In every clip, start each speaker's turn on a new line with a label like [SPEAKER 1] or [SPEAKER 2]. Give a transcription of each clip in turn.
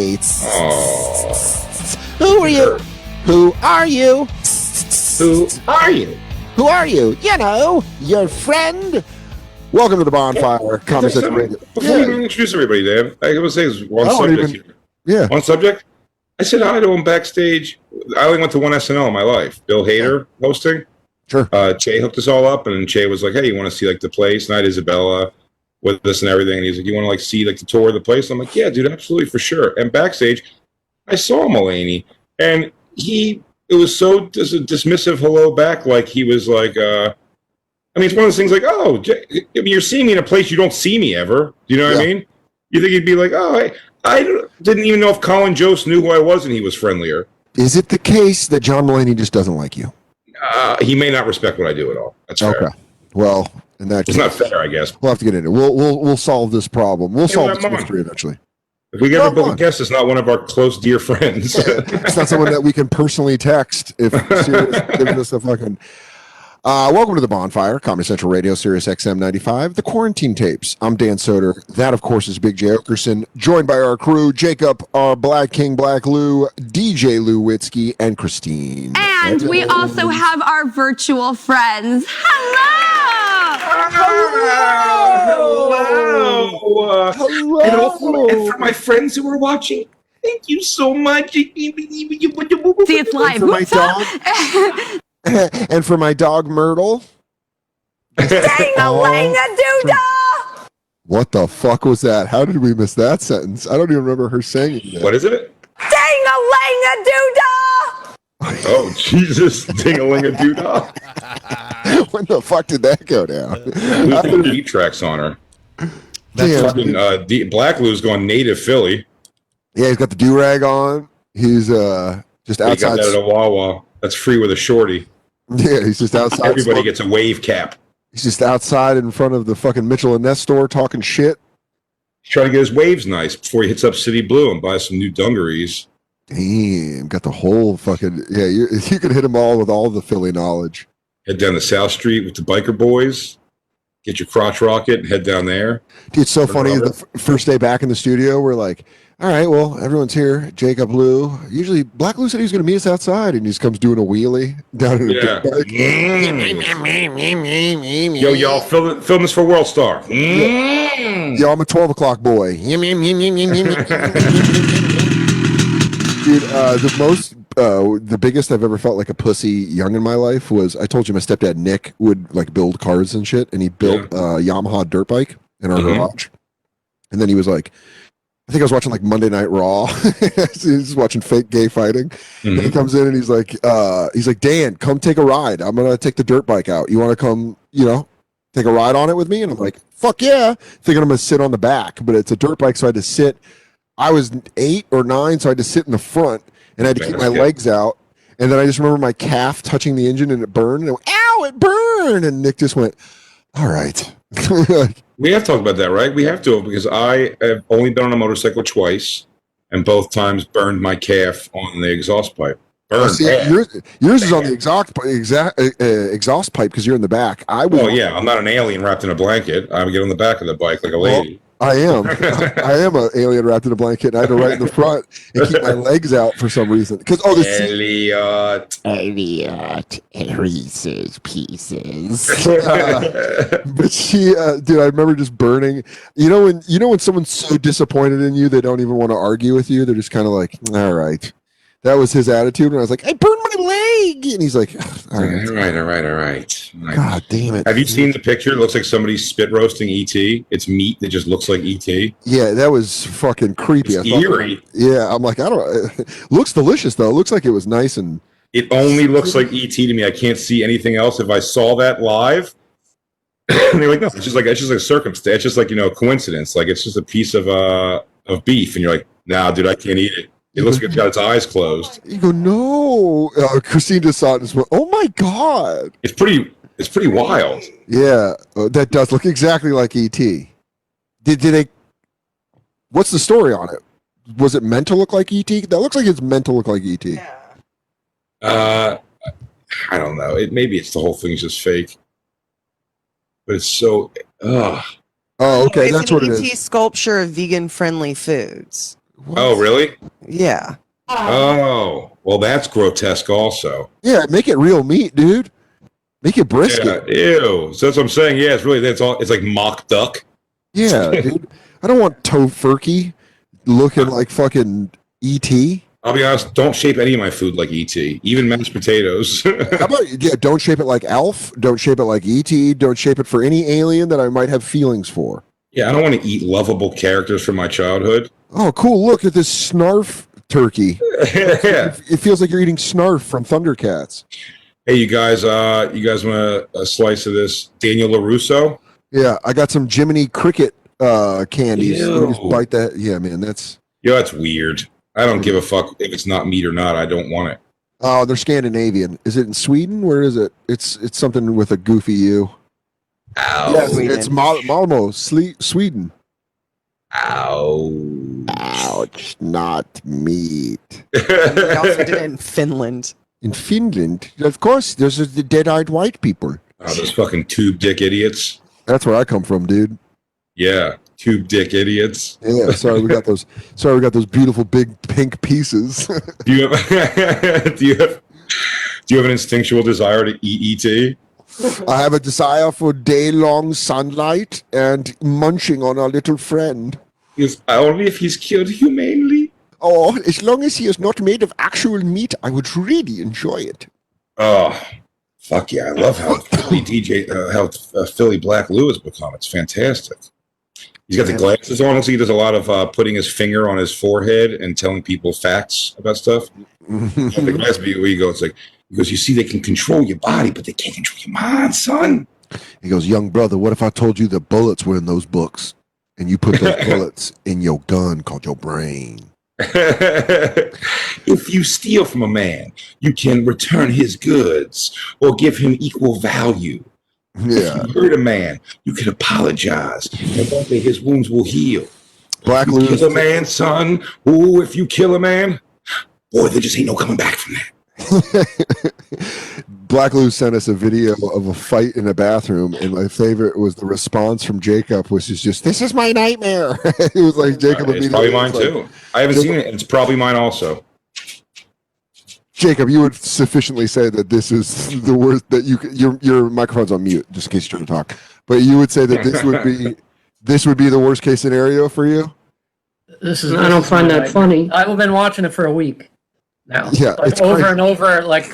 [SPEAKER 1] It's
[SPEAKER 2] Oh.
[SPEAKER 3] Uh,
[SPEAKER 1] who are you? Who are you?
[SPEAKER 3] Who are you?
[SPEAKER 1] Who are you? You know, your friend. Welcome to the bonfire conversation.
[SPEAKER 3] Before
[SPEAKER 1] Radio.
[SPEAKER 3] we
[SPEAKER 1] Yeah.
[SPEAKER 3] even introduce everybody, Dan, I gotta say there's one
[SPEAKER 1] I don't
[SPEAKER 3] subject.
[SPEAKER 1] even-
[SPEAKER 3] here.
[SPEAKER 1] yeah.
[SPEAKER 3] One subject. I said hi to him backstage. I only went to one SNL in my life. Bill Hader hosting.
[SPEAKER 1] Sure.
[SPEAKER 3] Uh, Che hooked us all up, and Che was like, "Hey, you want to see like the place?" And I had Isabella with us and everything. And he's like, "You want to like see like the tour of the place?" I'm like, "Yeah, dude, absolutely for sure." And backstage, I saw Mulaney, and he it was so dis- dismissive hello back, like he was like, uh, I mean, it's one of those things like, "Oh, J- I mean, you're seeing me in a place you don't see me ever." Do you know what I mean? You think he'd be like, "Oh, I, I don't- didn't even know if Colin Jost knew who I was, and he was friendlier."
[SPEAKER 1] Is it the case that John Mulaney just doesn't like you?
[SPEAKER 3] Uh, he may not respect what I do at all. That's fair.
[SPEAKER 1] Okay. Well, in that
[SPEAKER 3] It's
[SPEAKER 1] case,
[SPEAKER 3] not fair, I guess.
[SPEAKER 1] we'll have to get into. It. We'll we'll we'll solve this problem. We'll solve
[SPEAKER 3] I'm
[SPEAKER 1] this
[SPEAKER 3] on.
[SPEAKER 1] mystery eventually.
[SPEAKER 3] If we get
[SPEAKER 1] Well,
[SPEAKER 3] a book
[SPEAKER 1] come on.
[SPEAKER 3] of guests, it's not one of our close dear friends.
[SPEAKER 1] It's not someone that we can personally text if serious giving us a fucking. Uh, welcome to the bonfire, Comedy Central Radio, Sirius XM 95, the quarantine tapes. I'm Dan Soder. That, of course, is Big J. Okerson, joined by our crew, Jacob, our Black King, Black Lou, DJ Lou Witzky, and Christine.
[SPEAKER 4] And we also have our virtual friends. Hello!
[SPEAKER 3] Hello. Uh,
[SPEAKER 1] Hello.
[SPEAKER 3] And, also, and for my friends who are watching, thank you so much. See,
[SPEAKER 4] See, it's
[SPEAKER 3] it's
[SPEAKER 4] live.
[SPEAKER 1] for my dog. and for my dog, Myrtle. What the fuck was that? How did we miss that sentence? I don't even remember her saying that.
[SPEAKER 3] What is it? Oh, Jesus. Ding a ling a doo dah.
[SPEAKER 1] when the fuck did that go down?
[SPEAKER 3] Who's doing beat tracks on her?
[SPEAKER 1] Damn.
[SPEAKER 3] Fucking, uh, D- Black Lou's going native Philly.
[SPEAKER 1] Yeah, he's got the do rag on. He's uh just
[SPEAKER 3] He got
[SPEAKER 1] outside.
[SPEAKER 3] that at a Wawa. That's free with a shorty.
[SPEAKER 1] Yeah, he's just outside.
[SPEAKER 3] Everybody
[SPEAKER 1] smoking-
[SPEAKER 3] gets a wave cap.
[SPEAKER 1] he's just outside in front of the fucking Mitchell and Ness store talking shit.
[SPEAKER 3] He's trying to get his waves nice before he hits up City Blue and buys some new dungarees.
[SPEAKER 1] Damn, got the whole fucking yeah. You you could hit them all with all the Philly knowledge.
[SPEAKER 3] Head down to South Street with the biker boys. Get your crotch rocket and head down there.
[SPEAKER 1] Dude, it's so
[SPEAKER 3] Turn
[SPEAKER 1] funny.
[SPEAKER 3] it
[SPEAKER 1] The
[SPEAKER 3] over.
[SPEAKER 1] f- first day back in the studio, we're like, all right, well, everyone's here. Jacob Lou. Usually, Black Lou said he was going to meet us outside, and he just comes doing a wheelie down in a
[SPEAKER 3] Yeah. Mm.
[SPEAKER 1] dirt bike.
[SPEAKER 3] Yo, y'all, film, film this for World Star. Mm.
[SPEAKER 1] Yo, I'm a 12 o'clock boy. Yum, yum, yum, yum, yum, yum, yum. Dude, uh, the most, uh, the biggest I've ever felt like a pussy young in my life was I told you my stepdad Nick would like build cars and shit, and he built a Yamaha dirt bike in our
[SPEAKER 3] Mhm.
[SPEAKER 1] garage. And then he was like, I think I was watching like Monday Night Raw. he's watching fake gay fighting. And he
[SPEAKER 3] Mhm.
[SPEAKER 1] comes in and he's like, uh, he's like, Dan, come take a ride. I'm gonna take the dirt bike out. You want to come? You know, take a ride on it with me? And I'm like, fuck yeah, thinking I'm gonna sit on the back, but it's a dirt bike, so I had to sit. I was eight or nine, so I had to sit in the front, and I had to
[SPEAKER 3] Man,
[SPEAKER 1] keep my
[SPEAKER 3] that's good.
[SPEAKER 1] legs out. And then I just remember my calf touching the engine, and it burned. And I went, ow, it burned! And Nick just went, all right. Like,
[SPEAKER 3] We have talked about that, right? We have to because I have only been on a motorcycle twice, and both times burned my calf on the exhaust pipe. Burned.
[SPEAKER 1] see,
[SPEAKER 3] bad.
[SPEAKER 1] yours, yours is on the exhaust exact, uh, uh, exhaust pipe because you're in the back. I was
[SPEAKER 3] Well, yeah, I'm not an alien wrapped in a blanket. I would get on the back of the bike like a lady.
[SPEAKER 1] I am. I am an alien wrapped in a blanket. And I had to right in the front and keep my legs out for some reason. Because oh, the seat,
[SPEAKER 3] Elliot.
[SPEAKER 5] Elliot and Reese's Pieces.
[SPEAKER 1] but she, uh, dude, I remember just burning. You know when you know when someone's so disappointed in you, they don't even want to argue with you. They're just kind of like, all right. That was his attitude, and I was like, I burned my leg, and he's like, all
[SPEAKER 3] all
[SPEAKER 1] right,
[SPEAKER 3] right, all right, all right. All right.
[SPEAKER 1] God damn it.
[SPEAKER 3] Have you seen the picture? It looks like somebody spit roasting ET. It's meat that just looks like ET. It's
[SPEAKER 1] Yeah, that was fucking creepy. I thought-
[SPEAKER 3] eerie.
[SPEAKER 1] Yeah, I'm like, I don't. looks delicious though. It looks like it was nice and
[SPEAKER 3] It only looks like ET to me. I can't see anything else. If I saw that live, and they're like, no, it's just like it's just like a circumstance. It's just like you know, a coincidence. Like it's just a piece of uh of beef, and you're like, nah, dude, I can't eat it. It looks like it's got its eyes closed.
[SPEAKER 1] You go, no. Uh, Christine just saw it and just went, oh my God.
[SPEAKER 3] It's pretty. It's pretty wild.
[SPEAKER 1] Yeah, uh, that does look exactly like E.T. Did, did they, what's the story on it? Was it meant to look like E.T.? That looks like it's meant to look like E E.T.
[SPEAKER 3] Uh, I don't know. It maybe it's the whole thing's just fake, but it's so. Ugh.
[SPEAKER 1] Oh, okay.
[SPEAKER 6] It's
[SPEAKER 1] That's
[SPEAKER 6] an
[SPEAKER 1] what it
[SPEAKER 6] ET
[SPEAKER 1] is.
[SPEAKER 6] sculpture of vegan friendly foods.
[SPEAKER 3] Oh, really?
[SPEAKER 6] Yeah.
[SPEAKER 3] Oh, well, that's grotesque, also.
[SPEAKER 1] Yeah, make it real meat, dude. Make it
[SPEAKER 3] Yeah,
[SPEAKER 1] brisket.
[SPEAKER 3] ew. So that's what I'm saying. Yeah, it's really that's all. It's like mock duck.
[SPEAKER 1] Yeah, dude. I don't want tofurkey looking like fucking E ET. How
[SPEAKER 3] I'll be honest. Don't shape any of my food like ET. Even mashed potatoes.
[SPEAKER 1] about yeah, don't shape it like Alf, don't shape it like ET, don't shape it for any alien that I might have feelings for.
[SPEAKER 3] yeah, I don't want to eat lovable characters from my childhood.
[SPEAKER 1] Oh, cool. Look at this snarf turkey.
[SPEAKER 3] yeah.
[SPEAKER 1] It feels like you're eating snarf from Thundercats.
[SPEAKER 3] Hey, you guys. Uh, you guys want a, a slice of this Daniel Larusso?
[SPEAKER 1] Yeah, I got some Jiminy Cricket uh candies. Let me just
[SPEAKER 3] Ew.
[SPEAKER 1] bite that. Yeah, man, that's
[SPEAKER 3] Yo, that's weird. I don't give a fuck if it's not meat or not. I don't want it.
[SPEAKER 1] Oh, they're Scandinavian. Is it in Sweden? Where is it? It's it's something with a goofy U.
[SPEAKER 3] Ow.
[SPEAKER 1] yes,
[SPEAKER 6] Sweden.
[SPEAKER 1] it's Mal- Malmo, Sle- Sweden.
[SPEAKER 3] Ow.
[SPEAKER 5] Ouch, not meat.
[SPEAKER 6] They also did it in Finland.
[SPEAKER 1] In Finland, of course, there's the dead-eyed white people.
[SPEAKER 3] Oh, those fucking tube dick idiots.
[SPEAKER 1] That's where I come from, dude.
[SPEAKER 3] Yeah, tube dick idiots.
[SPEAKER 1] Yeah, sorry we got those. Sorry we got those beautiful big pink pieces.
[SPEAKER 3] Do you have do you have do you have an instinctual desire to eat E ET?
[SPEAKER 1] I have a desire for day-long sunlight and munching on our little friend.
[SPEAKER 3] Yes, only if he's killed humanely.
[SPEAKER 1] Oh, as long as he is not made of actual meat, I would really enjoy it.
[SPEAKER 3] Oh, fuck yeah! I love how Philly DJ, uh, how uh, Philly Black Lou has become. It's fantastic. He's got the glasses on. Looks like he does a lot of uh, putting his finger on his forehead and telling people facts about stuff. At
[SPEAKER 1] Mm-hmm.
[SPEAKER 3] the glass video, where you go, it's like because you see they can control your body, but they can't control your mind, son.
[SPEAKER 1] He goes, Young brother, what if I told you the bullets were in those books and you put those bullets in your gun called your brain?
[SPEAKER 3] if you steal from a man, you can return his goods or give him equal value.
[SPEAKER 1] Yeah.
[SPEAKER 3] If you hurt a man, you can apologize, and one day his wounds will heal.
[SPEAKER 1] Black
[SPEAKER 3] You
[SPEAKER 1] Lou's
[SPEAKER 3] kill a man, son. Ooh, if you kill a man, boy, there just ain't no coming back from that.
[SPEAKER 1] Black Lou sent us a video of a fight in a bathroom, and my favorite was the response from Jacob, which is just, "This is my nightmare." it was like Jacob
[SPEAKER 3] Uh, it's
[SPEAKER 1] immediately
[SPEAKER 3] probably mine
[SPEAKER 1] was like,
[SPEAKER 3] too. I haven't seen it. and It's probably mine also.
[SPEAKER 1] Jacob, you would sufficiently say that this is the worst that you c- your your microphone's on mute, just in case you're trying to talk. But you would say that this would be this would be the worst case scenario for you.
[SPEAKER 7] This is.
[SPEAKER 2] I don't find that funny.
[SPEAKER 7] I've been watching it for a week now.
[SPEAKER 1] Yeah, it's
[SPEAKER 7] Like over
[SPEAKER 1] crazy.
[SPEAKER 7] and over, like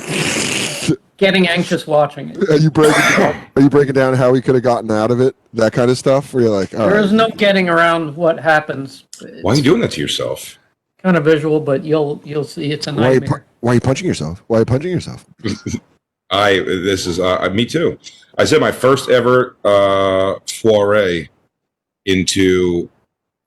[SPEAKER 7] getting anxious watching it.
[SPEAKER 1] Are you breaking down, are you breaking down how he could have gotten out of it? That kind of stuff. Where you're like, all
[SPEAKER 7] There
[SPEAKER 1] right.
[SPEAKER 7] is no getting around what happens.
[SPEAKER 3] Why are you doing that to yourself?
[SPEAKER 7] Kind of visual, but you'll you'll see it's a
[SPEAKER 1] why are, you pu-
[SPEAKER 7] nightmare.
[SPEAKER 1] why are you punching yourself? Why are you punching yourself?
[SPEAKER 3] I this is uh, me too. I said my first ever uh, foray into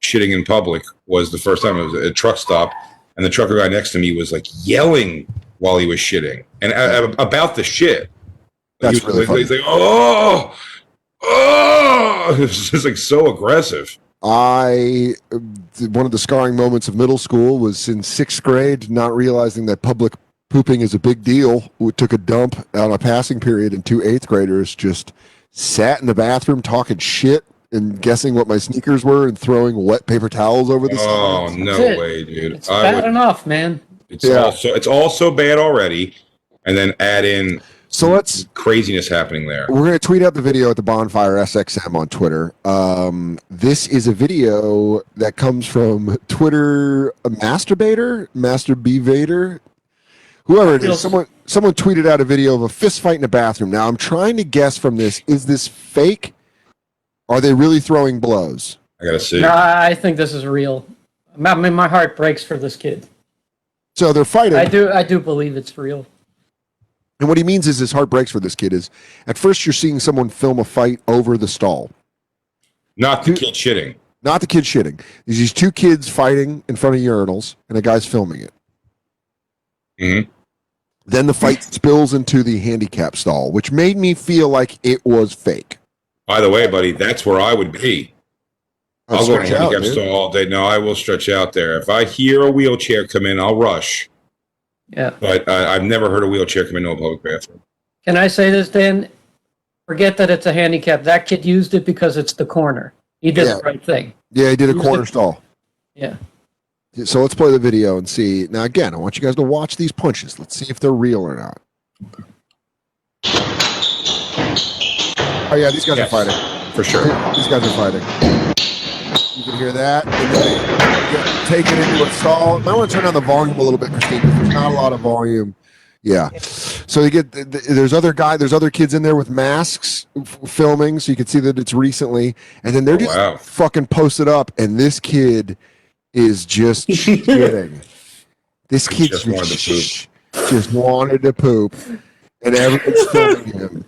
[SPEAKER 3] shitting in public was the first time it was at a truck stop, and the trucker guy next to me was like yelling while he was shitting and uh, about the shit. Like,
[SPEAKER 1] That's
[SPEAKER 3] he was
[SPEAKER 1] really
[SPEAKER 3] like, He's like, oh, oh, it was just like so aggressive.
[SPEAKER 1] I one of the scarring moments of middle school was in sixth grade, not realizing that public pooping is a big deal. We took a dump on a passing period, and two eighth graders just sat in the bathroom talking shit and guessing what my sneakers were and throwing wet paper towels over the
[SPEAKER 3] Oh
[SPEAKER 1] sides.
[SPEAKER 3] no
[SPEAKER 7] That's it.
[SPEAKER 3] way, dude!
[SPEAKER 7] It's
[SPEAKER 3] I
[SPEAKER 7] bad
[SPEAKER 3] would,
[SPEAKER 7] enough, man.
[SPEAKER 3] it's
[SPEAKER 1] Yeah.
[SPEAKER 3] all so it's all so bad already, and then add in
[SPEAKER 1] So let's
[SPEAKER 3] craziness happening there.
[SPEAKER 1] We're going to tweet out the video at the Bonfire SXM on Twitter. Um, this is a video that comes from Twitter a masturbator, Master B Vader, whoever it is.
[SPEAKER 7] Feels-
[SPEAKER 1] Someone someone tweeted out a video of a fist fight in a bathroom. Now I'm trying to guess from this: is this fake? Are they really throwing blows?
[SPEAKER 3] I gotta see.
[SPEAKER 7] No, I I think this is real. I mean, my heart breaks for this kid.
[SPEAKER 1] So they're fighting.
[SPEAKER 7] I do I do believe it's real.
[SPEAKER 1] And what he means is his heart breaks for this kid. Is at first you're seeing someone film a fight over the stall.
[SPEAKER 3] Not the kid shitting.
[SPEAKER 1] Not the kid shitting. There's these two kids fighting in front of urinals, and a guy's filming it.
[SPEAKER 3] Mhm.
[SPEAKER 1] Then the fight spills into the handicap stall, which made me feel like it was fake.
[SPEAKER 3] By the way, buddy, that's where I would be.
[SPEAKER 1] I'll
[SPEAKER 3] I'll go to
[SPEAKER 1] stretch out,
[SPEAKER 3] handicap
[SPEAKER 1] dude.
[SPEAKER 3] store all day. No, I will stretch out there. If I hear a wheelchair come in, I'll rush.
[SPEAKER 7] Yeah.
[SPEAKER 3] But I, I've never heard a wheelchair come into a public bathroom.
[SPEAKER 7] Can I say this, Dan? Forget that it's a handicap. That kid used it because it's the corner. He did
[SPEAKER 1] Yeah.
[SPEAKER 7] the right thing.
[SPEAKER 1] Yeah, he did a
[SPEAKER 7] Who's
[SPEAKER 1] corner
[SPEAKER 7] the-
[SPEAKER 1] stall.
[SPEAKER 7] Yeah.
[SPEAKER 1] So let's play the video and see. Now, again, I want you guys to watch these punches. Let's see if they're real or not. Oh, yeah, these guys
[SPEAKER 3] Yes.
[SPEAKER 1] are fighting.
[SPEAKER 3] for sure.
[SPEAKER 1] These guys are fighting. You can hear that. And then they Take it into a stall. Might want to turn down the volume a little bit, Christine, because there's not a lot of volume. Yeah. So you get th- th- there's other guy, there's other kids in there with masks f- filming, so you can see that it's recently. And then they're
[SPEAKER 3] Oh,
[SPEAKER 1] just
[SPEAKER 3] wow.
[SPEAKER 1] fucking posted up, and this kid is just kidding. This kid
[SPEAKER 3] Just wanted to
[SPEAKER 1] just, just wanted to poop, and everyone's filming him.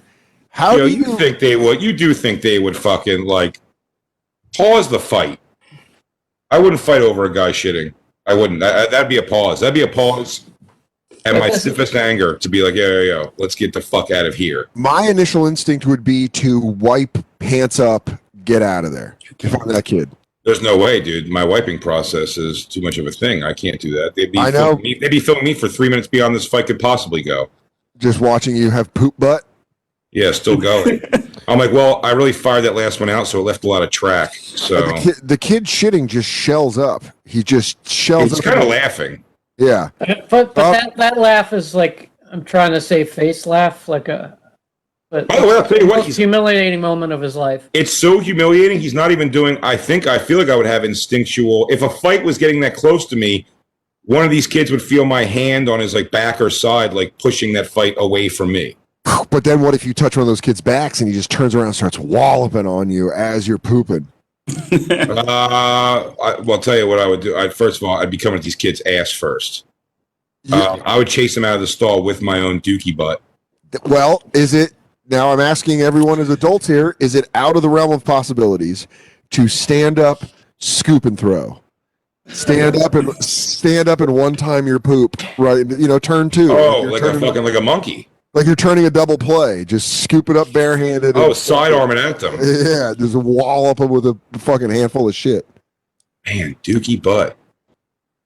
[SPEAKER 1] How
[SPEAKER 3] you, know,
[SPEAKER 1] do
[SPEAKER 3] you
[SPEAKER 1] you
[SPEAKER 3] think they would? You do think they would fucking like pause the fight? I wouldn't fight over a guy shitting. I wouldn't. I, I- that'd be a pause. That'd be a pause. And my stiffest anger to be like, yo, yo, yo, let's get the fuck out of here.
[SPEAKER 1] my initial instinct would be to wipe pants up, get out of there. If I'm that kid,
[SPEAKER 3] There's no way, dude. My wiping process is too much of a thing. I can't do that. They'd be
[SPEAKER 1] I know.
[SPEAKER 3] filming Me, they'd be filming me for three minutes beyond this fight could possibly go.
[SPEAKER 1] just watching you have poop butt.
[SPEAKER 3] Yeah, still going. I'm like, well, I really fired that last one out, so it left a lot of track. So
[SPEAKER 1] The, kid, the kid shitting just shells up. He just shells
[SPEAKER 3] he's
[SPEAKER 1] up.
[SPEAKER 3] kind of laughing.
[SPEAKER 1] yeah,
[SPEAKER 7] But, but
[SPEAKER 1] Oh.
[SPEAKER 7] that, that laugh is like I'm trying to say face laugh, like a. But
[SPEAKER 3] By the way, I'll tell you what,
[SPEAKER 7] most
[SPEAKER 3] he's-
[SPEAKER 7] humiliating moment of his life.
[SPEAKER 3] It's so humiliating. He's not even doing. I think I feel like I would have instinctual. If a fight was getting that close to me, one of these kids would feel my hand on his like back or side, like pushing that fight away from me.
[SPEAKER 1] but then what if you touch one of those kids' backs and he just turns around and starts walloping on you as you're pooping?
[SPEAKER 3] Uh, I, well, I'll tell you what I would do. I'd first of all, I'd be coming at these kids ass first. Uh, I would chase them out of the stall with my own dookie butt.
[SPEAKER 1] Th- Well, is it now? I'm asking everyone as adults here: is it out of the realm of possibilities to stand up, scoop and throw? Stand up and stand up and one time your poop right. You know, turn two.
[SPEAKER 3] Oh,
[SPEAKER 1] you're
[SPEAKER 3] like a
[SPEAKER 1] turning,
[SPEAKER 3] fucking like a monkey.
[SPEAKER 1] like you're turning a double play. Just scoop it up barehanded.
[SPEAKER 3] Oh,
[SPEAKER 1] and-
[SPEAKER 3] sidearming at them.
[SPEAKER 1] yeah, just wallop him with a fucking handful of shit.
[SPEAKER 3] Man, dookie butt.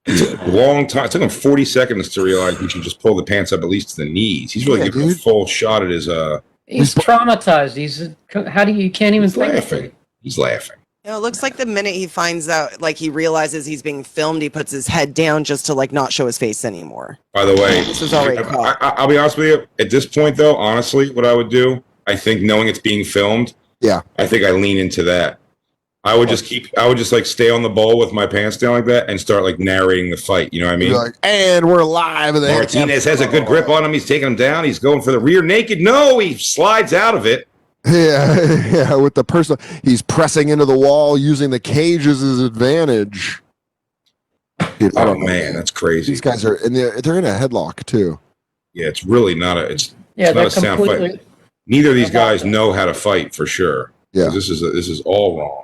[SPEAKER 3] It took a long time. It took him 40 seconds to realize he should just pull the pants up at least to the knees. He's really
[SPEAKER 1] Yeah,
[SPEAKER 3] giving a
[SPEAKER 1] dude.
[SPEAKER 3] full shot at his. Uh,
[SPEAKER 7] He's traumatized. He's how do you, you can't even
[SPEAKER 3] he's
[SPEAKER 7] think.
[SPEAKER 3] laughing. He's laughing.
[SPEAKER 6] You know, it looks like the minute he finds out, like he realizes he's being filmed, he puts his head down just to like not show his face anymore.
[SPEAKER 3] By the way,
[SPEAKER 6] This was already
[SPEAKER 3] I,
[SPEAKER 6] caught.
[SPEAKER 3] I, I'll be honest with you. At this point, though, honestly, what I would do, I think knowing it's being filmed,
[SPEAKER 1] Yeah.
[SPEAKER 3] I think I lean into that. I would just keep. I would just like stay on the ball with my pants down like that and start like narrating the fight. You know what I mean?
[SPEAKER 1] You're like, and we're live. And they-
[SPEAKER 3] Martinez has a good grip on him. He's taking him down. He's going for the rear naked. No, he slides out of it.
[SPEAKER 1] Yeah, yeah, with the personal, he's pressing into the wall using the cage as his advantage. Dude, I
[SPEAKER 3] Oh
[SPEAKER 1] don't know.
[SPEAKER 3] man, that's crazy.
[SPEAKER 1] These guys are, and they're, they're in a headlock too.
[SPEAKER 3] Yeah, it's really not a. It's
[SPEAKER 7] Yeah,
[SPEAKER 3] It's not
[SPEAKER 7] they're
[SPEAKER 3] a sound
[SPEAKER 7] completely.
[SPEAKER 3] neither of these guys know how to fight for sure. 'Cause
[SPEAKER 1] Yeah.
[SPEAKER 3] this is this is all wrong.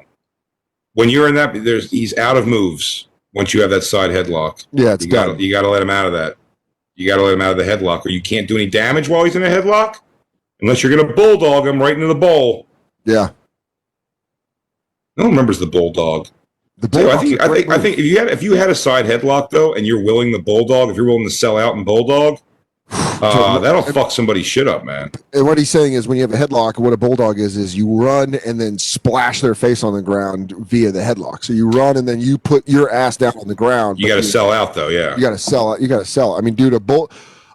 [SPEAKER 3] When you're in that, there's he's out of moves. Once you have that side headlock,
[SPEAKER 1] Yeah, it's
[SPEAKER 3] you got
[SPEAKER 1] done.
[SPEAKER 3] to you got to let him out of that. You got to let him out of the headlock, or you can't do any damage while he's in a headlock, unless you're going to bulldog him right into the bowl.
[SPEAKER 1] Yeah,
[SPEAKER 3] No one remembers the bulldog.
[SPEAKER 1] the
[SPEAKER 3] So I
[SPEAKER 1] Bulldogs
[SPEAKER 3] think
[SPEAKER 1] are
[SPEAKER 3] I
[SPEAKER 1] great
[SPEAKER 3] think, I
[SPEAKER 1] move.
[SPEAKER 3] think if you had if you had a side headlock though, and you're willing the bulldog, if you're willing to sell out and bulldog, uh, that'll fuck somebody's shit up, man.
[SPEAKER 1] And what he's saying is, when you have a headlock, what a bulldog is is you run and then splash their face on the ground via the headlock. So you run and then you put your ass down on the ground.
[SPEAKER 3] You
[SPEAKER 1] but
[SPEAKER 3] got to sell out though, yeah.
[SPEAKER 1] You got to sell it. You got to sell. it. I mean, dude, a bull,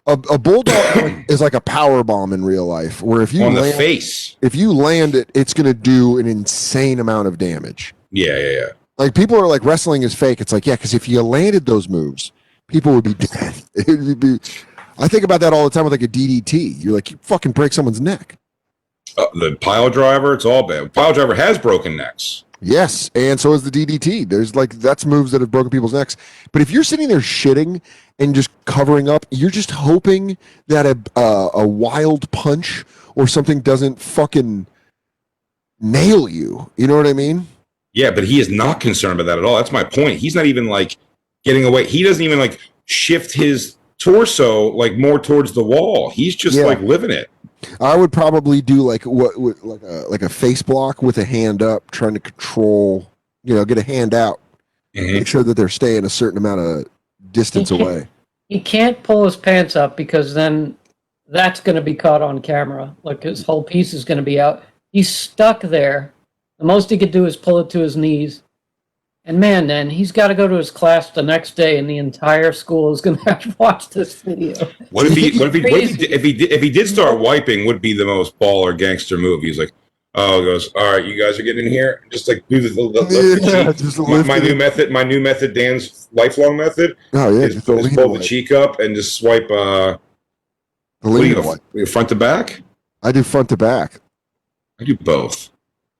[SPEAKER 1] a, a bulldog is like a power bomb in real life. Where if you
[SPEAKER 3] on the
[SPEAKER 1] land,
[SPEAKER 3] face.
[SPEAKER 1] if you land it, it's going to do an insane amount of damage.
[SPEAKER 3] Yeah, yeah, yeah.
[SPEAKER 1] Like people are like wrestling is fake. It's like yeah, because if you landed those moves, people would be dead. It would be. I think about that all the time with like a DDT. You're like you fucking break someone's neck.
[SPEAKER 3] Uh, the pile driver, it's all bad. Pile driver has broken necks.
[SPEAKER 1] Yes, and so is the DDT. There's like that's moves that have broken people's necks. But if you're sitting there shitting and just covering up, you're just hoping that a uh, a wild punch or something doesn't fucking nail you. You know what I mean?
[SPEAKER 3] Yeah, but he is not concerned about that at all. That's my point. He's not even like getting away. He doesn't even like shift his torso like more towards the wall. He's just
[SPEAKER 1] Yeah.
[SPEAKER 3] like living it.
[SPEAKER 1] I would probably do like what, what like a like a face block with a hand up, trying to control. You know, get a hand out, make sure that they're staying a certain amount of distance
[SPEAKER 7] Okay.
[SPEAKER 1] away.
[SPEAKER 7] He can't pull his pants up because then that's going to be caught on camera. Like his whole piece is going to be out. He's stuck there. The most he could do is pull it to his knees. And man, then he's got to go to his class the next day, and the entire school is going to have to watch this video.
[SPEAKER 3] What if he? What if he? What if he? If he did, if he did start wiping, would be the most baller gangster move. He's like, oh, he goes, all right, you guys are getting in here. Just like do the, the, the- the
[SPEAKER 1] Yeah,
[SPEAKER 3] cheek.
[SPEAKER 1] just
[SPEAKER 3] My, my
[SPEAKER 1] lift
[SPEAKER 3] new
[SPEAKER 1] it.
[SPEAKER 3] method, my new method, Dan's lifelong method
[SPEAKER 1] Oh yeah,
[SPEAKER 3] is,
[SPEAKER 1] just
[SPEAKER 3] is
[SPEAKER 1] the lead
[SPEAKER 3] pull the
[SPEAKER 1] away.
[SPEAKER 3] cheek up and just swipe. Uh,
[SPEAKER 1] The
[SPEAKER 3] what do
[SPEAKER 1] lead
[SPEAKER 3] you
[SPEAKER 1] away.
[SPEAKER 3] go, front to back.
[SPEAKER 1] I do front to back.
[SPEAKER 3] I do both.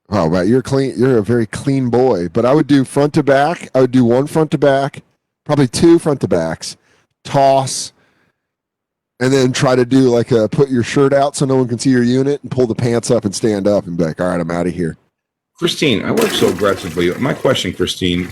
[SPEAKER 1] Wow, Matt, you're clean. You're a very clean boy. But I would do front to back. I would do one front to back, probably two front to backs, toss, and then try to do like a put your shirt out so no one can see your unit and pull the pants up and stand up and be like, all right, I'm out of here.
[SPEAKER 3] Christine, I work so aggressively. My question, Christine,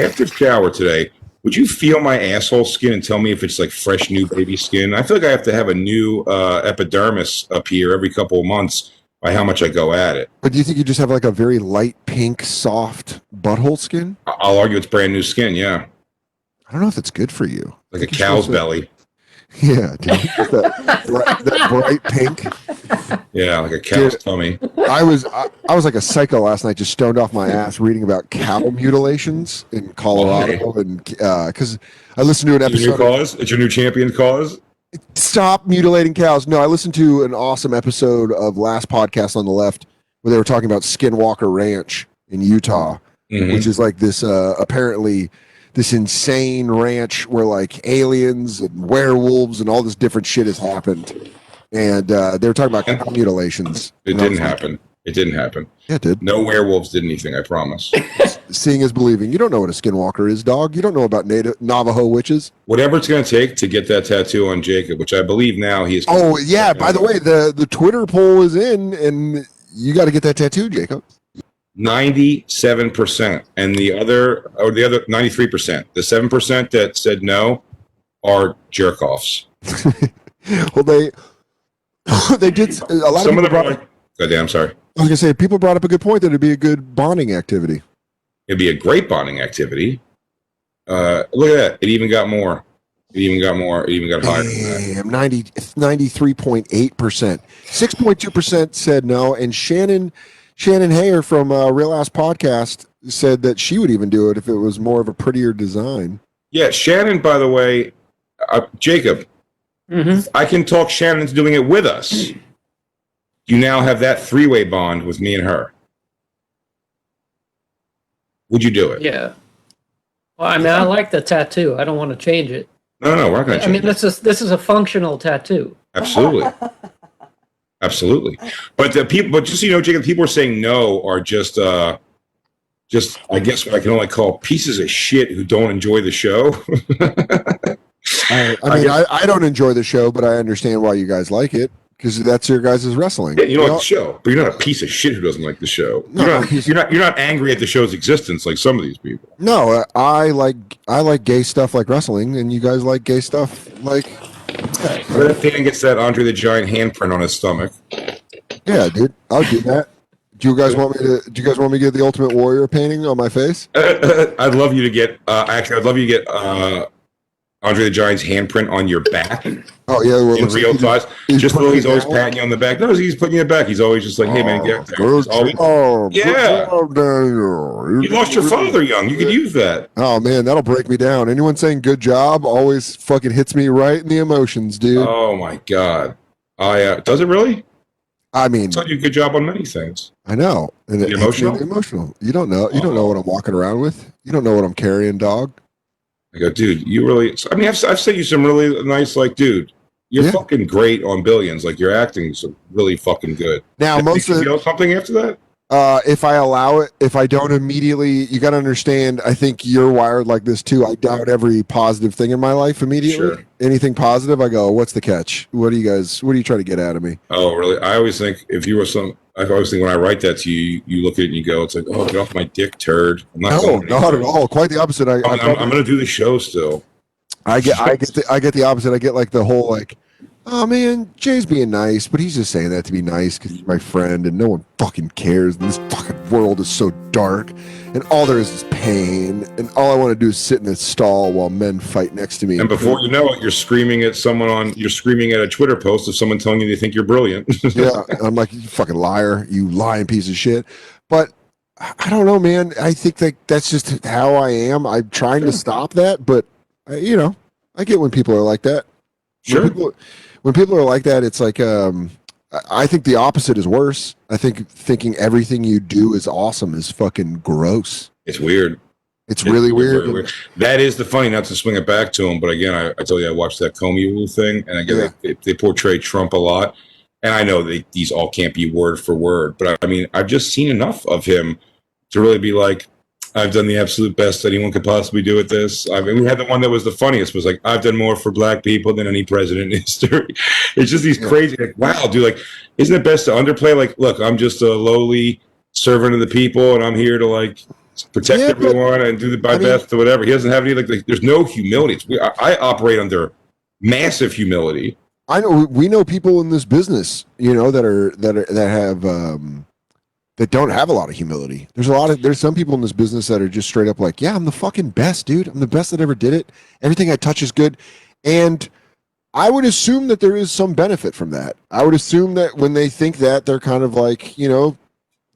[SPEAKER 3] after the shower today, would you feel my asshole skin and tell me if it's like fresh new baby skin? I feel like I have to have a new uh, epidermis up here every couple of months by how much I go at it.
[SPEAKER 1] But do you think you just have like a very light pink, soft butthole skin?
[SPEAKER 3] I- I'll argue it's brand new skin, yeah,
[SPEAKER 1] I don't know if it's good for you.
[SPEAKER 3] like a cow's
[SPEAKER 1] Supposed
[SPEAKER 3] belly,
[SPEAKER 1] to- Yeah, dude. Just that, bright, that bright pink.
[SPEAKER 3] yeah, like a cow's tummy.
[SPEAKER 1] I was I, I was like a psycho last night, just stoned off my ass reading about cow mutilations in Colorado, and because I listened to an
[SPEAKER 3] It's your new
[SPEAKER 1] episode. Of,
[SPEAKER 3] cause. It's your new champion cause.
[SPEAKER 1] Stop mutilating cows! No, I listened to an awesome episode of Last Podcast on the Left where they were talking about Skinwalker Ranch in Utah,
[SPEAKER 3] Mhm.
[SPEAKER 1] which is like this uh, apparently this insane ranch where like aliens and werewolves and all this different shit has happened. And uh, they were talking about cow mutilations.
[SPEAKER 3] It
[SPEAKER 1] And I was
[SPEAKER 3] didn't
[SPEAKER 1] like,
[SPEAKER 3] happen. It didn't happen.
[SPEAKER 1] Yeah, it did.
[SPEAKER 3] No werewolves did anything. I promise.
[SPEAKER 1] seeing is believing. You don't know what a skinwalker is, dog. You don't know about native Navajo witches.
[SPEAKER 3] Whatever it's going to take to get that tattoo on Jacob, which I believe now he is.
[SPEAKER 1] Oh yeah. By the way, the the Twitter poll is in, and you got to get that tattoo, Jacob.
[SPEAKER 3] Ninety-seven percent, and the other, or the other, ninety-three percent. The seven percent that said no are jerk offs.
[SPEAKER 1] Well, they they did a lot
[SPEAKER 3] Some
[SPEAKER 1] of
[SPEAKER 3] of
[SPEAKER 1] people
[SPEAKER 3] them
[SPEAKER 1] brought.
[SPEAKER 3] are. Goddamn, sorry.
[SPEAKER 1] I was gonna say people brought up a good point that it'd be a good bonding activity.
[SPEAKER 3] It'd be a great bonding activity. Uh, look at that. It even got more. It even got more. It even got higher. Than that.
[SPEAKER 1] Damn, 90 93.8 percent, six point two percent said no, and Shannon Shannon Hayer from uh, Real Ass Podcast said that she would even do it if it was more of a prettier design.
[SPEAKER 3] Yeah, Shannon. By the way, uh, Jacob,
[SPEAKER 7] Mm-hmm.
[SPEAKER 3] I can talk Shannon into doing it with us. You now have that three-way bond with me and her. Would you do it?
[SPEAKER 7] Yeah. Well, I mean, I like the tattoo. I don't want to change it.
[SPEAKER 3] No, no, we're not going to
[SPEAKER 7] I
[SPEAKER 3] change.
[SPEAKER 7] mean, this is this is a functional tattoo.
[SPEAKER 3] Absolutely. Absolutely. But the people but just so you know, Jacob, people are saying no are just uh just I guess what I can only call pieces of shit who don't enjoy the show.
[SPEAKER 1] I, I
[SPEAKER 3] I
[SPEAKER 1] mean, I,
[SPEAKER 3] guess-
[SPEAKER 1] I, don't enjoy the show, but I understand why you guys like it because that's your guys' wrestling.
[SPEAKER 3] Yeah, you
[SPEAKER 1] You
[SPEAKER 3] don't like
[SPEAKER 1] know,
[SPEAKER 3] the show, but you're not a piece of shit who doesn't like the show.
[SPEAKER 1] No,
[SPEAKER 3] you're,
[SPEAKER 1] I'm a
[SPEAKER 3] not,
[SPEAKER 1] piece of-
[SPEAKER 3] you're not you're not angry at the show's existence like some of these people.
[SPEAKER 1] no, uh, I like I like gay stuff like wrestling, and you guys like gay stuff like
[SPEAKER 3] But if Dan gets that Andre the Giant handprint on his stomach.
[SPEAKER 1] yeah, dude. I'll do that. Do you guys want me to? Do you guys want me to get the Ultimate Warrior painting on my face?
[SPEAKER 3] I'd love you to get uh actually I'd love you to get uh Andre the Giant's handprint on your back in
[SPEAKER 1] Oh yeah, well, it looks like
[SPEAKER 3] real
[SPEAKER 1] he did-
[SPEAKER 3] size.
[SPEAKER 1] he's
[SPEAKER 3] just
[SPEAKER 1] putting
[SPEAKER 3] though he's
[SPEAKER 1] it
[SPEAKER 3] always
[SPEAKER 1] down.
[SPEAKER 3] patting you on the back. No, he's putting you in the back. He's always just like, hey man, get out there.
[SPEAKER 1] Oh,
[SPEAKER 3] He's
[SPEAKER 1] good
[SPEAKER 3] always-
[SPEAKER 1] job. Good
[SPEAKER 3] Yeah.
[SPEAKER 1] job, Daniel.
[SPEAKER 3] you lost your father young. You could use that.
[SPEAKER 1] Oh man, that'll break me down. Anyone saying good job always fucking hits me right in the emotions, dude.
[SPEAKER 3] Oh my god. I uh, does it really?
[SPEAKER 1] I mean,
[SPEAKER 3] It's not you a good job on many things.
[SPEAKER 1] I know. And
[SPEAKER 3] You
[SPEAKER 1] it- it's
[SPEAKER 3] emotional? Oh.
[SPEAKER 1] really Emotional. You don't know. You don't know what I'm walking around with. You don't know what I'm carrying, dog.
[SPEAKER 3] I go, dude, you really. I mean, I've, I've sent you some really nice, like, dude, you're
[SPEAKER 1] Yeah.
[SPEAKER 3] fucking great on billions. Like, your acting's really fucking good.
[SPEAKER 1] Now,
[SPEAKER 3] Did
[SPEAKER 1] most
[SPEAKER 3] you
[SPEAKER 1] of
[SPEAKER 3] yell something after that?
[SPEAKER 1] uh, if I allow it, if I don't immediately, you got to understand. I think you're wired like this too. I doubt every positive thing in my life immediately.
[SPEAKER 3] Sure.
[SPEAKER 1] Anything positive, I go, "What's the catch? What do you guys? What are you trying to get out of me?"
[SPEAKER 3] Oh, really? I always think if you were some. I always think when I write that to you, you look at it and you go, "It's like, oh, get off my dick, turd." I'm not
[SPEAKER 1] No,
[SPEAKER 3] going
[SPEAKER 1] not at
[SPEAKER 3] anywhere.
[SPEAKER 1] all. Quite the opposite. I, I,
[SPEAKER 3] I'm, I'm, I'm going to do the show still.
[SPEAKER 1] I get, I get, the, I get the opposite. I get like the whole like, "Oh man, Jay's being nice, but he's just saying that to be nice because he's my friend, and no one fucking cares. This fucking world is so dark, and all there is is pain, and all I want to do is sit in a stall while men fight next to me."
[SPEAKER 3] And before you know it, you're screaming at someone on. You're screaming at a Twitter post of someone telling you they think you're brilliant.
[SPEAKER 1] yeah, and I'm like, you fucking liar, you lying piece of shit. But I I don't know, man. I think that that's just how I am. I'm trying to stop that, but uh, you know, I get when people are like that.
[SPEAKER 3] Sure.
[SPEAKER 1] When people, when people are like that, it's like um, I- I think the opposite is worse. I think thinking everything you do is awesome is fucking gross.
[SPEAKER 3] It's weird.
[SPEAKER 1] It's really
[SPEAKER 3] very
[SPEAKER 1] weird.
[SPEAKER 3] That is the funny, not to swing it back to him, but again, I, I tell you, I watched that Comey rule thing, and again,
[SPEAKER 1] Yeah.
[SPEAKER 3] they, they portray Trump a lot. And I know they, these all can't be word for word, but I, I mean, I've just seen enough of him to really be like, I've done the absolute best anyone could possibly do at this. I mean, we had the one that was the funniest was like, I've done more for black people than any president in history. It's just these
[SPEAKER 1] Yeah.
[SPEAKER 3] crazy, like, wow, dude, like, isn't it best to underplay? Like, look, I'm just a lowly servant of the people, and I'm here to like protect
[SPEAKER 1] Yeah, but-
[SPEAKER 3] everyone and do the, my
[SPEAKER 1] I mean-
[SPEAKER 3] best or whatever. He doesn't have any like, like there's no humility. It's, we, I, I operate under massive humility.
[SPEAKER 1] I know we know people in this business, you know, that are that are that have um that don't have a lot of humility. There's a lot of there's some people in this business that are just straight up like, yeah, I'm the fucking best, dude. I'm the best that ever did it. Everything I touch is good. And I would assume that there is some benefit from that. I would assume that when they think that they're kind of like, you know,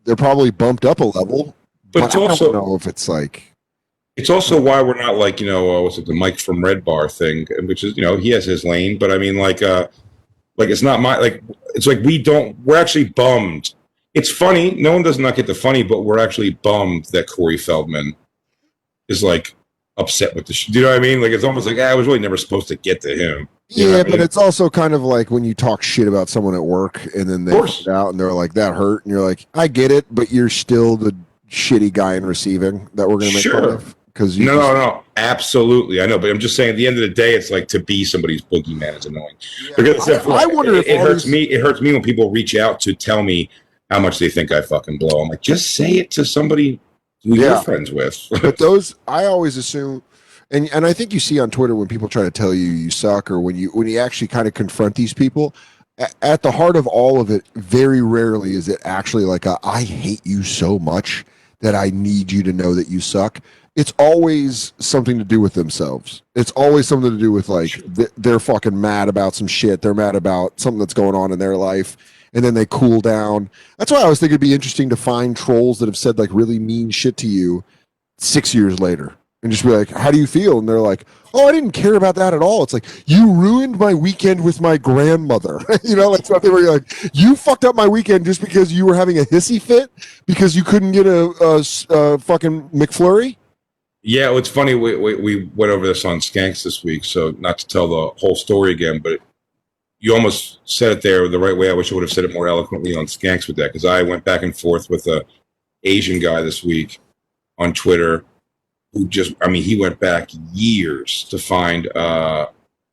[SPEAKER 1] they're probably bumped up a level.
[SPEAKER 3] But it's
[SPEAKER 1] I
[SPEAKER 3] also-
[SPEAKER 1] don't know if it's like
[SPEAKER 3] It's also why we're not like you know uh, what's it the Mike from Red Bar thing, which is you know he has his lane, but I mean like uh like it's not my like it's like we don't we're actually bummed. It's funny. No one does not get the funny, but we're actually bummed that Corey Feldman is like upset with the. Sh- do you know what I mean? Like it's almost like ah, I was really never supposed to get to him. You know what
[SPEAKER 1] Yeah,
[SPEAKER 3] I
[SPEAKER 1] but
[SPEAKER 3] mean?
[SPEAKER 1] it's also kind of like when you talk shit about someone at work and then they
[SPEAKER 3] course.
[SPEAKER 1] put it out and they're like, that hurt. And you're like, I get it, but you're still the shitty guy in receiving that we're going to make fun
[SPEAKER 3] Sure.
[SPEAKER 1] of. Because you
[SPEAKER 3] No,
[SPEAKER 1] just-
[SPEAKER 3] no, no. Absolutely, I know, but I'm just saying. At the end of the day, it's like to be somebody's boogeyman is annoying. Because
[SPEAKER 1] I, I wonder if
[SPEAKER 3] it, it
[SPEAKER 1] all
[SPEAKER 3] hurts
[SPEAKER 1] these-
[SPEAKER 3] me. It hurts me when people reach out to tell me how much they think I fucking blow. I'm like, just say it to somebody who
[SPEAKER 1] Yeah.
[SPEAKER 3] you're friends with.
[SPEAKER 1] but those I always assume and and I think you see on Twitter when people try to tell you you suck or when you when you actually kind of confront these people a- at the heart of all of it very rarely is it actually like a, I hate you so much that I need you to know that you suck it's always something to do with themselves it's always something to do with like th- they're fucking mad about some shit they're mad about something that's going on in their life and then they cool down that's why I always think it'd be interesting to find trolls that have said like really mean shit to you six years later and just be like, how do you feel? And they're like, oh, I didn't care about that at all. It's like, you ruined my weekend with my grandmother. you know, like something where you're like, you fucked up my weekend just because you were having a hissy fit because you couldn't get a, a s- a fucking McFlurry.
[SPEAKER 3] yeah, it's funny. We, we we went over this on Skanks this week, so not to tell the whole story again, but you almost said it there the right way. I wish I would have said it more eloquently on Skanks with that because I went back and forth with a Asian guy this week on Twitter who just, I mean, he went back years to find uh,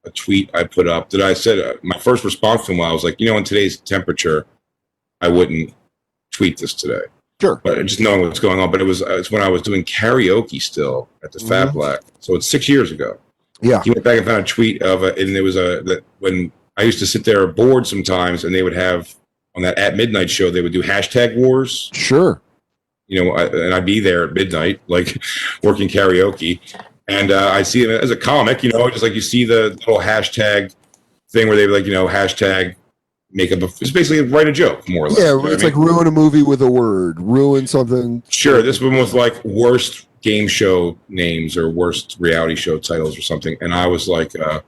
[SPEAKER 3] a tweet I put up that I said uh, my first response to him. I was like, you know, in today's temperature, I wouldn't tweet this today.
[SPEAKER 1] Sure.
[SPEAKER 3] but just knowing what's going on. But it was uh, it's when I was doing karaoke still at the Fab Black, so it's six years ago
[SPEAKER 1] Mm-hmm. Yeah.
[SPEAKER 3] he went back and found a tweet of it, and there was a that when I used to sit there bored sometimes, and they would have on that at midnight show they would do hashtag wars,
[SPEAKER 1] Sure.
[SPEAKER 3] you know, I, and I'd be there at midnight, like working karaoke, and uh, I see it as a comic, you know, just like you see the little hashtag thing where they like you know hashtag make up a it's basically write a joke more or less. you
[SPEAKER 1] Yeah.
[SPEAKER 3] know what I
[SPEAKER 1] It's
[SPEAKER 3] mean?
[SPEAKER 1] like ruin a movie with a word, ruin something.
[SPEAKER 3] Sure, this one was like worst game show names or worst reality show titles or something, and I was like, uh,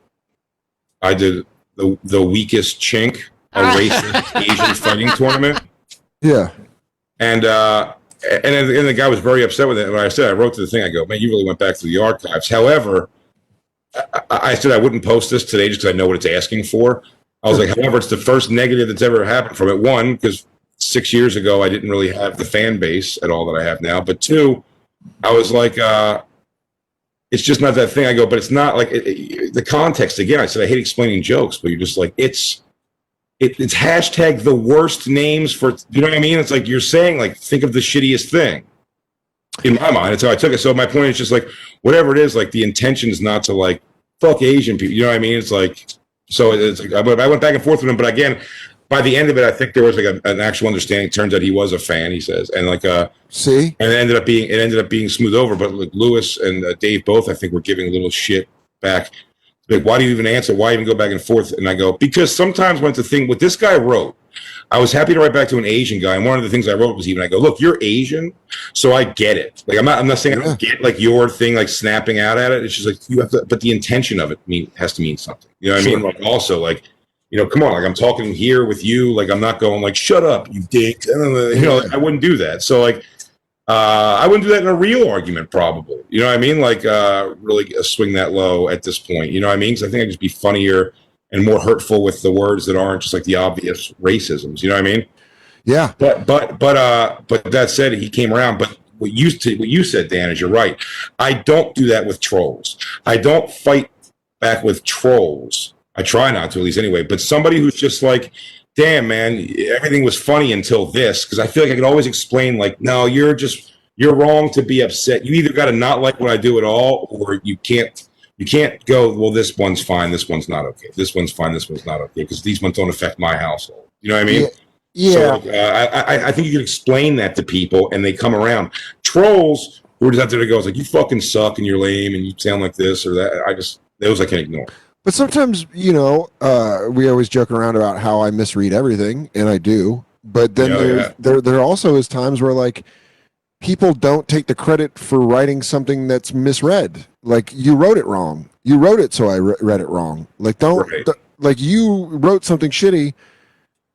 [SPEAKER 3] I did the the weakest chink, a racist Asian fighting tournament,
[SPEAKER 1] Yeah.
[SPEAKER 3] and uh, and then- and the guy was very upset with it. When I said I wrote to the thing, I go, man, you really went back to the archives. However, I, I I said I wouldn't post this today just because I know what it's asking for. I was like, however, it's the first negative that's ever happened from it. One, because six years ago I didn't really have the fan base at all that I have now. But two, I was like, uh, it's just not that thing. I go, but it's not like it, it- the context. Again, I said I hate explaining jokes, but you're just like it's. It, it's hashtag the worst names for you know what I mean. It's like you're saying like think of the shittiest thing. In my mind, that's how I took it. So my point is just like whatever it is, like the intention is not to like fuck Asian people. You know what I mean? It's like so it's like I went- I went back and forth with him, but again, by the end of it, I think there was like a, an actual understanding. Turns out he was a fan. He says, and like uh,
[SPEAKER 1] See?
[SPEAKER 3] and it ended up being it ended up being smooth over. But like Lewis and uh, Dave both, I think, were giving a little shit back. Like, why do you even answer? Why even go back and forth? And I go because sometimes when it's a thing, what this guy wrote I was happy to write back to an Asian guy, and one of the things I wrote was even I go, look, you're Asian, so I get it. Like I'm not, I'm not saying I don't get like your thing, like snapping out at it. It's just like you have to, but the intention of it mean has to mean something. You know what I mean?
[SPEAKER 1] Sure.
[SPEAKER 3] Like also like. You know, come on! Like I'm talking here with you. Like I'm not going like, shut up, you dick. You know, like, I wouldn't do that. So like, uh, I wouldn't do that in a real argument, probably. You know what I mean? Like, uh, really uh, swing that low at this point. You know what I mean? Because I think I'd just be funnier and more hurtful with the words that aren't just like the obvious racisms. You know what I mean?
[SPEAKER 1] Yeah.
[SPEAKER 3] But but but uh, but that said, he came around. But what you t- what you said, Dan, is you're right. I don't do that with trolls. I don't fight back with trolls. I try not to, at least anyway. But somebody who's just like, damn, man, everything was funny until this, because I feel like I could always explain, like, no, you're just you're wrong to be upset. You either got to not like what I do at all, or you can't. You can't go. Well, this one's fine. This one's not okay. This one's fine. This one's not okay because these ones don't affect my household. You know what I mean?
[SPEAKER 1] Yeah. Yeah.
[SPEAKER 3] So, uh, I, I, I think you can explain that to people and they come around. Trolls who are just out there to go, it's like, you fucking suck and you're lame and you sound like this or that. I just, those I can ignore.
[SPEAKER 1] But sometimes, you know, uh, we always joke around about how I misread everything, and I do. But then
[SPEAKER 3] Yeah,
[SPEAKER 1] there's,
[SPEAKER 3] yeah.
[SPEAKER 1] there there also is times where like people don't take the credit for writing something that's misread. Like you wrote it wrong. You wrote it, so I re- read it wrong. Like don't
[SPEAKER 3] Right.
[SPEAKER 1] th- like you wrote something shitty,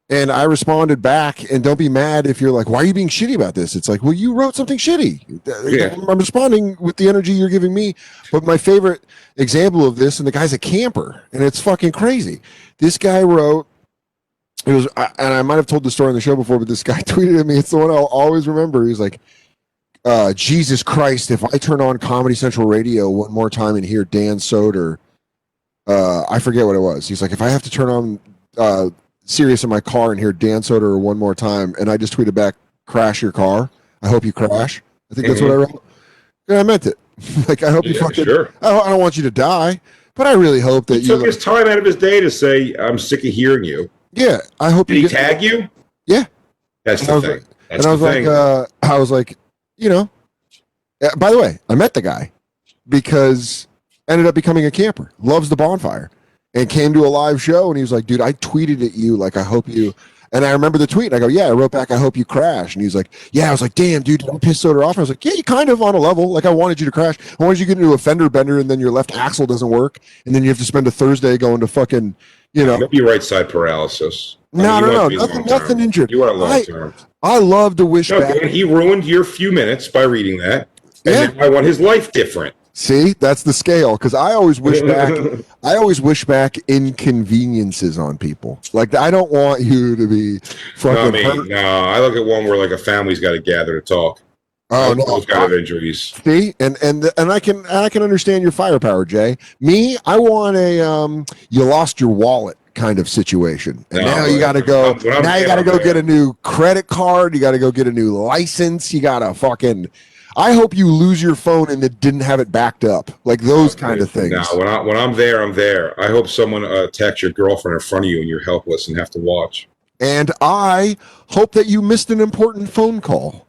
[SPEAKER 1] and I responded back. And don't be mad if you're like, why are you being shitty about this? It's like, well, you wrote something shitty.
[SPEAKER 3] Yeah.
[SPEAKER 1] I'm responding with the energy you're giving me. But my favorite example of this, and the guy's a camper, and it's fucking crazy. This guy wrote, it was, I- and I might have told the story on the show before, but this guy tweeted at me. It's the one I'll always remember. He's like, uh, Jesus Christ, if I turn on Comedy Central Radio one more time and hear Dan Soder, uh, I forget what it was. He's like, if I have to turn on uh, Sirius in my car and hear Dan Soder one more time, and I just tweeted back, crash your car. I hope you crash. I think that's what I wrote. And I meant it. like, I hope you
[SPEAKER 3] Mm-hmm. Yeah,
[SPEAKER 1] fucking
[SPEAKER 3] sure.
[SPEAKER 1] I don't, I don't want you to die, but I really hope that
[SPEAKER 3] He
[SPEAKER 1] you.
[SPEAKER 3] took his time out of his day to say, I'm sick of hearing you.
[SPEAKER 1] yeah, I hope
[SPEAKER 3] Did
[SPEAKER 1] you
[SPEAKER 3] he
[SPEAKER 1] get.
[SPEAKER 3] tag you?
[SPEAKER 1] Yeah.
[SPEAKER 3] That's
[SPEAKER 1] I
[SPEAKER 3] the
[SPEAKER 1] was
[SPEAKER 3] thing.
[SPEAKER 1] like-
[SPEAKER 3] That's
[SPEAKER 1] and I was
[SPEAKER 3] the
[SPEAKER 1] like,
[SPEAKER 3] thing.
[SPEAKER 1] uh, I was like, you know. Uh, by the way, I met the guy because ended up becoming a camper. Loves the bonfire, and came to a live show, and he was like, "Dude, I tweeted at you like I hope you." And I remember the tweet, and I go, "Yeah." I wrote back, "I hope you crash," and he's like, "Yeah." I was like, "Damn, dude, did I piss Soder off?" And I was like, "Yeah, you kind of on a level. Like I wanted you to crash. I wanted you to get into a fender bender, and then your left axle doesn't work, and then you have to spend a Thursday going to fucking, you know,
[SPEAKER 3] Maybe right side paralysis.
[SPEAKER 1] No, no,
[SPEAKER 3] you
[SPEAKER 1] no,
[SPEAKER 3] want to be
[SPEAKER 1] nothing-
[SPEAKER 3] long-term.
[SPEAKER 1] nothing injured.
[SPEAKER 3] You are long
[SPEAKER 1] I-
[SPEAKER 3] term.
[SPEAKER 1] I love to wish
[SPEAKER 3] No,
[SPEAKER 1] back.
[SPEAKER 3] Dan, he ruined your few minutes by reading that. And
[SPEAKER 1] Yeah.
[SPEAKER 3] then I want his life different.
[SPEAKER 1] See, that's the scale because I always wish back. I always wish back inconveniences on people. Like I don't want you to be
[SPEAKER 3] no,
[SPEAKER 1] fucking
[SPEAKER 3] me,
[SPEAKER 1] hurt.
[SPEAKER 3] no, I look at one where like a family's got to gather to talk.
[SPEAKER 1] Oh
[SPEAKER 3] those
[SPEAKER 1] no.
[SPEAKER 3] kind of injuries.
[SPEAKER 1] See, and and and I can I can understand your firepower, Jay. Me, I want a um, you lost your wallet kind of situation, and
[SPEAKER 3] No,
[SPEAKER 1] now you
[SPEAKER 3] but-
[SPEAKER 1] got to go.
[SPEAKER 3] but I'm
[SPEAKER 1] now you got to
[SPEAKER 3] down
[SPEAKER 1] go
[SPEAKER 3] there.
[SPEAKER 1] get a new credit card. You got to go get a new license. You got to fucking. I hope you lose your phone and it didn't have it backed up, like those kind of things.
[SPEAKER 3] No, when I when I'm there, I'm there. I hope someone uh, attacks your girlfriend in front of you and you're helpless and have to watch.
[SPEAKER 1] And I hope that you missed an important phone call.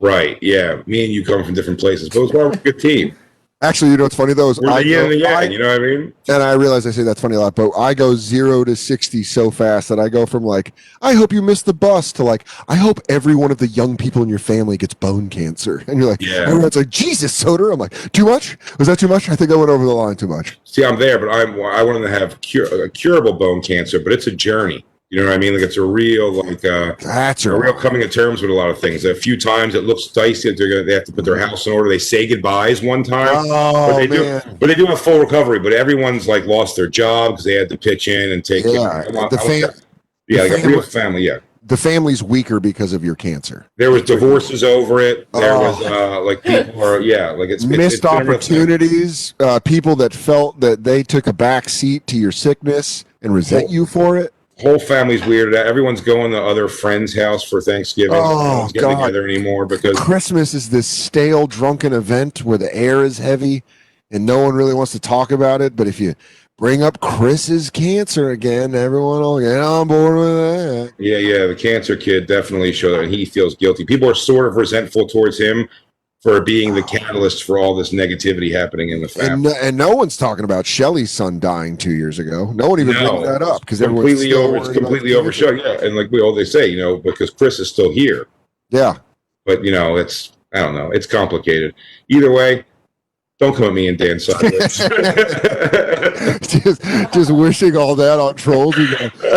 [SPEAKER 3] Right? Yeah. Me and you come from different places, but it's why we're a good team.
[SPEAKER 1] Actually, you know what's funny though is
[SPEAKER 3] We're
[SPEAKER 1] I
[SPEAKER 3] the yin
[SPEAKER 1] go,
[SPEAKER 3] and the
[SPEAKER 1] I-
[SPEAKER 3] yang. You know what I mean?
[SPEAKER 1] and I realize I say that's funny a lot, but I go zero to sixty so fast that I go from like I hope you missed the bus to like I hope every one of the young people in your family gets bone cancer, and you're like,
[SPEAKER 3] Yeah.
[SPEAKER 1] everyone's like Jesus Soder. I'm like, too much? Was that too much? I think I went over the line too much.
[SPEAKER 3] See, I'm there, but I'm I want to have cure, a curable bone cancer, but it's a journey. You know what I mean? Like it's a real like. uh
[SPEAKER 1] That's
[SPEAKER 3] a real
[SPEAKER 1] right.
[SPEAKER 3] coming to terms with a lot of things. A few times it looks dicey. They're gonna, they have to put their house in order. They say goodbyes one time. but
[SPEAKER 1] Oh
[SPEAKER 3] they
[SPEAKER 1] man.
[SPEAKER 3] do but they do have full recovery but everyone's like lost their job because they had to pitch in and take
[SPEAKER 1] Yeah,
[SPEAKER 3] I want- I
[SPEAKER 1] the
[SPEAKER 3] want
[SPEAKER 1] fam-
[SPEAKER 3] that. yeah
[SPEAKER 1] the
[SPEAKER 3] like a
[SPEAKER 1] fam-
[SPEAKER 3] real family yeah
[SPEAKER 1] The family's weaker because of your cancer.
[SPEAKER 3] there was divorces over it there
[SPEAKER 1] Oh.
[SPEAKER 3] was uh like people are yeah like it's it's-
[SPEAKER 1] missed
[SPEAKER 3] it's been a real thing.
[SPEAKER 1] opportunities, uh, people that felt that they took a back seat to your sickness and resent you for it.
[SPEAKER 3] whole family's weirded out everyone's going to other friends house for thanksgiving
[SPEAKER 1] Oh,
[SPEAKER 3] No one's getting
[SPEAKER 1] God.
[SPEAKER 3] together anymore because
[SPEAKER 1] Christmas is this stale, drunken event where the air is heavy and no one really wants to talk about it. But if you bring up Chris's cancer again, everyone will get on board with that.
[SPEAKER 3] Yeah, yeah, the cancer kid definitely showed up, and he feels guilty. People are sort of resentful towards him for being the catalyst for all this negativity happening in the family.
[SPEAKER 1] And no, and no one's talking about Shelley's son dying two years ago. No one even
[SPEAKER 3] No.
[SPEAKER 1] brings that up because everyone's
[SPEAKER 3] completely
[SPEAKER 1] still
[SPEAKER 3] over, it's
[SPEAKER 1] worried about
[SPEAKER 3] completely
[SPEAKER 1] the
[SPEAKER 3] overshadowed.
[SPEAKER 1] future.
[SPEAKER 3] Yeah, and like we all they say, you know, because Chris is still here,
[SPEAKER 1] Yeah,
[SPEAKER 3] but you know, it's I don't know, it's complicated. Either way, don't come at me and Dan sideways.
[SPEAKER 1] just just wishing all that on trolls. You go, I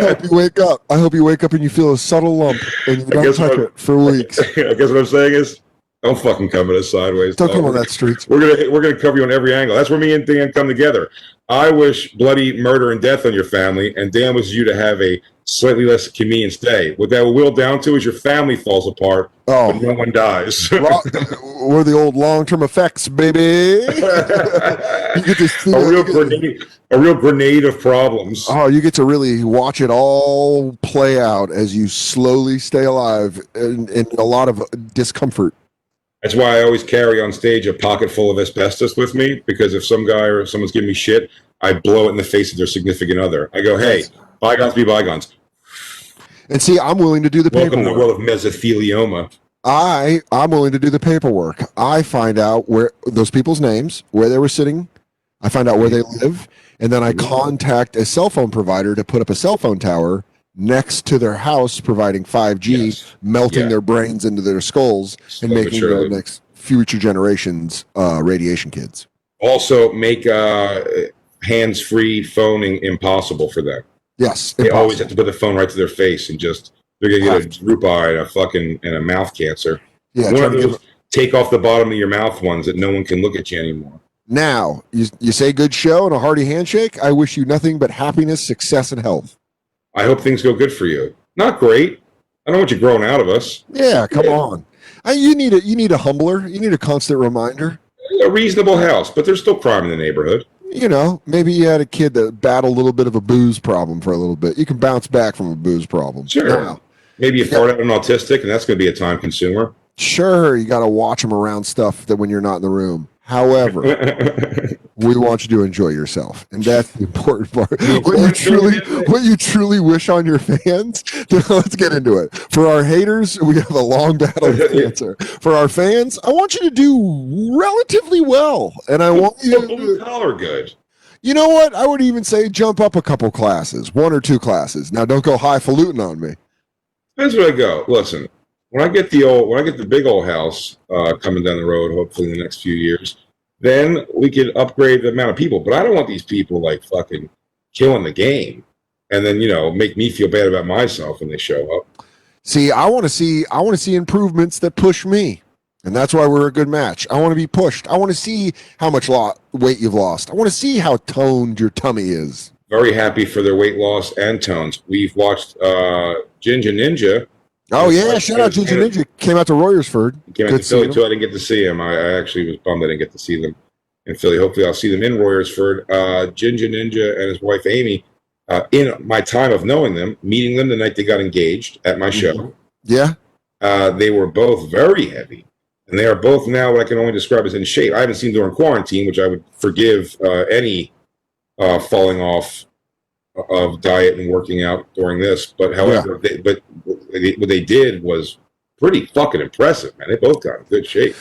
[SPEAKER 1] hope you wake up. I hope you wake up and you feel a subtle lump and you don't
[SPEAKER 3] guess
[SPEAKER 1] touch
[SPEAKER 3] what-
[SPEAKER 1] it for weeks.
[SPEAKER 3] I guess what I'm saying is, don't fucking come at us sideways.
[SPEAKER 1] Don't come
[SPEAKER 3] dog.
[SPEAKER 1] on that street.
[SPEAKER 3] We're gonna we're gonna cover you on every angle. That's where me and Dan come together. I wish bloody murder and death on your family, and Dan wishes you to have a slightly less convenient stay. What that will boil down to is your family falls apart,
[SPEAKER 1] Oh,
[SPEAKER 3] but no one dies.
[SPEAKER 1] Lo- we're the old long-term effects, baby.
[SPEAKER 3] a
[SPEAKER 1] You get to see-
[SPEAKER 3] real grenade, a real grenade of problems.
[SPEAKER 1] Oh, you get to really watch it all play out as you slowly stay alive in, in a lot of discomfort.
[SPEAKER 3] That's why I always carry on stage a pocket full of asbestos with me because if some guy or someone's giving me shit, I blow it in the face of their significant other. I go, "Hey, bygones be bygones.
[SPEAKER 1] And see, I'm willing to do the
[SPEAKER 3] Welcome to the
[SPEAKER 1] paperwork.
[SPEAKER 3] world of mesothelioma."
[SPEAKER 1] I I'm willing to do the paperwork. I find out where those people's names, where they were sitting. I find out where they live, and then I
[SPEAKER 3] Mm-hmm.
[SPEAKER 1] contact a cell phone provider to put up a cell phone tower next to their house, providing 5G,
[SPEAKER 3] Yes.
[SPEAKER 1] melting
[SPEAKER 3] Yeah.
[SPEAKER 1] their brains into their skulls and
[SPEAKER 3] Slowly but
[SPEAKER 1] making
[SPEAKER 3] surely.
[SPEAKER 1] the next future generations uh, radiation kids.
[SPEAKER 3] also make uh, hands-free phoning impossible for them.
[SPEAKER 1] Yes,
[SPEAKER 3] They always
[SPEAKER 1] impossible.
[SPEAKER 3] have to put the phone right to their face and just they're gonna get a droop eye and a fucking and a mouth cancer.
[SPEAKER 1] yeah.
[SPEAKER 3] One
[SPEAKER 1] try
[SPEAKER 3] of
[SPEAKER 1] to give-
[SPEAKER 3] those take off the bottom of your mouth ones that no one can look at you anymore.
[SPEAKER 1] now you, you say good show and a hearty handshake. I wish you nothing but happiness, success, and health.
[SPEAKER 3] I hope things go good for you. Not great. I don't want you growing out of us.
[SPEAKER 1] Yeah, come
[SPEAKER 3] Yeah.
[SPEAKER 1] on. I, you need a you need a humbler. You need a constant reminder.
[SPEAKER 3] A reasonable house, but there's still crime in the neighborhood.
[SPEAKER 1] You know, maybe you had a kid that battled a little bit of a booze problem for a little bit. You can bounce back from a booze problem.
[SPEAKER 3] Sure.
[SPEAKER 1] Now,
[SPEAKER 3] Maybe you fart out an autistic, and that's going to be a time consumer.
[SPEAKER 1] sure, you got to watch them around stuff that when you're not in the room. However, we want you to enjoy yourself, and that's the important part. What you truly, what you truly wish on your fans. Let's get into it. For our haters, we have a long battle to answer. For our fans, I want you to do relatively well, and I want you to.
[SPEAKER 3] Blue collar good.
[SPEAKER 1] You know what? I would even say jump up a couple classes, one or two classes. Now, don't go highfalutin on me.
[SPEAKER 3] That's where I go. Listen, when I get the old, when I get the big old house uh, coming down the road, hopefully in the next few years, then we could upgrade the amount of people. But I don't want these people like fucking killing the game, and then you know make me feel bad about myself when they show up.
[SPEAKER 1] See, I want to see, I want to see improvements that push me, and that's why we're a good match. I want to be pushed. I want to see how much lo- weight you've lost. I want to see how toned your tummy is.
[SPEAKER 3] Very happy for their weight loss and tones. We've watched uh, Ginger Ninja.
[SPEAKER 1] Oh
[SPEAKER 3] It's
[SPEAKER 1] yeah!
[SPEAKER 3] like-
[SPEAKER 1] Shout out Ginger
[SPEAKER 3] it's-
[SPEAKER 1] Ninja. Came out to Royersford.
[SPEAKER 3] He Came out
[SPEAKER 1] Good
[SPEAKER 3] to Philly
[SPEAKER 1] seeing
[SPEAKER 3] too. I didn't get to see him. I, I actually was bummed I didn't get to see them in Philly. Hopefully, I'll see them in Royersford. Uh, Ginger Ninja and his wife Amy. Uh, in my time of knowing them, meeting them the night they got engaged at my show,
[SPEAKER 1] Yeah.
[SPEAKER 3] uh, they were both very heavy, and they are both now what I can only describe as in shape. I haven't seen during quarantine, which I would forgive uh, any uh, falling off uh, of diet and working out during this. But however, they, but what they did was pretty fucking impressive, man. They both got in good shape.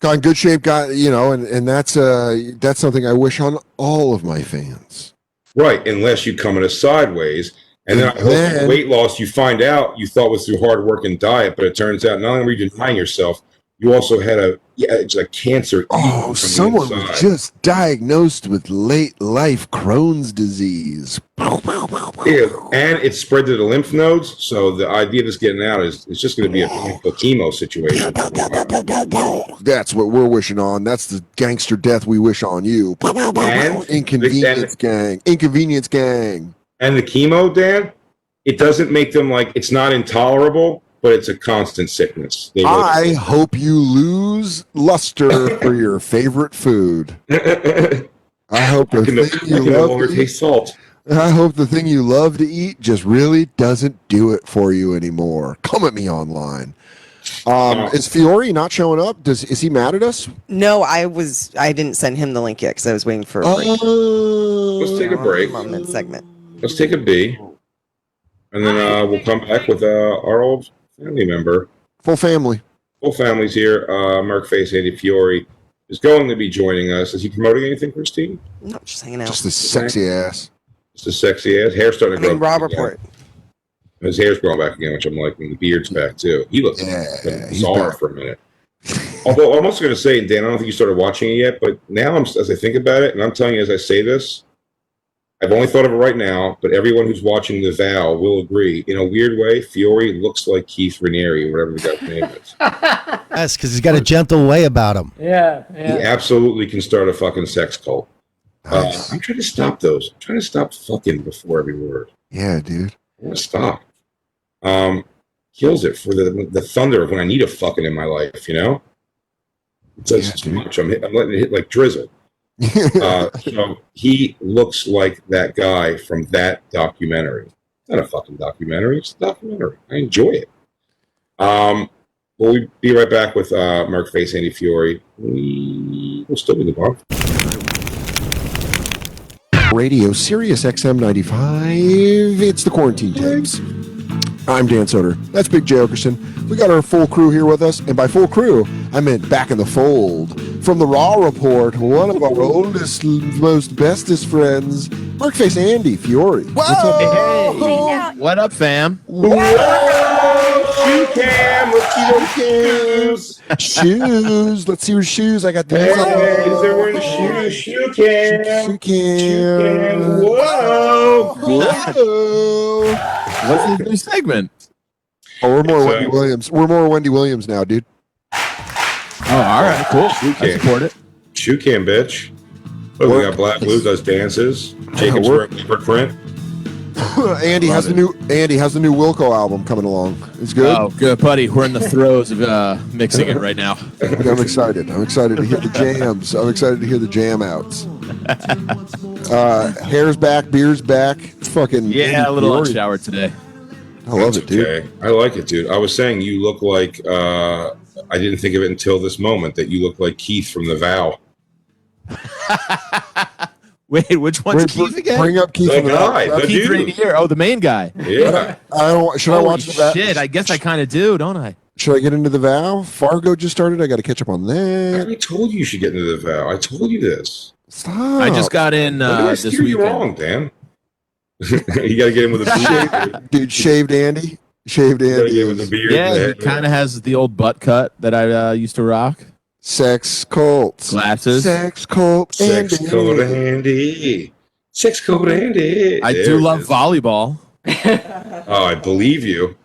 [SPEAKER 1] Got in good shape. Got you know, and and that's uh that's something I wish on all of my fans.
[SPEAKER 3] Right, unless you come at us sideways. And then, I hope
[SPEAKER 1] Then-
[SPEAKER 3] weight loss you find out you thought was through hard work and diet, but it turns out not only were you denying yourself, you also had a yeah, it's a cancer. eating
[SPEAKER 1] Oh,
[SPEAKER 3] from the
[SPEAKER 1] someone
[SPEAKER 3] inside.
[SPEAKER 1] was just diagnosed with late life Crohn's disease. Pow, pow, pow, pow.
[SPEAKER 3] Yeah, and it spread to the lymph nodes. So the idea of this getting out is it's just going to be a painful chemo situation.
[SPEAKER 1] That's what we're wishing on. That's the gangster death we wish on you. Pow, pow, pow,
[SPEAKER 3] And-
[SPEAKER 1] pow. Inconvenience gang. Inconvenience gang.
[SPEAKER 3] And the chemo, Dan, it doesn't make them like it's not intolerable, but it's a constant sickness. They
[SPEAKER 1] I hope you lose luster for your favorite food.
[SPEAKER 3] I
[SPEAKER 1] I hope the
[SPEAKER 3] can no,
[SPEAKER 1] thing
[SPEAKER 3] I
[SPEAKER 1] you
[SPEAKER 3] can no
[SPEAKER 1] love
[SPEAKER 3] longer
[SPEAKER 1] to eat,
[SPEAKER 3] taste salt.
[SPEAKER 1] I hope the thing you love to eat just really doesn't do it for you anymore. Come at me online. Um,
[SPEAKER 3] Yeah.
[SPEAKER 1] is Fiore not showing up? Does is he mad at us?
[SPEAKER 6] No, I was I didn't send him the link yet because I was waiting for a break.
[SPEAKER 1] Oh.
[SPEAKER 3] Let's take a break.
[SPEAKER 6] Moment segment.
[SPEAKER 3] Let's take a B, and then uh, we'll come back with uh, our old family member,
[SPEAKER 1] Full family.
[SPEAKER 3] whole family's here. Uh, Merc Face Andy Fiore is going to be joining us. Is he promoting anything, Christine?
[SPEAKER 6] No, just hanging out.
[SPEAKER 1] Just this sexy ass.
[SPEAKER 3] Just a sexy ass hair starting to
[SPEAKER 6] I
[SPEAKER 3] grow.
[SPEAKER 6] mean,
[SPEAKER 3] back
[SPEAKER 6] Rob Report.
[SPEAKER 3] Again. His hair's growing back again, which I'm liking. The beard's back too. He looks
[SPEAKER 1] Yeah,
[SPEAKER 3] like
[SPEAKER 1] he's
[SPEAKER 3] czar
[SPEAKER 1] back.
[SPEAKER 3] for a minute. Although I'm also going to say, Dan, I don't think you started watching it yet, but now I'm, as I think about it, and I'm telling you as I say this, I've only thought of it right now, but everyone who's watching The Vow will agree. In a weird way, Fiore looks like Keith Raniere, whatever the guy's name is.
[SPEAKER 2] Yes, because he's got a gentle way about him.
[SPEAKER 7] yeah,
[SPEAKER 3] He
[SPEAKER 7] yeah.
[SPEAKER 3] absolutely can start a fucking sex cult. Uh,
[SPEAKER 1] Nice.
[SPEAKER 3] I'm trying to stop those. I'm trying to stop fucking before every word.
[SPEAKER 1] Yeah, dude.
[SPEAKER 3] I'm gonna stop. Um, kills it for the the thunder of when I need a fucking in my life. You know, it does
[SPEAKER 1] Yeah,
[SPEAKER 3] too
[SPEAKER 1] dude.
[SPEAKER 3] much. I'm, hit, I'm letting it hit like drizzle. Uh, so he looks like that guy from that documentary. It's not a fucking documentary. It's a documentary. I enjoy it. Um, we'll we be right back with uh, Mark Face Andy Fiore. We will still be the bar.
[SPEAKER 1] Radio Sirius XM 95. It's the Quarantine Tapes. I'm Dan Soder. That's Big J. Okerson. We got our full crew here with us. And by full crew, I meant back in the fold. From the Raw Report, one of our oldest, most bestest friends, Mark Face Andy Fiore. What's up?
[SPEAKER 4] Hey.
[SPEAKER 5] What up, fam?
[SPEAKER 3] You can let's see those shoes.
[SPEAKER 1] shoes. Let's see your shoes. I got the
[SPEAKER 3] there wearing shoes? You can.
[SPEAKER 1] Shoe cam. Whoa.
[SPEAKER 5] What's this new segment?
[SPEAKER 1] Oh, we're more
[SPEAKER 3] So-
[SPEAKER 1] Wendy Williams. We're more Wendy Williams now, dude.
[SPEAKER 5] Oh, all right, cool.
[SPEAKER 3] Okay.
[SPEAKER 5] I support it.
[SPEAKER 3] Shoe cam, bitch. Look, we got Black Blue does dances. Jacob's
[SPEAKER 1] work.
[SPEAKER 3] wearing paper print.
[SPEAKER 1] Andy,
[SPEAKER 5] Love
[SPEAKER 1] how's the
[SPEAKER 5] it.
[SPEAKER 1] new Andy? How's the new Wilco album coming along? It's good.
[SPEAKER 5] Oh, good, buddy. We're in the throes of uh, mixing it right now.
[SPEAKER 1] I'm excited. I'm excited to hear the jams. I'm excited to hear the jam outs. Uh, hair's back, beer's back. It's fucking
[SPEAKER 2] Yeah,
[SPEAKER 1] Andy
[SPEAKER 2] a little lunch
[SPEAKER 1] Fiore.
[SPEAKER 2] hour today.
[SPEAKER 1] I love it,
[SPEAKER 3] That's
[SPEAKER 1] dude.
[SPEAKER 3] okay. I like it, dude. I was saying you look like uh, I didn't think of it until this moment that you look like Keith from The Vow.
[SPEAKER 2] Wait, which one's
[SPEAKER 1] Bring-
[SPEAKER 2] Keith again?
[SPEAKER 1] Bring up Keith.
[SPEAKER 3] The
[SPEAKER 1] in the-
[SPEAKER 3] guy, the
[SPEAKER 2] Keith
[SPEAKER 3] dude.
[SPEAKER 2] Rainier. Oh, the main guy.
[SPEAKER 3] Yeah.
[SPEAKER 1] I don't. Should I
[SPEAKER 2] Holy
[SPEAKER 1] watch the vow?
[SPEAKER 2] shit! I guess I kind of do, don't I?
[SPEAKER 1] Should I get into the vow? Fargo just started. I got to catch up on
[SPEAKER 3] I
[SPEAKER 1] that.
[SPEAKER 3] already told you you should get into The Vow. I told you this.
[SPEAKER 1] Stop.
[SPEAKER 2] I just got in
[SPEAKER 3] Why do
[SPEAKER 2] uh,
[SPEAKER 3] I
[SPEAKER 2] this
[SPEAKER 3] steer you
[SPEAKER 2] weekend.
[SPEAKER 3] wrong, Dan? you got to get in with a beard. dude.
[SPEAKER 1] dude shaved Andy. Shaved
[SPEAKER 3] You got to
[SPEAKER 1] Andy.
[SPEAKER 3] get in with a
[SPEAKER 1] is
[SPEAKER 3] beard.
[SPEAKER 2] Yeah, he kind of has the old butt cut that I uh, used to rock.
[SPEAKER 1] Sex cults.
[SPEAKER 2] Glasses.
[SPEAKER 1] Sex cult.
[SPEAKER 3] Sex
[SPEAKER 1] Andy.
[SPEAKER 3] code Andy. Sex code Andy.
[SPEAKER 2] I
[SPEAKER 3] There
[SPEAKER 2] do
[SPEAKER 3] it
[SPEAKER 2] love
[SPEAKER 3] is.
[SPEAKER 2] volleyball.
[SPEAKER 3] Oh, I believe you.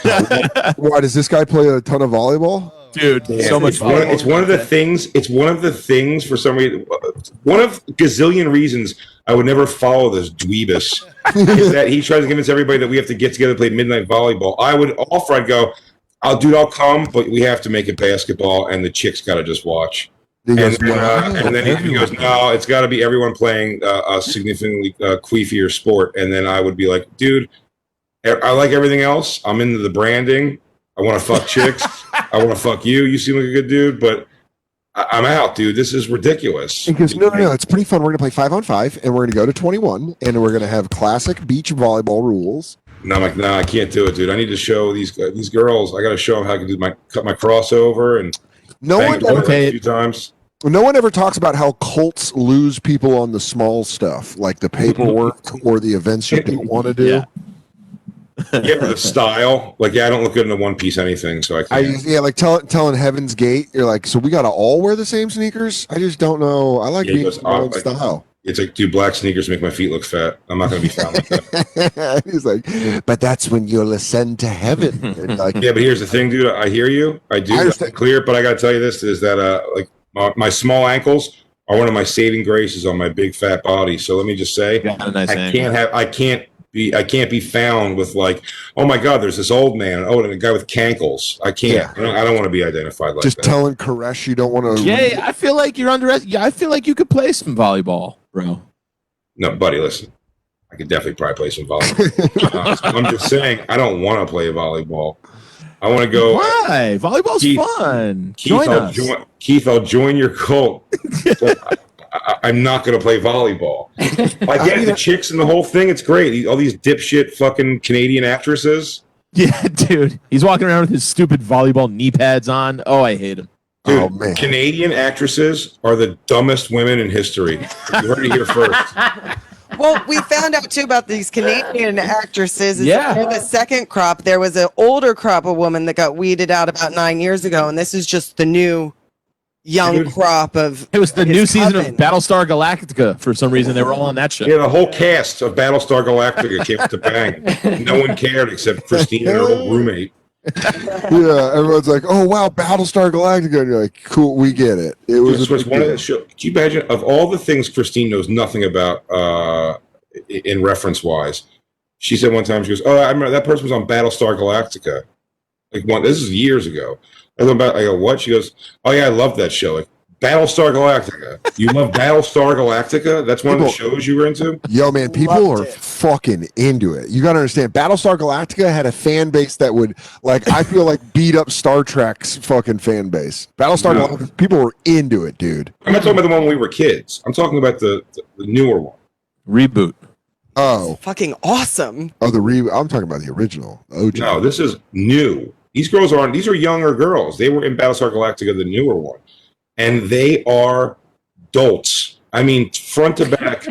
[SPEAKER 1] Why does this guy play a ton of volleyball?
[SPEAKER 2] Dude, so much
[SPEAKER 3] it's one,
[SPEAKER 2] volleyball.
[SPEAKER 3] it's one of the things. It's one of the things for some reason. One of gazillion reasons I would never follow this dweebus is that he tries to convince everybody that we have to get together and play midnight volleyball. I would offer. I'd go. I'll dude. I'll come, but we have to make it basketball, and the chicks got to just watch.
[SPEAKER 1] He
[SPEAKER 3] And
[SPEAKER 1] goes,
[SPEAKER 3] then, uh,
[SPEAKER 1] "Wow,
[SPEAKER 3] and then he, he goes, "No, it's got to be everyone playing uh, a significantly uh, queefier sport." And then I would be like, "Dude, I I like everything else. I'm into the branding. I want to fuck chicks. I want to fuck you. You seem like a good dude, but I- I'm out, dude. This is ridiculous."
[SPEAKER 1] He goes, no, no, no, it's pretty fun. We're gonna play five on five, and we're gonna go to twenty-one, and we're gonna have classic beach volleyball rules.
[SPEAKER 3] And I'm like, "Nah, I can't do it, dude. I need to show these uh, these girls. I got to show them how I can do my cut my crossover and
[SPEAKER 1] No
[SPEAKER 3] bang
[SPEAKER 1] one,
[SPEAKER 3] the
[SPEAKER 1] ever,
[SPEAKER 2] Okay.
[SPEAKER 3] okay. a few times."
[SPEAKER 1] no one ever talks about how cults lose people on the small stuff, like the paperwork or the events you don't want to do.
[SPEAKER 2] Yeah.
[SPEAKER 3] Yeah, for the style. Like, yeah, I don't look good in a one piece anything, so I
[SPEAKER 1] I
[SPEAKER 3] can't.
[SPEAKER 1] yeah, like tell, telling Heaven's Gate, you're like, so we gotta all wear the same sneakers. I just don't know. I like
[SPEAKER 3] Yeah, he
[SPEAKER 1] being
[SPEAKER 3] goes,
[SPEAKER 1] in my
[SPEAKER 3] "Oh,
[SPEAKER 1] own
[SPEAKER 3] like-
[SPEAKER 1] style.
[SPEAKER 3] It's like, dude, black sneakers make my feet look fat. I'm not gonna be fat like that.
[SPEAKER 1] He's like, but that's when you'll ascend to heaven. And like,
[SPEAKER 3] Yeah, but here's the thing, dude. I hear you. I do
[SPEAKER 1] I
[SPEAKER 3] I
[SPEAKER 1] understand.
[SPEAKER 3] clear, but I got to tell you this: is that uh, like my, my small ankles are one of my saving graces on my big fat body. So let me just say,
[SPEAKER 2] Got a nice
[SPEAKER 3] I
[SPEAKER 2] angle.
[SPEAKER 3] can't have, I can't be, I can't be found with like, oh my God, there's this old man. Oh, and a guy with cankles. I can't.
[SPEAKER 1] Yeah.
[SPEAKER 3] I don't, I don't want to be identified like
[SPEAKER 1] just
[SPEAKER 3] that.
[SPEAKER 1] telling Koresh you don't want to.
[SPEAKER 2] Jay, I feel like you're under. Yeah, I feel like you could play some volleyball, bro.
[SPEAKER 3] no, buddy, listen. I could definitely probably play some volleyball. Uh, I'm just saying, I don't want to play volleyball. I want to go.
[SPEAKER 2] Why? Volleyball's
[SPEAKER 3] Keith-
[SPEAKER 2] fun.
[SPEAKER 3] Keith,
[SPEAKER 2] Join
[SPEAKER 3] I'll
[SPEAKER 2] us.
[SPEAKER 3] join. Keith, I'll join your cult. I, I, am not going to play volleyball. I get it, the chicks and the whole thing. It's great. All these dipshit fucking Canadian actresses.
[SPEAKER 2] Yeah, dude. He's walking around with his stupid volleyball knee pads on. Oh, I hate him.
[SPEAKER 3] Dude,
[SPEAKER 1] Oh, man.
[SPEAKER 3] Canadian actresses are the dumbest women in history. You heard it here first.
[SPEAKER 6] well, we found out too about these Canadian actresses. Is
[SPEAKER 2] Yeah.
[SPEAKER 6] that they're the second crop. There was an older crop of women that got weeded out about nine years ago, and this is just the new young
[SPEAKER 3] Dude.
[SPEAKER 6] crop of.
[SPEAKER 2] It was the
[SPEAKER 6] His
[SPEAKER 2] new season
[SPEAKER 6] cousin.
[SPEAKER 2] of Battlestar Galactica for some reason. They were all on that shit.
[SPEAKER 3] Yeah, the whole cast of Battlestar Galactica came to bang. No one cared except Christine and her old roommate.
[SPEAKER 1] yeah, everyone's like, "Oh wow, Battlestar Galactica." And you're like, "Cool, we get it." It was,
[SPEAKER 3] This
[SPEAKER 1] a
[SPEAKER 3] was
[SPEAKER 1] big
[SPEAKER 3] one of
[SPEAKER 1] deal.
[SPEAKER 3] the show. Can you imagine of all the things Christine knows nothing about uh, i- in reference wise? She said one time she goes, "Oh, I remember that person was on Battlestar Galactica." Like one, this is years ago. I go about, I go, "What?" She goes, "Oh yeah, I love that show." Like, Battlestar Galactica. You love Battlestar Galactica? That's one of the
[SPEAKER 1] People-
[SPEAKER 3] shows you were into.
[SPEAKER 1] Yo, man, people
[SPEAKER 6] Loved
[SPEAKER 1] are
[SPEAKER 6] it.
[SPEAKER 1] fucking into it. You got to understand, Battlestar Galactica had a fan base that would, like, I feel like beat up Star Trek's fucking fan base. Battlestar
[SPEAKER 3] Yeah.
[SPEAKER 1] Galactica, people were into it, dude.
[SPEAKER 3] I'm not talking about the one when we were kids. I'm talking about the the, the newer one.
[SPEAKER 2] Reboot.
[SPEAKER 1] Oh,
[SPEAKER 6] Fucking awesome.
[SPEAKER 1] oh, the re, I'm talking about the original. Oh,
[SPEAKER 3] No, this is new. These girls aren't. These are younger girls. They were in Battlestar Galactica, the newer one, and they are dolts. I mean, front to back,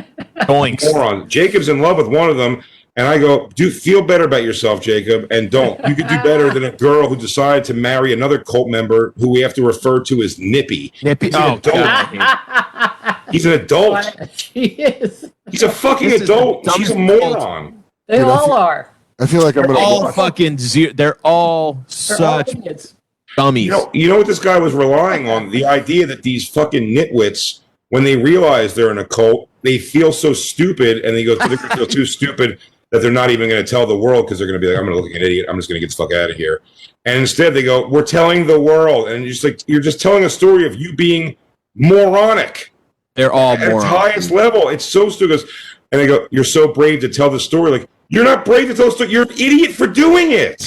[SPEAKER 2] Doinks.
[SPEAKER 3] moron. Jacob's in love with one of them, and I go, "Do feel better about yourself, Jacob, and don't. You could do better than a girl who decided to marry another cult member who we have to refer to as Nippy.
[SPEAKER 2] Nippy.
[SPEAKER 3] He's an
[SPEAKER 2] Oh,
[SPEAKER 3] adult.
[SPEAKER 2] God.
[SPEAKER 3] He's an adult.
[SPEAKER 7] she is.
[SPEAKER 3] He's a fucking
[SPEAKER 2] This is the
[SPEAKER 3] adult. She's a
[SPEAKER 2] dumbest adult.
[SPEAKER 3] moron.
[SPEAKER 7] They
[SPEAKER 1] Dude, I
[SPEAKER 7] all
[SPEAKER 1] feel-
[SPEAKER 7] are.
[SPEAKER 1] I feel like I'm
[SPEAKER 2] They're
[SPEAKER 1] gonna.
[SPEAKER 2] all
[SPEAKER 1] Watch.
[SPEAKER 2] fucking zero. They're all
[SPEAKER 7] They're
[SPEAKER 2] such
[SPEAKER 7] all idiots.
[SPEAKER 2] dummies.
[SPEAKER 3] You know, you know what this guy was relying on? The idea that these fucking nitwits, when they realize they're in a cult, they feel so stupid and they go, they're gonna feel too stupid that they're not even going to tell the world because they're going to be like, I'm going to look like an idiot. I'm just going to get the fuck out of here. And instead they go, we're telling the world. And you're just like, you're just telling a story of you being moronic
[SPEAKER 2] They're all
[SPEAKER 3] at its highest
[SPEAKER 2] morons.
[SPEAKER 3] level. It's so stupid. And they go, you're so brave to tell the story. Like, you're not brave to tell the story. You're an idiot for doing it.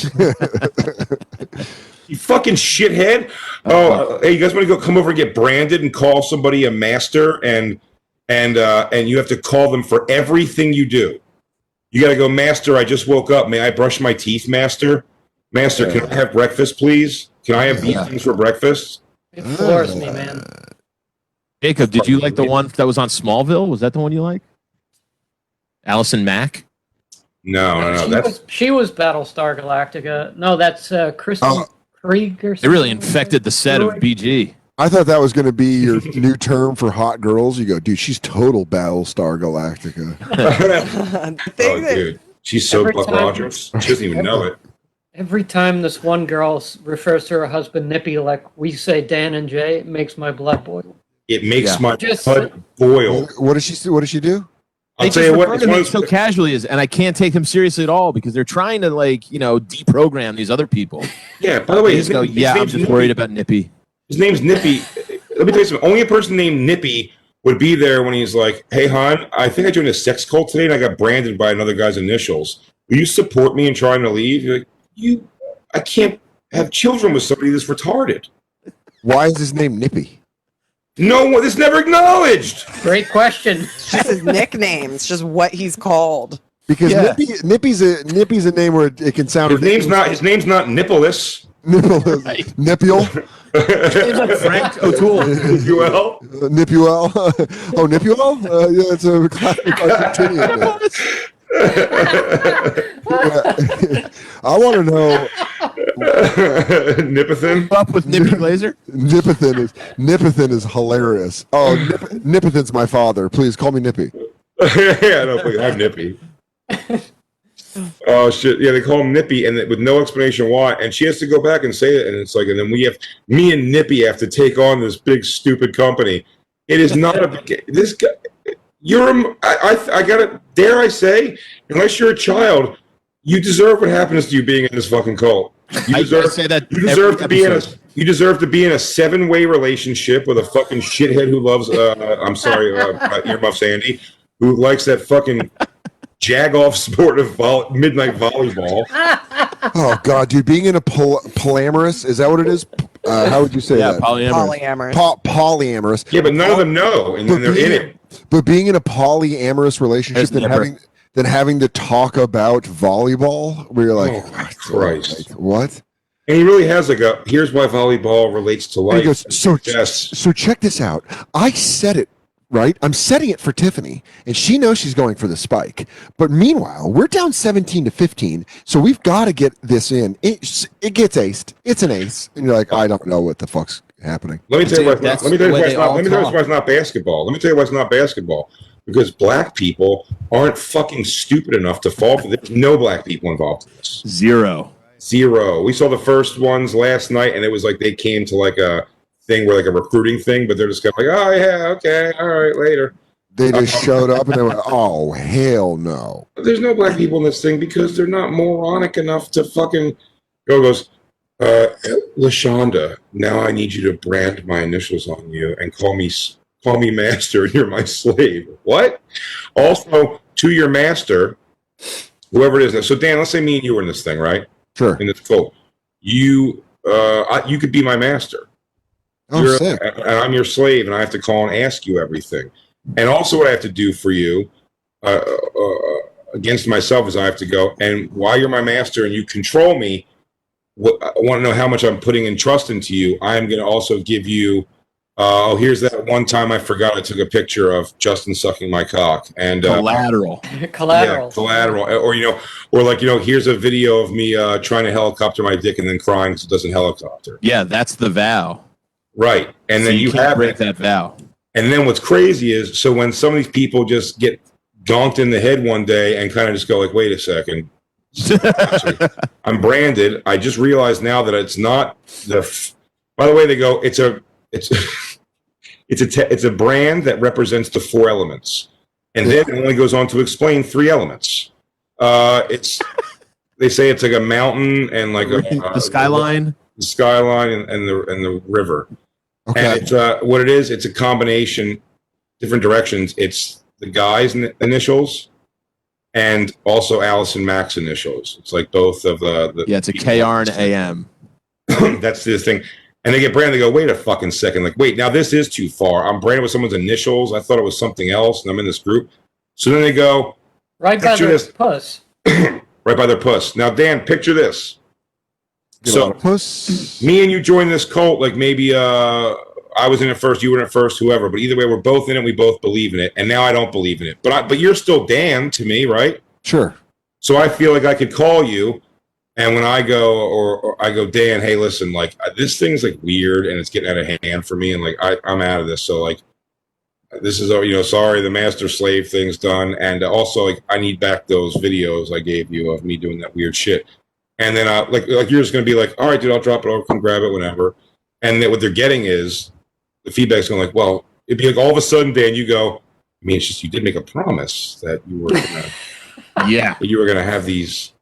[SPEAKER 3] you fucking shithead. Oh, uh, hey, you guys want to go come over and get branded and call somebody a master and and uh, and you have to call them for everything you do. You got to go, master. I just woke up. May I brush my teeth, master? Master, can I have breakfast, please? Can I have these things for breakfast?
[SPEAKER 7] It floors me, man.
[SPEAKER 2] Mm. Jacob, did you like the one that was on Smallville? Was that the one you like? Allison Mack?
[SPEAKER 3] No, no, no.
[SPEAKER 7] she,
[SPEAKER 3] That's
[SPEAKER 7] was, she was Battlestar Galactica. No, that's uh, Kristen
[SPEAKER 1] Oh.
[SPEAKER 7] Krieg or
[SPEAKER 2] They
[SPEAKER 7] something.
[SPEAKER 2] really infected the set of BG.
[SPEAKER 1] I thought that was gonna be your new term for hot girls. You go, dude, she's total Battlestar Galactica.
[SPEAKER 6] The
[SPEAKER 3] Oh,
[SPEAKER 6] thing that-
[SPEAKER 3] dude, she's so
[SPEAKER 7] Every
[SPEAKER 3] Buck
[SPEAKER 7] time-
[SPEAKER 3] Rogers. She doesn't even know it.
[SPEAKER 7] Every time this one girl s- refers to her husband Nippy like we say Dan and Jay, it makes my blood boil.
[SPEAKER 3] It makes
[SPEAKER 2] Yeah.
[SPEAKER 3] my
[SPEAKER 7] Just-
[SPEAKER 3] blood boil.
[SPEAKER 1] what does she? What does she do?
[SPEAKER 3] I'll
[SPEAKER 2] They
[SPEAKER 3] tell
[SPEAKER 2] just
[SPEAKER 3] you what.
[SPEAKER 2] refer
[SPEAKER 3] It's
[SPEAKER 2] to
[SPEAKER 3] one
[SPEAKER 2] him
[SPEAKER 3] of
[SPEAKER 2] so
[SPEAKER 3] those,
[SPEAKER 2] casually as, and I can't take him seriously at all because they're trying to like you know deprogram these other people.
[SPEAKER 3] yeah. By the way,
[SPEAKER 2] They
[SPEAKER 3] his,
[SPEAKER 2] just go,
[SPEAKER 3] name- his
[SPEAKER 2] yeah, I'm
[SPEAKER 3] name's
[SPEAKER 2] just
[SPEAKER 3] Nippy.
[SPEAKER 2] worried about Nippy.
[SPEAKER 3] His name's Nippy. Let me tell you something. Only a person named Nippy would be there when he's like, "Hey, hon, I think I joined a sex cult today, and I got branded by another guy's initials. Will you support me in trying to leave?" You're like, "You, I can't have children with somebody that's retarded."
[SPEAKER 1] Why is his name Nippy?
[SPEAKER 3] No one. This never acknowledged.
[SPEAKER 7] Great question.
[SPEAKER 6] It's just his nickname. It's just what he's called.
[SPEAKER 1] Because
[SPEAKER 2] Yeah.
[SPEAKER 1] Nippy, Nippy's a Nippy's a name where it, it can sound
[SPEAKER 3] His name's not. His name's not Nippolis.
[SPEAKER 1] nipple, nipule.
[SPEAKER 2] Frank O'Toole.
[SPEAKER 3] Well,
[SPEAKER 1] Uh, Nipuel. oh, Nipuel? Uh, yeah, it's a classic Argentinian. name. Yeah. I want to know
[SPEAKER 3] Nipothin.
[SPEAKER 2] Up with Nippy Glazer.
[SPEAKER 1] Nipothin is Nipothin is hilarious. Oh, Nip, Nipothin's my father. Please call me Nippy.
[SPEAKER 3] yeah, no, please, I'm Nippy. Oh shit! Yeah, they call him Nippy, and it- with no explanation why. And she has to go back and say it, and it's like, and then we have me and Nippy have to take on this big stupid company. It is not a big- this guy. You're a, I, I I gotta dare I say, unless you're a child, you deserve what happens to you being in this fucking cult. You
[SPEAKER 2] I, I
[SPEAKER 3] deserve
[SPEAKER 2] say that
[SPEAKER 3] you deserve
[SPEAKER 2] every
[SPEAKER 3] to be in a
[SPEAKER 2] episode.
[SPEAKER 3] you deserve to be in a seven way relationship with a fucking shithead who loves uh I'm sorry uh, uh, earmuffs Andy who likes that fucking jagoff sport of vol- midnight volleyball.
[SPEAKER 1] Oh God, dude, being in a pol- polyamorous is that what it is? Uh, how would you say
[SPEAKER 2] yeah,
[SPEAKER 1] that?
[SPEAKER 2] polyamorous.
[SPEAKER 6] Polyamorous.
[SPEAKER 1] Po- polyamorous.
[SPEAKER 3] Yeah, but none of them know, and then they're in it.
[SPEAKER 1] But being in a polyamorous relationship
[SPEAKER 2] There's
[SPEAKER 1] and
[SPEAKER 2] never-
[SPEAKER 1] having than having to talk about volleyball. Where you're like,
[SPEAKER 3] Oh, my Christ.
[SPEAKER 1] Like, what?
[SPEAKER 3] And he really has like a here's why volleyball relates to
[SPEAKER 1] And
[SPEAKER 3] life.
[SPEAKER 1] he goes, so
[SPEAKER 3] yes.
[SPEAKER 1] so check this out. I said it right. I'm setting it for Tiffany, and she knows she's going for the spike. But meanwhile, we're down 17 to 15, so we've got to get this in. It it gets aced. It's an ace, and you're like, I don't know what the fuck's happening.
[SPEAKER 3] Let me tell you
[SPEAKER 2] Dude,
[SPEAKER 3] why it's not.
[SPEAKER 2] that's
[SPEAKER 3] Let me tell
[SPEAKER 2] the
[SPEAKER 3] you
[SPEAKER 2] way
[SPEAKER 3] why it's
[SPEAKER 2] they
[SPEAKER 3] not.
[SPEAKER 2] all
[SPEAKER 3] Let me tell you
[SPEAKER 2] talk.
[SPEAKER 3] why it's not basketball. Let me tell you why it's not basketball. Because black people aren't fucking stupid enough to fall for this. There's No black people involved in this.
[SPEAKER 2] Zero.
[SPEAKER 3] Zero. We saw the first ones last night, and it was like they came to like a thing where like a recruiting thing, but they're just kind of like, oh yeah, okay, all right, later.
[SPEAKER 1] They just showed up and they went, oh hell no.
[SPEAKER 3] there's no black people in this thing because they're not moronic enough to fucking go goes uh lashonda now i need you to brand my initials on you and call me s- call me master and you're my slave what also to your master whoever it is so dan let's say me and you were in this thing right
[SPEAKER 1] Sure.
[SPEAKER 3] in this cult you uh I, you could be my master
[SPEAKER 1] Oh,
[SPEAKER 3] you're-
[SPEAKER 1] sick.
[SPEAKER 3] and I'm your slave, and I have to call and ask you everything. And also, what I have to do for you uh, uh, against myself is I have to go. And while you're my master and you control me, wh- I want to know how much I'm putting in trust into you. I am going to also give you. Uh, oh, here's that one time I forgot I took a picture of Justin sucking my cock, and uh,
[SPEAKER 2] Collateral.
[SPEAKER 7] Collateral.
[SPEAKER 3] yeah, collateral, Uh, or you know, or like you know, here's a video of me uh, trying to helicopter my dick and then crying because it doesn't helicopter.
[SPEAKER 2] Yeah, that's the vow.
[SPEAKER 3] Right, and
[SPEAKER 2] So
[SPEAKER 3] then you,
[SPEAKER 2] can't
[SPEAKER 3] have it.
[SPEAKER 2] break that vow.
[SPEAKER 3] And then what's crazy is so when some of these people just get donked in the head one day and kind of just go like, wait a second. uh, I'm branded. I just realized now that it's not the f- by the way they go, it's a it's it's a te- it's a brand that represents the four elements. And then it only goes on to explain three elements. Uh it's they say it's like a mountain and like a, uh,
[SPEAKER 2] the skyline.
[SPEAKER 3] the skyline and, and the and the river. And
[SPEAKER 1] Okay.
[SPEAKER 3] it's uh, what it is. It's a combination, different directions. It's the guy's in- initials, and also Allison Mack's initials. It's like both of uh, the.
[SPEAKER 2] Yeah, it's a KR and AM.
[SPEAKER 3] that's the thing. And they get branded. They go, wait a fucking second. Like, wait, now this is too far. I'm branded with someone's initials. I thought it was something else, and I'm in this group. So then they go,
[SPEAKER 7] Right by
[SPEAKER 3] Picture
[SPEAKER 7] the
[SPEAKER 3] this.
[SPEAKER 7] puss.
[SPEAKER 3] right by their puss. Now, Dan, picture this.
[SPEAKER 1] Get a
[SPEAKER 3] so-
[SPEAKER 1] lot of puss.
[SPEAKER 3] me and you joined this cult like maybe uh i was in it first you were in it first whoever but either way we're both in it we both believe in it and now i don't believe in it but i but you're still dan to me right
[SPEAKER 1] Sure.
[SPEAKER 3] so i feel like i could call you and when i go or, or i go dan hey listen like I- this thing's like weird and it's getting out of hand for me and like I, i'm out of this so like this is uh, you know sorry the master slave thing's done and uh, also like i need back those videos i gave you of me doing that weird shit and then uh, like like you're just gonna be like, all right, dude, I'll drop it. I'll come grab it whenever. And then what they're getting is the feedback's going like, well, it'd be like all of a sudden, Dan, you go. I mean, it's just you did make a promise that you were gonna,
[SPEAKER 2] Yeah.
[SPEAKER 3] that you were gonna have these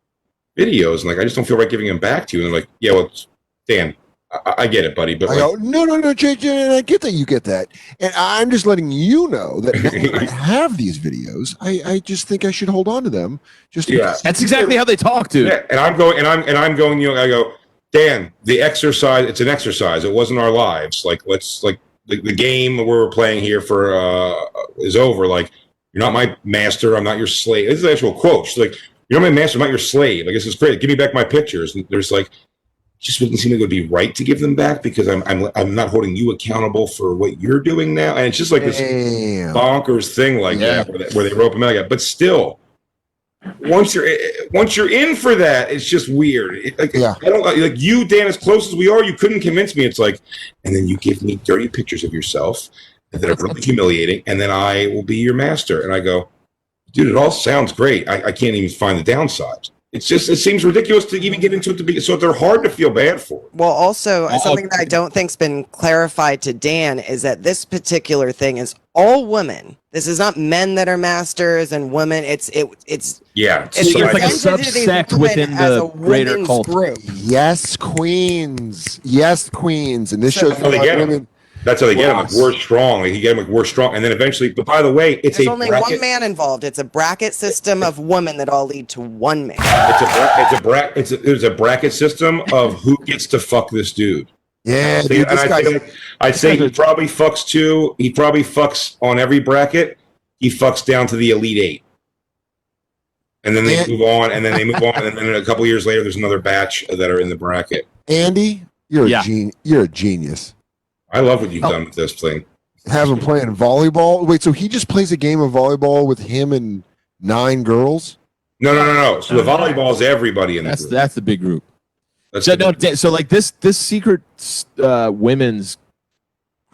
[SPEAKER 3] videos, and like I just don't feel right giving them back to you. And they're like, yeah, well, it's- Dan, I, I- I get it, buddy, but
[SPEAKER 1] I
[SPEAKER 3] like,
[SPEAKER 1] go, no, no, no, Jay, Jay, I get that you get that. And I'm just letting you know that now that I have these videos, I, I just think I should hold on to them. Just in
[SPEAKER 3] Yeah.
[SPEAKER 1] case.
[SPEAKER 2] That's exactly how they talk, dude.
[SPEAKER 3] yeah. And I'm going, and I'm and I'm going. You know, I go, Dan, the exercise. It's an exercise. It wasn't our lives. Like let's like the, the game we're playing here for uh is over. Like you're not my master. I'm not your slave. This is the actual quote. She's like, you're not my master. I'm not your slave. Like this is great. Give me back my pictures. And there's like. Just wouldn't seem like it would be right to give them back because I'm I'm I'm not holding you accountable for what you're doing now, and it's just like this
[SPEAKER 1] Damn.
[SPEAKER 3] bonkers thing like that where they, where they rope them out. But still, once you're eh, eh, once you're in for that, it's just weird. It- like,
[SPEAKER 1] Yeah.
[SPEAKER 3] I don't like you, Dan. As close as we are, you couldn't convince me. It's like, and then you give me dirty pictures of yourself that are really humiliating, and then I will be your master. And I go, dude, it all sounds great. I, I can't even find the downside. It's just it seems ridiculous to even get into it to be so they're hard to feel bad for.
[SPEAKER 6] Well, also
[SPEAKER 2] Uh,
[SPEAKER 6] something that I don't think's been clarified to Dan is that this particular thing is all women. This is not men that are masters and women. It's it it's
[SPEAKER 3] Yeah,
[SPEAKER 6] it's,
[SPEAKER 2] So it's like a
[SPEAKER 6] presented as
[SPEAKER 2] subsect
[SPEAKER 6] women
[SPEAKER 2] within
[SPEAKER 6] as
[SPEAKER 2] the
[SPEAKER 6] a
[SPEAKER 2] greater
[SPEAKER 6] women's
[SPEAKER 2] cult.
[SPEAKER 6] group.
[SPEAKER 1] Yes, Queens. Yes, Queens. And this
[SPEAKER 6] So-
[SPEAKER 1] shows
[SPEAKER 3] Oh, they
[SPEAKER 1] why
[SPEAKER 3] get 'em.
[SPEAKER 1] women.
[SPEAKER 3] that's how they get them. Like
[SPEAKER 1] Yes.
[SPEAKER 3] we're strong. Like, you get them like we're strong, and then eventually. But by the way, it's
[SPEAKER 6] There's
[SPEAKER 3] a
[SPEAKER 6] only
[SPEAKER 3] bracket-
[SPEAKER 6] one man involved. It's a bracket system of women that all lead to one man.
[SPEAKER 3] It's a bra- it's a bra- it's a, there's a bracket system of who gets to fuck this dude.
[SPEAKER 1] Yeah,
[SPEAKER 3] See,
[SPEAKER 1] dude,
[SPEAKER 3] and
[SPEAKER 1] this
[SPEAKER 3] I
[SPEAKER 1] guy's.
[SPEAKER 3] think, I'd say he probably fucks two. He probably fucks on every bracket. He fucks down to the elite eight. and then they
[SPEAKER 1] Yeah.
[SPEAKER 3] move on, and then they move on, and then a couple years later, there's another batch that are in the bracket.
[SPEAKER 1] Andy, you're
[SPEAKER 2] Yeah.
[SPEAKER 1] a gen- you're a genius.
[SPEAKER 3] I love what
[SPEAKER 1] Oh.
[SPEAKER 3] you've done with this thing.
[SPEAKER 1] Have him playing volleyball. Wait, so he just plays a game of volleyball with him and nine girls?
[SPEAKER 3] No, no, no, no. So the
[SPEAKER 1] Oh.
[SPEAKER 3] volleyball is everybody in the
[SPEAKER 2] That's
[SPEAKER 3] group.
[SPEAKER 2] that's the big group.
[SPEAKER 3] That's
[SPEAKER 2] So
[SPEAKER 3] the-
[SPEAKER 2] no, da- so like this this secret uh, women's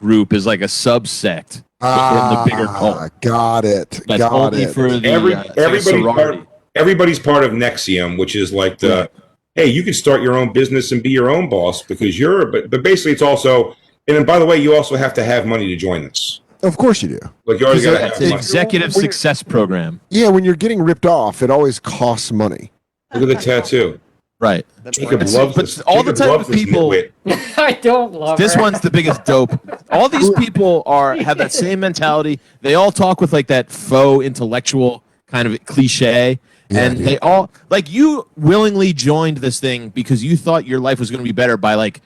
[SPEAKER 2] group is like a subsect.
[SPEAKER 1] Ah,
[SPEAKER 2] bigger cult.
[SPEAKER 1] got it.
[SPEAKER 2] That's
[SPEAKER 1] got
[SPEAKER 2] only
[SPEAKER 1] it.
[SPEAKER 2] for the
[SPEAKER 3] Every-
[SPEAKER 2] uh, it's like a
[SPEAKER 3] everybody's part-
[SPEAKER 2] sorority.
[SPEAKER 3] everybody's part of Nexium, which is like the hey, you can start your own business and be your own boss because you're. But but basically, it's also and then by the way, you also have to have money to join this.
[SPEAKER 1] of course you do.
[SPEAKER 3] Like you always
[SPEAKER 1] Is
[SPEAKER 3] got
[SPEAKER 1] that-
[SPEAKER 3] to have
[SPEAKER 2] It's the
[SPEAKER 3] money.
[SPEAKER 2] executive
[SPEAKER 1] Weird.
[SPEAKER 2] success program.
[SPEAKER 1] Yeah, when you're getting ripped off, it always costs money.
[SPEAKER 3] Look at the tattoo.
[SPEAKER 2] Right.
[SPEAKER 6] That's
[SPEAKER 3] Jacob
[SPEAKER 6] where-
[SPEAKER 3] loves
[SPEAKER 2] but
[SPEAKER 3] this.
[SPEAKER 2] all the
[SPEAKER 3] Jacob
[SPEAKER 2] type
[SPEAKER 3] loves
[SPEAKER 2] of
[SPEAKER 3] this
[SPEAKER 2] people-
[SPEAKER 3] nitwit.
[SPEAKER 7] I don't love
[SPEAKER 2] This
[SPEAKER 7] her.
[SPEAKER 2] one's the biggest dope. All these people are have that same mentality. They all talk with like that faux intellectual kind of cliche.
[SPEAKER 1] Yeah,
[SPEAKER 2] and
[SPEAKER 1] dude.
[SPEAKER 2] they all like you willingly joined this thing because you thought your life was going to be better by like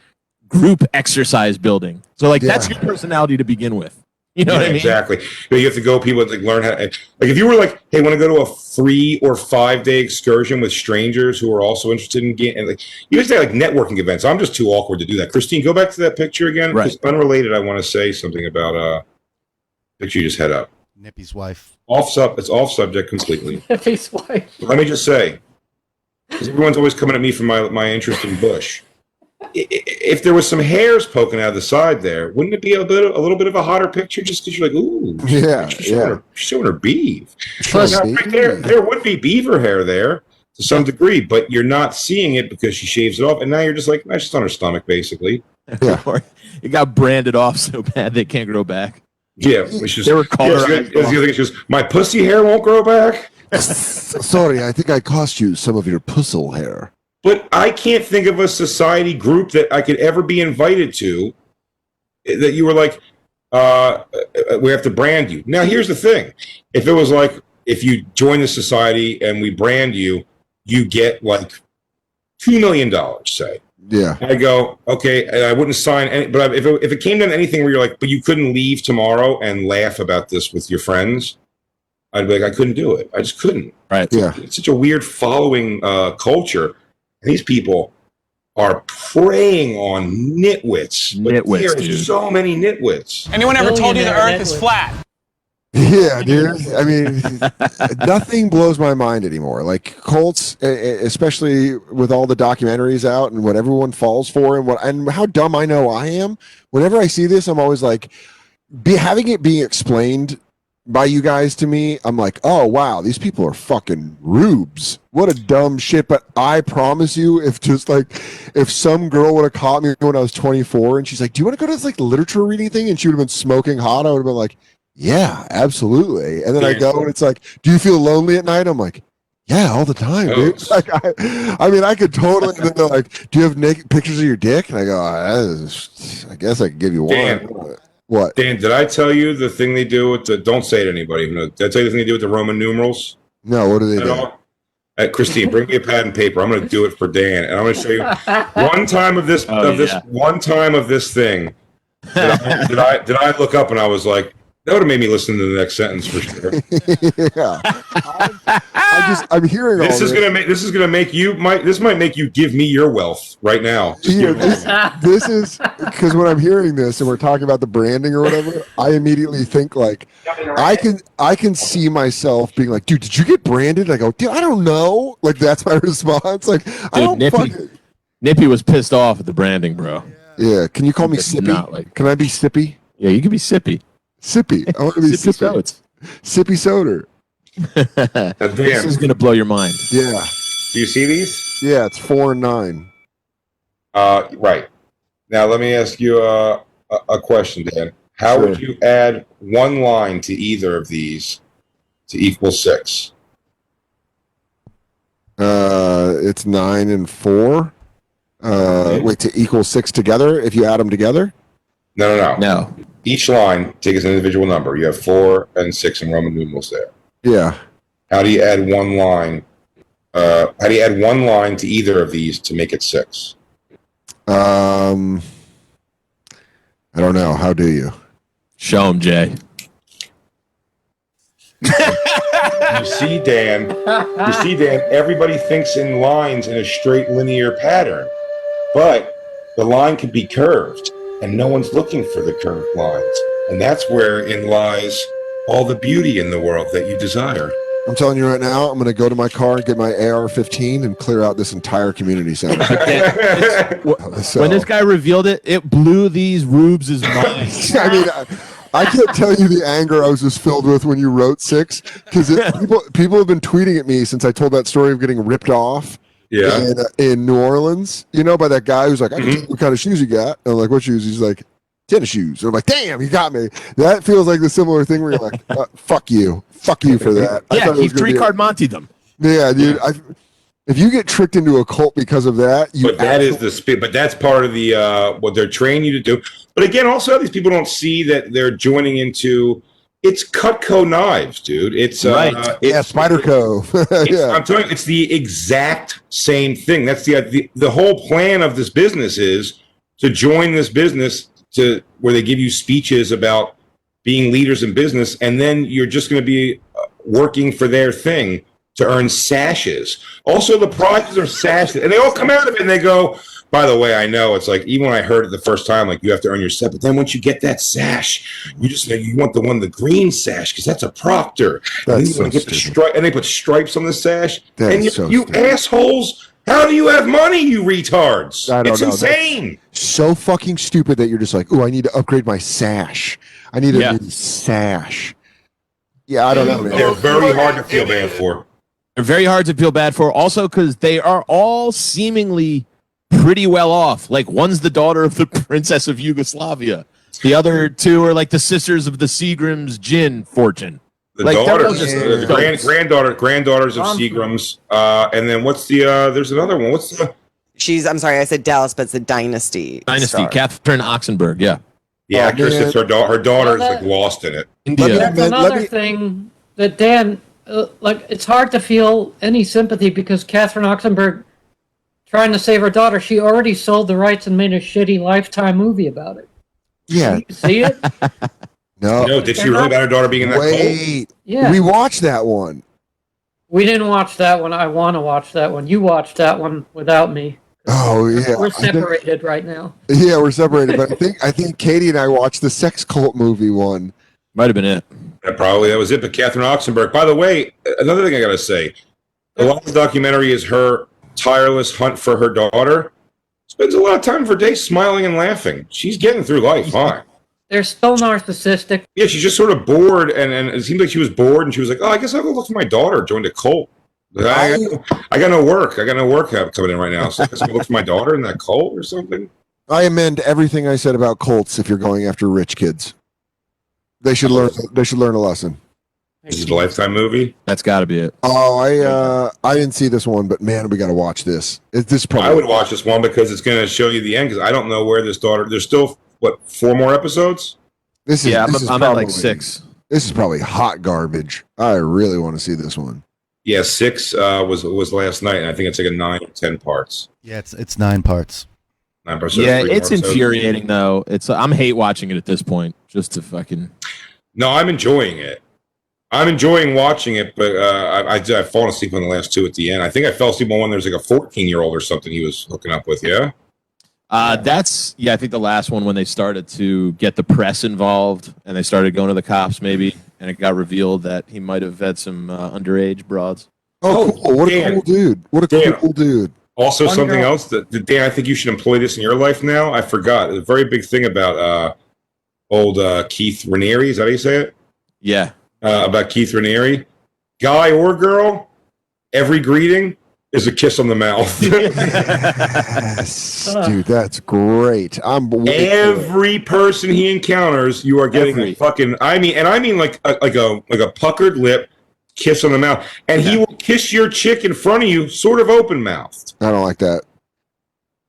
[SPEAKER 2] group exercise building. So like that's
[SPEAKER 1] Yeah.
[SPEAKER 2] your personality to begin with. You know what I mean?
[SPEAKER 3] Exactly. But you have to go. People like learn how. Like if you were like, hey, want to go to a three or five day excursion with strangers who are also interested in getting and like you used to have like networking events. I'm just too awkward to do that. Christine, go back to that picture again.
[SPEAKER 2] Right.
[SPEAKER 3] Just unrelated. I want to say something about uh picture you just had up.
[SPEAKER 8] Nippy's wife.
[SPEAKER 3] Off sub. It's off subject completely.
[SPEAKER 7] His wife.
[SPEAKER 3] But let me just say, 'cause everyone's always coming at me for my my interest in Bush. I- i- If there was some hairs poking out of the side there, wouldn't it be a bit a little bit of a hotter picture? Just because you're like, ooh,
[SPEAKER 1] Yeah,
[SPEAKER 3] she's showing,
[SPEAKER 1] yeah.
[SPEAKER 3] her, she's showing her beef.
[SPEAKER 7] Plus-
[SPEAKER 1] Sure,
[SPEAKER 3] Right there, there would be beaver hair there to some degree, but you're not seeing it because she shaves it off, and now you're just like, nah, she's on her stomach, basically.
[SPEAKER 1] Yeah.
[SPEAKER 2] Or it got branded off so bad they can't grow back.
[SPEAKER 3] Yeah, which is
[SPEAKER 2] They were
[SPEAKER 3] yeah, she-
[SPEAKER 2] colorized.
[SPEAKER 3] that's the other thing. She goes, my pussy hair won't grow back.
[SPEAKER 1] Sorry, I think I cost you some of your pussel hair.
[SPEAKER 3] But I can't think of a society group that I could ever be invited to that you were like, uh, uh, we have to brand you. Now, here's the thing if it was like, if you join the society and we brand you, you get like $2 million, say.
[SPEAKER 1] Yeah.
[SPEAKER 3] I go, okay, and I wouldn't sign any, but if it, if it came down to anything where you're like, but you couldn't leave tomorrow and laugh about this with your friends, I'd be like, I couldn't do it. I just couldn't
[SPEAKER 1] Yeah.
[SPEAKER 3] it's such a weird following uh, culture. And these people are preying on nitwits.
[SPEAKER 2] Nitwits,
[SPEAKER 3] there are
[SPEAKER 2] dude.
[SPEAKER 3] so many nitwits.
[SPEAKER 9] Anyone ever told you the
[SPEAKER 7] Billionaire
[SPEAKER 9] earth is
[SPEAKER 7] Edward.
[SPEAKER 9] flat?
[SPEAKER 1] Yeah, dude. I mean, nothing blows my mind anymore. Like Colts, e- e- especially with all the documentaries out and what everyone falls for and what and how dumb I know I am. Whenever I see this, I'm always like, be having it being explained by you guys to me. I'm like, oh wow, these people are fucking rubes. What a dumb shit. But I promise you, if just like if some girl would have caught me when I was 24 and she's like, do you want to go to this like literature reading thing? And she would have been smoking hot. I would have been like. Yeah, absolutely. And then I go and it's like, do you feel lonely at night? I'm like, yeah, all the time,
[SPEAKER 3] Oh,
[SPEAKER 1] dude.
[SPEAKER 3] it's-
[SPEAKER 1] Like, I, I mean, I could totally. and then they're like, do you have naked pictures of your dick? And I go, "Ah, that is- I guess I could give you one.
[SPEAKER 3] Dan.
[SPEAKER 1] What?
[SPEAKER 3] Dan, did I tell you the thing they do with the? Don't say it to anybody. No, did I tell you the thing they do with the Roman numerals?
[SPEAKER 1] No, what do they
[SPEAKER 3] At
[SPEAKER 1] do?
[SPEAKER 3] all? Uh, Christine, bring me a pad and paper. I'm going to do it for Dan, and I'm going to show you
[SPEAKER 7] Ah,
[SPEAKER 3] one time of this
[SPEAKER 2] Oh,
[SPEAKER 3] of this
[SPEAKER 2] yeah.
[SPEAKER 3] one time of this thing. Did I, did I did I look up and I was like, that would have made me listen to the next sentence for sure.
[SPEAKER 1] yeah, I'm, I just I'm hearing all
[SPEAKER 3] This is
[SPEAKER 1] this.
[SPEAKER 3] gonna make this is gonna make you might this might make you give me your wealth right now. Just
[SPEAKER 1] Yeah,
[SPEAKER 3] give it-
[SPEAKER 1] this, this is because when I'm hearing this and we're talking about the branding or whatever, I immediately think like I can I can see myself being like, dude, did you get branded? I go, dude, I don't know. Like that's my response. Like I
[SPEAKER 2] Dude,
[SPEAKER 1] don't
[SPEAKER 2] Nippy.
[SPEAKER 1] fucking
[SPEAKER 2] Nippy was pissed off at the branding, bro.
[SPEAKER 1] yeah. Can you call me
[SPEAKER 2] It's
[SPEAKER 1] Sippy?
[SPEAKER 2] not like-
[SPEAKER 1] can I be Sippy?
[SPEAKER 2] Yeah, you could be sippy.
[SPEAKER 1] Sippy. I want to be
[SPEAKER 2] Sippy
[SPEAKER 1] Sippy.
[SPEAKER 2] Stoats.
[SPEAKER 1] Sippy soda.
[SPEAKER 3] Uh,
[SPEAKER 2] this
[SPEAKER 3] Dan,
[SPEAKER 2] is gonna blow your mind.
[SPEAKER 1] Yeah,
[SPEAKER 3] do you see these?
[SPEAKER 1] yeah. It's four and nine.
[SPEAKER 3] Uh, right. Now let me ask you uh, a, a question, Dan. How would you add one line to either of these to equal six?
[SPEAKER 1] Uh, it's nine and four. Uh, wait to equal six together if you add them together.
[SPEAKER 3] No, no, no.
[SPEAKER 2] No.
[SPEAKER 3] Each line take as an individual number. You have four and six in Roman numerals there.
[SPEAKER 1] Yeah.
[SPEAKER 3] How do you add one line? Uh, how do you add one line to either of these to make it six?
[SPEAKER 1] Um, I don't know. How do you?
[SPEAKER 2] Show him, Jay.
[SPEAKER 3] you see Dan, you see Dan, everybody thinks in lines in a straight linear pattern, but the line can be curved, and no one's looking for the curved lines. And that's wherein lies all the beauty in the world that you desire.
[SPEAKER 1] I'm telling you right now, I'm going to go to my car and get my AR-15 and clear out this entire community center. So,
[SPEAKER 2] When this guy revealed it, it blew these rubes' minds.
[SPEAKER 1] I mean, I, I can't tell you the anger I was just filled with when you wrote six because people people have been tweeting at me since I told that story of getting ripped off
[SPEAKER 3] yeah. Mm-hmm.
[SPEAKER 1] in, in New Orleans. You know, by that guy who's like, I can tell "What kind of shoes you got?" And I'm like, "What shoes?" He's like, "Tennis shoes." And I'm like, "Damn, you got me." That feels like the similar thing where you're like, uh, "Fuck you, fuck you for that." I
[SPEAKER 2] yeah,
[SPEAKER 1] thought it
[SPEAKER 2] he
[SPEAKER 1] was gonna be
[SPEAKER 2] three
[SPEAKER 1] a-
[SPEAKER 2] card Monty them.
[SPEAKER 1] Yeah, dude. I, if you get tricked into a cult because of that, you
[SPEAKER 3] but that is the speed. But that's part of the uh, what they're training you to do. But again, also these people don't see that they're joining into. It's Cutco knives, dude. It's uh,
[SPEAKER 2] Right.
[SPEAKER 3] It's,
[SPEAKER 1] yeah, Spider Cove.
[SPEAKER 3] It's,
[SPEAKER 1] yeah,
[SPEAKER 3] I'm telling you, it's the exact same thing. That's the, uh, the the whole plan of this business is to join this business to where they give you speeches about being leaders in business, and then you're just going to be uh, working for their thing to earn sashes. Also, the prizes are sashes, and they all come out of it and they go. By the way, I know it's like even when I heard it the first time, like you have to earn your set. But then once you get that sash, you just know you want the one the green sash because that's a Proctor. And then
[SPEAKER 1] that's
[SPEAKER 3] you
[SPEAKER 1] so
[SPEAKER 3] want to get the
[SPEAKER 1] stupid.
[SPEAKER 3] stri- and they put stripes on the sash.
[SPEAKER 1] That
[SPEAKER 3] and
[SPEAKER 1] is
[SPEAKER 3] you,
[SPEAKER 1] so
[SPEAKER 3] you
[SPEAKER 1] stupid.
[SPEAKER 3] assholes, how do you have money, you retards?
[SPEAKER 1] I don't
[SPEAKER 3] it's
[SPEAKER 1] know.
[SPEAKER 3] insane.
[SPEAKER 1] So fucking stupid that you're just like, oh, I need to upgrade my sash. I need a
[SPEAKER 2] Yeah.
[SPEAKER 1] new sash. Yeah, I don't know, man.
[SPEAKER 3] They're very hard to feel bad for.
[SPEAKER 2] They're very hard to feel bad for. Also, because they are all seemingly pretty well off. Like one's the daughter of the princess of Yugoslavia. The other two are like the sisters of the Seagram's gin fortune.
[SPEAKER 3] The
[SPEAKER 2] Like, they're
[SPEAKER 3] daughters,
[SPEAKER 2] just-
[SPEAKER 3] the grand, granddaughter, granddaughters of
[SPEAKER 7] Um,
[SPEAKER 3] Seagrams, uh, and then what's the? uh There's another one. What's the?
[SPEAKER 6] She's, I'm sorry, I said Dallas, but it's the Dynasty.
[SPEAKER 2] Dynasty,
[SPEAKER 6] star.
[SPEAKER 2] Catherine Oxenberg. Yeah.
[SPEAKER 3] The
[SPEAKER 1] Oh,
[SPEAKER 3] actress,
[SPEAKER 1] man.
[SPEAKER 3] it's her, da- her daughter is
[SPEAKER 7] Well,
[SPEAKER 3] like
[SPEAKER 7] that-
[SPEAKER 3] lost in it.
[SPEAKER 1] Let me-
[SPEAKER 2] India.
[SPEAKER 7] That's
[SPEAKER 1] let me-
[SPEAKER 7] another thing that Dan, uh, like, it's hard to feel any sympathy because Catherine Oxenberg, trying to save her daughter, she already sold the rights and made a shitty Lifetime movie about it.
[SPEAKER 1] yeah,
[SPEAKER 7] You see it?
[SPEAKER 1] no.
[SPEAKER 3] no, did she really about her daughter being in that? cult?
[SPEAKER 1] Wait,
[SPEAKER 7] Yeah.
[SPEAKER 1] we watched that one.
[SPEAKER 7] We didn't watch that one. I want to watch that one. You watched that one without me.
[SPEAKER 1] Oh yeah,
[SPEAKER 7] We're
[SPEAKER 1] I think-
[SPEAKER 7] separated right now.
[SPEAKER 1] yeah, we're separated. But I think I think Katie and I watched the sex cult movie one.
[SPEAKER 2] Might have been it.
[SPEAKER 3] That probably that was it. But Catherine Oxenberg. By the way, another thing I gotta say, a lot of the documentary is her tireless hunt for her daughter. Spends a lot of time of her day smiling and laughing. She's getting through life fine.
[SPEAKER 7] They're still narcissistic.
[SPEAKER 3] Yeah, she's just sort of bored, and, and it seemed like she was bored, and she was like, "Oh, I guess I'll go look for my daughter. Joined a cult. I, I got no work. I got no work hap- coming in right now. So I guess I'll go look for my daughter in that cult or something."
[SPEAKER 1] I amend everything I said about cults. If you're going after rich kids, they should learn. They should learn a lesson.
[SPEAKER 3] This is a lifetime movie.
[SPEAKER 2] That's got to be it.
[SPEAKER 1] Oh, I uh, I didn't see this one, but man, we got to watch this. It, this is probably
[SPEAKER 3] I would watch this one because it's going to show you the end. Because I don't know where this daughter. There's still what four more episodes.
[SPEAKER 1] This is
[SPEAKER 2] Yeah, I'm,
[SPEAKER 1] this is
[SPEAKER 2] I'm at like
[SPEAKER 1] probably-
[SPEAKER 2] six.
[SPEAKER 1] This is probably hot garbage. I really want to see this one.
[SPEAKER 3] Yeah, six uh, was was last night, and I think it's like a nine or ten parts.
[SPEAKER 8] Yeah, it's it's nine parts.
[SPEAKER 3] Nine parts. so
[SPEAKER 2] Yeah,
[SPEAKER 3] three more
[SPEAKER 2] it's
[SPEAKER 3] episodes.
[SPEAKER 2] infuriating though. It's I'm hate watching it at this point. Just to fucking
[SPEAKER 3] No, I'm enjoying it. I'm enjoying watching it, but uh, I, I I've fallen asleep on the last two at the end. I think I fell asleep on one. There's like a 14 year old or something he was hooking up with. Yeah,
[SPEAKER 2] Uh, that's yeah. I think the last one when they started to get the press involved and they started going to the cops, maybe, and it got revealed that he might have had some uh, underage broads.
[SPEAKER 1] Oh,
[SPEAKER 3] Oh,
[SPEAKER 1] cool. What a
[SPEAKER 3] Dan.
[SPEAKER 1] cool dude. What a
[SPEAKER 3] Dan.
[SPEAKER 1] cool dude.
[SPEAKER 3] Also,
[SPEAKER 7] One
[SPEAKER 3] something
[SPEAKER 7] girl-
[SPEAKER 3] else that, that Dan, I think you should employ this in your life now. I forgot a very big thing about uh, old uh, Keith Raniere. Is that how you say it?
[SPEAKER 2] Yeah,
[SPEAKER 3] Uh, about Keith Raniere, guy or girl, every greeting is a kiss on the mouth.
[SPEAKER 1] Yes, dude, that's great. I'm way for it.
[SPEAKER 3] Every person he encounters, you are getting
[SPEAKER 2] Every.
[SPEAKER 3] a fucking. I mean, and I mean like a, like a like a puckered lip, kiss on the mouth, and he will kiss your chick in front of you, sort of open mouthed.
[SPEAKER 1] I don't like that.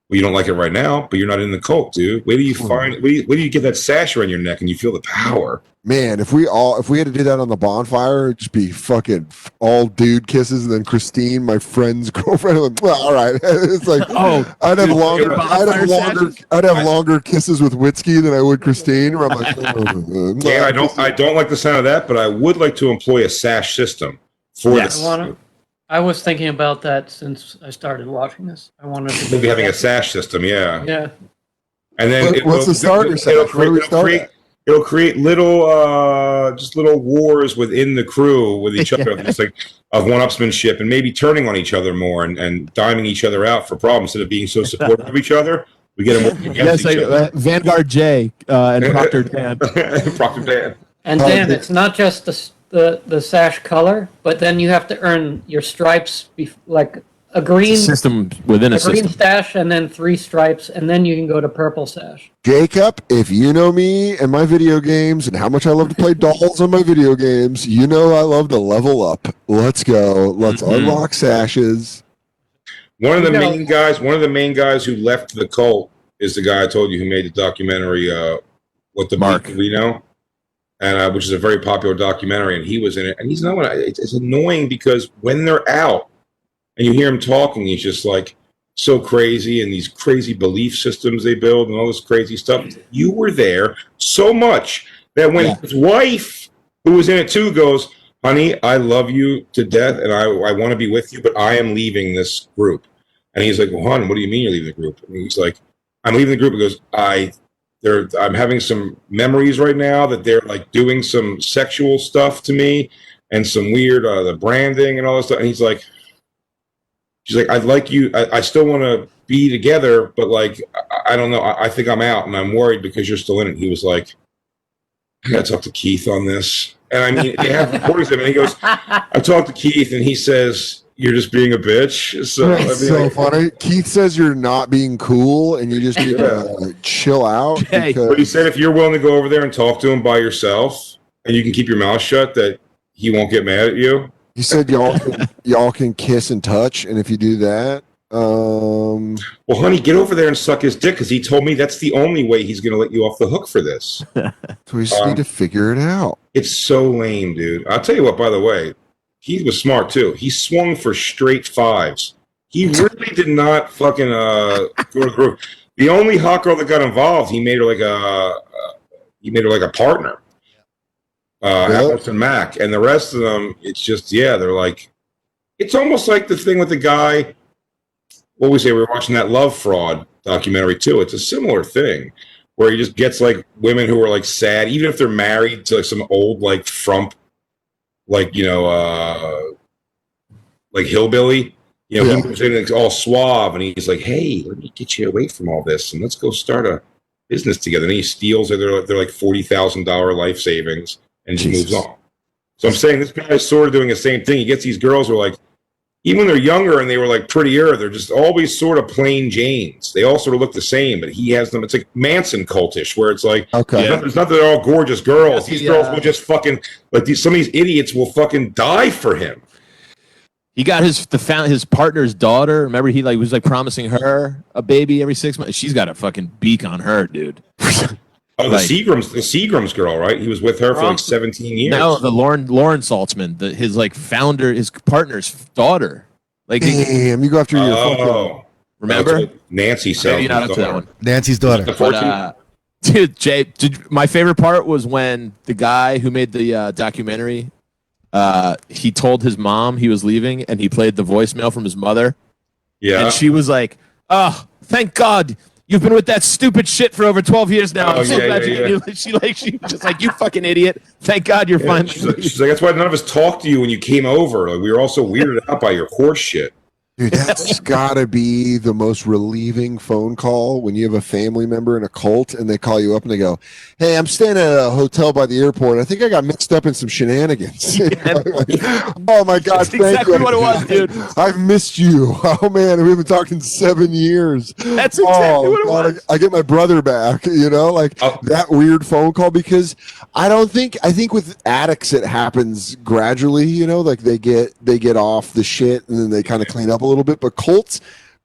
[SPEAKER 3] Well, you don't like it right now, but you're not in the cult, dude. Where do you
[SPEAKER 1] Hmm.
[SPEAKER 3] find? Where do you, where do you get that sash around your neck and you feel the power?
[SPEAKER 1] Man, if we all if we had to do that on the bonfire, it'd just be fucking f- all dude kisses, and then Christine, my friend's girlfriend, like, well, all right. it's like
[SPEAKER 2] Oh,
[SPEAKER 1] I'd have
[SPEAKER 3] dude,
[SPEAKER 1] longer,
[SPEAKER 3] your
[SPEAKER 1] I'd have
[SPEAKER 2] bonfire
[SPEAKER 1] longer,
[SPEAKER 2] sashes?
[SPEAKER 1] I'd have
[SPEAKER 3] I-
[SPEAKER 1] longer kisses with Witzke than I would Christine. Where I'm like, "Oh,
[SPEAKER 3] Yeah, I don't. I don't like the sound of that, but I would like to employ a sash system. for
[SPEAKER 2] Yes.
[SPEAKER 3] this.
[SPEAKER 7] I wanna- I was thinking about that since I started watching this. I wanted to
[SPEAKER 3] Maybe having a sash system, yeah.
[SPEAKER 7] yeah.
[SPEAKER 3] And then
[SPEAKER 1] What-
[SPEAKER 3] it
[SPEAKER 1] what's
[SPEAKER 3] will-
[SPEAKER 1] the starter
[SPEAKER 3] it'll
[SPEAKER 1] sash? Where
[SPEAKER 3] create-
[SPEAKER 1] do we
[SPEAKER 3] it'll
[SPEAKER 1] start
[SPEAKER 3] create-
[SPEAKER 1] at?
[SPEAKER 3] It'll create little, uh, just little wars within the crew with each other, just like of one-upsmanship, and maybe turning on each other more and, and diming each other out for problems instead of being so supportive of each other. We get them working
[SPEAKER 2] Yes,
[SPEAKER 3] against
[SPEAKER 2] I,
[SPEAKER 3] each
[SPEAKER 2] uh, Vanguard J uh, and Proctor Dan.
[SPEAKER 3] other. Proctor Dan.
[SPEAKER 7] And
[SPEAKER 1] Oh,
[SPEAKER 7] Dan,
[SPEAKER 1] the-
[SPEAKER 7] it's not just the, s- the the sash color, but then you have to earn your stripes, bef- like a green,
[SPEAKER 2] System within a
[SPEAKER 7] a green
[SPEAKER 2] system.
[SPEAKER 7] sash, and then three stripes, and then you can go to purple sash.
[SPEAKER 1] Jacob, if you know me and my video games and how much I love to play dolls on my video games, you know I love to level up. Let's go. Let's
[SPEAKER 2] Mhm.
[SPEAKER 1] unlock sashes.
[SPEAKER 3] One of the
[SPEAKER 7] No.
[SPEAKER 3] main guys, one of the main guys who left the cult is the guy I told you who made the documentary, uh, "What the
[SPEAKER 2] Mark.
[SPEAKER 3] Beat We Know," and uh, which is a very popular documentary, and he was in it. And he's not. one- It's, it's annoying because when they're out and you hear him talking, he's just like so crazy, and these crazy belief systems they build, and all this crazy stuff. You were there so much that when
[SPEAKER 1] Yeah.
[SPEAKER 3] his wife, who was in it too, goes, "Honey, I love you to death, and I I want to be with you, but I am leaving this group." And he's like, "Well, hon, what do you mean you're leaving the group?" And he's like, "I'm leaving the group." He goes, "I, they're, I'm having some memories right now that they're like doing some sexual stuff to me, and some weird uh, the branding and all this stuff." And he's like, "She's like, I'd like you. I, I still want to be together, but like, I, I don't know. I, I think I'm out, and I'm worried because you're still in it." He was like, "I got to talk to Keith on this." And I mean, they have recordings of him, and he goes, "I talked to Keith, and he says." You're just being a bitch. So, I
[SPEAKER 1] That's
[SPEAKER 3] mean,
[SPEAKER 1] so
[SPEAKER 3] like-
[SPEAKER 1] funny. Keith says you're not being cool and you just need to chill out.
[SPEAKER 2] Hey,
[SPEAKER 1] because-
[SPEAKER 3] But he said if you're willing to go over there and talk to him by yourself, and you can keep your mouth shut, that he won't get mad at you.
[SPEAKER 1] He said y'all can, y'all can kiss and touch, and if you do that, um,
[SPEAKER 3] Well, honey, get over there and suck his dick because he told me that's the only way he's going to let you off the hook for this.
[SPEAKER 1] so we just
[SPEAKER 3] Um,
[SPEAKER 1] need to figure it out.
[SPEAKER 3] It's so lame, dude. I'll tell you what. By the way, he was smart too. He swung for straight fives. He really did not fucking uh, go to the roof. The only hot girl that got involved, he made her like a uh, he made her like a partner. Uh,
[SPEAKER 1] Yeah.
[SPEAKER 3] Alex and Mac, and the rest of them, it's just yeah, they're like, it's almost like the thing with the guy. What we say, we were watching that love fraud documentary too. It's a similar thing where he just gets like women who are like sad, even if they're married to like some old like frump, like you know, uh like hillbilly. You know,
[SPEAKER 1] Yeah.
[SPEAKER 3] he moves in and it's all suave, and he's like, "Hey, let me get you away from all this, and let's go start a business together." And he steals their their, their like forty thousand dollar life savings and just
[SPEAKER 2] Jesus.
[SPEAKER 3] moves on. So I'm saying this guy is sort of doing the same thing. He gets these girls who are like even when they're younger and they were like prettier, they're just always sort of plain Janes. They all sort of look the same, but he has them. It's like Manson cultish, where it's like
[SPEAKER 1] Okay,
[SPEAKER 3] it's, not, it's not that they're all gorgeous girls.
[SPEAKER 2] Yeah,
[SPEAKER 3] These
[SPEAKER 2] the,
[SPEAKER 3] girls
[SPEAKER 2] uh,
[SPEAKER 3] will just fucking like these. Some of these idiots will fucking die for him.
[SPEAKER 2] He got his the found his partner's daughter. Remember, he like was like promising her a baby every six months. She's got a fucking beak on her, dude.
[SPEAKER 3] Oh, the
[SPEAKER 2] Right.
[SPEAKER 3] Seagrams, the Seagrams girl, right? He was with her for
[SPEAKER 5] Wrong.
[SPEAKER 3] like seventeen years.
[SPEAKER 2] No, the Lauren Lauren Saltzman, the, his like founder, his partner's daughter. Like,
[SPEAKER 1] damn, you go after your fucking.
[SPEAKER 3] oh,
[SPEAKER 2] remember?
[SPEAKER 3] That's what Nancy said
[SPEAKER 2] Maybe not up to that one.
[SPEAKER 8] Nancy's daughter.
[SPEAKER 3] The
[SPEAKER 2] But,
[SPEAKER 3] 14
[SPEAKER 2] uh, dude, Jay, did, my favorite part was when the guy who made the uh, documentary, uh, he told his mom he was leaving, and he played the voicemail from his mother,
[SPEAKER 3] yeah.
[SPEAKER 2] and she was like, "Oh, thank God." You've been with that stupid shit for over twelve years now.
[SPEAKER 3] Oh,
[SPEAKER 2] I'm so
[SPEAKER 3] yeah,
[SPEAKER 2] glad
[SPEAKER 3] yeah,
[SPEAKER 2] you knew." She like she was just like you fucking idiot. Thank God you're
[SPEAKER 3] Yeah,
[SPEAKER 2] finally.
[SPEAKER 3] she's, like, she's like, that's why none of us talked to you when you came over. Like, we were all so weirded out by your horse shit.
[SPEAKER 1] Dude, that's gotta be the most relieving phone call when you have a family member in a cult and they call you up and they go, "Hey, I'm staying at a hotel by the airport. I think I got mixed up in some shenanigans." oh my god,
[SPEAKER 2] That's
[SPEAKER 1] thank
[SPEAKER 2] exactly
[SPEAKER 1] you.
[SPEAKER 2] what it was, dude.
[SPEAKER 1] I've missed you. Oh man, we haven't talked in seven years. Oh,
[SPEAKER 2] That's exactly what it
[SPEAKER 1] God,
[SPEAKER 2] was.
[SPEAKER 1] I, I get my brother back. You know, like
[SPEAKER 3] Oh.
[SPEAKER 1] that weird phone call because I don't think I think with addicts it happens gradually. You know, like they get they get off the shit and then they kind of clean up a little bit. But cults,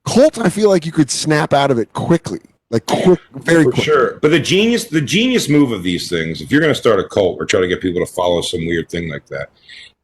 [SPEAKER 1] cult, I feel like you could snap out of it quickly, like quick, very
[SPEAKER 3] For
[SPEAKER 1] quick.
[SPEAKER 3] sure. But the genius, the genius move of these things, if you're going to start a cult or try to get people to follow some weird thing like that,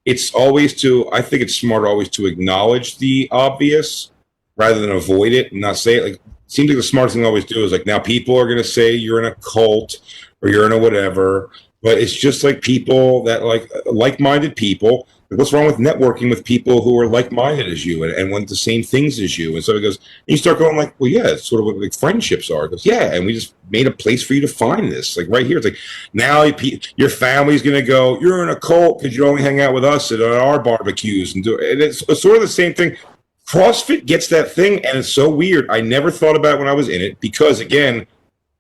[SPEAKER 3] it's always to. I think it's smart always to acknowledge the obvious rather than avoid it and not say it. Like, it seems like the smartest thing to always do is like now people are going to say you're in a cult or you're in a whatever, but it's just like people that like like-minded people what's wrong with networking with people who are like-minded as you and, and want the same things as you? And so he goes, and you start going like, well, yeah, it's sort of what like friendships are. He goes, yeah, and we just made a place for you to find this, like right here. It's like now you pe- your family's gonna go, you're in a cult because you only hang out with us at our barbecues and do. And it's, it's sort of the same thing. CrossFit gets that thing, and it's so weird. I never thought about it when I was in it because again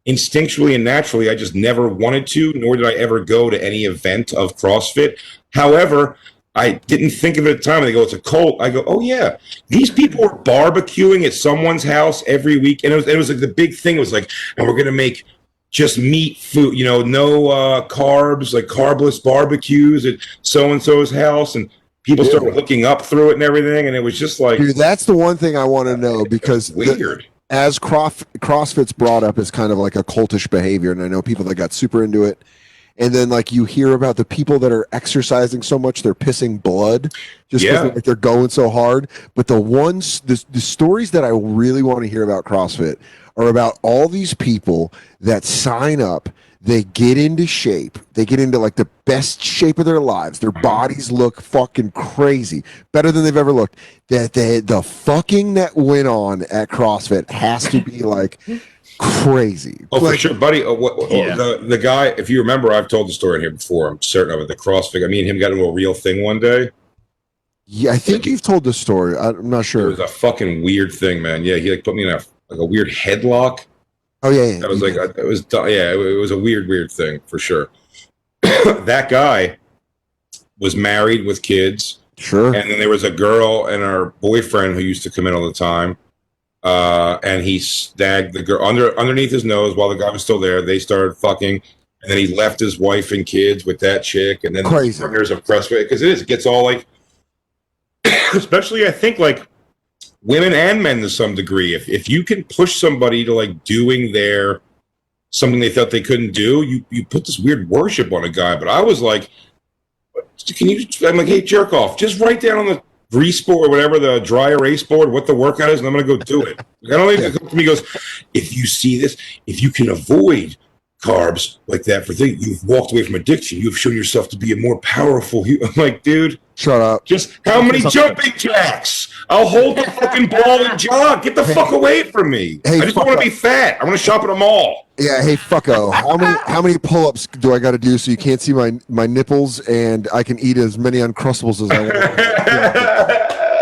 [SPEAKER 3] instinctually and naturally i just never wanted to nor did i ever go to any event of crossfit however i didn't think of it at the time they go it's a cult i go oh yeah these people were barbecuing at someone's house every week and it was, it was like the big thing it was like and we're going to make just meat food you know no uh, carbs like carbless barbecues at so and so's house and people
[SPEAKER 1] Yeah.
[SPEAKER 3] started hooking up through it and everything and it was just like
[SPEAKER 1] Dude, that's the one thing I want to know because the-
[SPEAKER 3] weird
[SPEAKER 1] as Crof, CrossFit's brought up as kind of like a cultish behavior, and I know people that got super into it, and then like you hear about the people that are exercising so much they're pissing blood just 'cause,
[SPEAKER 3] Yeah.
[SPEAKER 1] like they're going so hard. But the ones the, the stories that I really want to hear about CrossFit are about all these people that sign up. They get into shape. They get into like the best shape of their lives. Their bodies look fucking crazy, better than they've ever looked that the the fucking that went on at CrossFit has to be like crazy.
[SPEAKER 3] Oh, for
[SPEAKER 1] Like,
[SPEAKER 3] sure, buddy. Oh, what, oh,
[SPEAKER 5] Yeah.
[SPEAKER 3] the the guy, if you remember, I've told the story in here before. I'm certain of it. The CrossFit. I mean, him got into a real thing one day.
[SPEAKER 1] Yeah, I think you've told this story. I- I'm not
[SPEAKER 3] It
[SPEAKER 1] sure.
[SPEAKER 3] was a fucking weird thing, man. Yeah, he like put me in a like a weird headlock.
[SPEAKER 1] Oh yeah, yeah.
[SPEAKER 3] That was
[SPEAKER 1] yeah.
[SPEAKER 3] like a, it was. du- Yeah, it, was a weird, weird thing for sure. that guy was married with kids,
[SPEAKER 1] sure.
[SPEAKER 3] and then there was a girl and her boyfriend who used to come in all the time. Uh, and he snagged the girl under underneath his nose while the guy was still there. They started fucking, and then he left his wife and kids with that chick. And then
[SPEAKER 1] Crazy.
[SPEAKER 3] partners of CrossFit because it is. It gets all like, especially I think like women and men to some degree. If if you can push somebody to like doing their something they thought they couldn't do, you you put this weird worship on a guy. But I was like, can you? I'm like, hey, jerk off. Just write down on the grease board or whatever the dry erase board what the workout is, and I'm gonna go do it. Like, I don't even come to me. He Goes if you see this, if you can avoid carbs like that for things. You've walked away from addiction. You've shown yourself to be a more powerful. hu- I'm like, dude,
[SPEAKER 1] Shut up.
[SPEAKER 3] just how many jumping jacks? I'll hold the fucking ball and jog. Get the fuck away from me.
[SPEAKER 1] Hey,
[SPEAKER 3] I just
[SPEAKER 1] fuck
[SPEAKER 3] want
[SPEAKER 1] up.
[SPEAKER 3] to be fat. I want to shop at a mall.
[SPEAKER 1] Yeah. Hey, fucko. How many how many pull ups do I got to do so you can't see my my nipples and I can eat as many uncrustables as I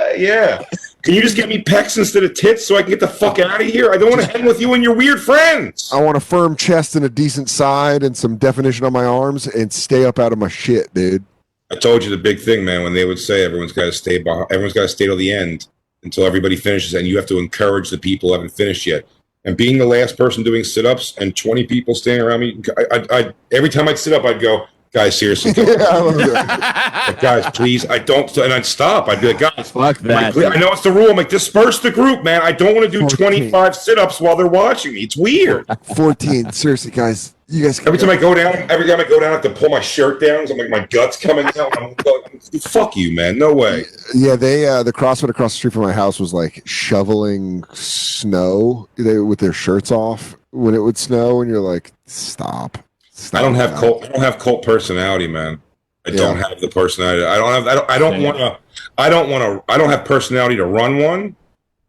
[SPEAKER 1] want?
[SPEAKER 3] yeah. Can you just get me pecs instead of tits so I can get the fuck out of here? I don't want to hang with you and your weird friends.
[SPEAKER 1] I want a firm chest and a decent side and some definition on my arms and stay up out of my shit, dude.
[SPEAKER 3] I told you the big thing, man. When they would say everyone's got to stay behind, everyone's got to stay till the end until everybody finishes, and you have to encourage the people who haven't finished yet. And being the last person doing sit-ups and twenty people standing around me, I, I, I every time I'd sit up, I'd go, guys, seriously,
[SPEAKER 1] yeah,
[SPEAKER 3] come on."
[SPEAKER 1] I love that.
[SPEAKER 3] Like, guys, please, I don't, and I'd stop. I'd be like, guys,
[SPEAKER 2] Fuck
[SPEAKER 3] I'm like, "Please," I know it's the rule. I'm like, disperse the group, man. I don't want to do
[SPEAKER 1] Okay.
[SPEAKER 3] twenty-five sit-ups while they're watching me. It's weird.
[SPEAKER 1] Fourteen. Seriously, guys. You guys. Can
[SPEAKER 3] Every time I go down, every time I go down, I have to pull my shirt down. 'cause I'm like, my guts coming out. I'm like, fuck you, man. No way.
[SPEAKER 1] Yeah, they uh, the CrossFit across the street from my house was like shoveling snow they, with their shirts off when it would snow, and you're like, stop. stop
[SPEAKER 3] I don't have
[SPEAKER 1] now."
[SPEAKER 3] cult. I don't have cult personality, man. I
[SPEAKER 1] Yeah.
[SPEAKER 3] don't have the personality. I don't have. I don't. I don't
[SPEAKER 5] Yeah.
[SPEAKER 3] want to. I don't want to. I don't have personality to run one.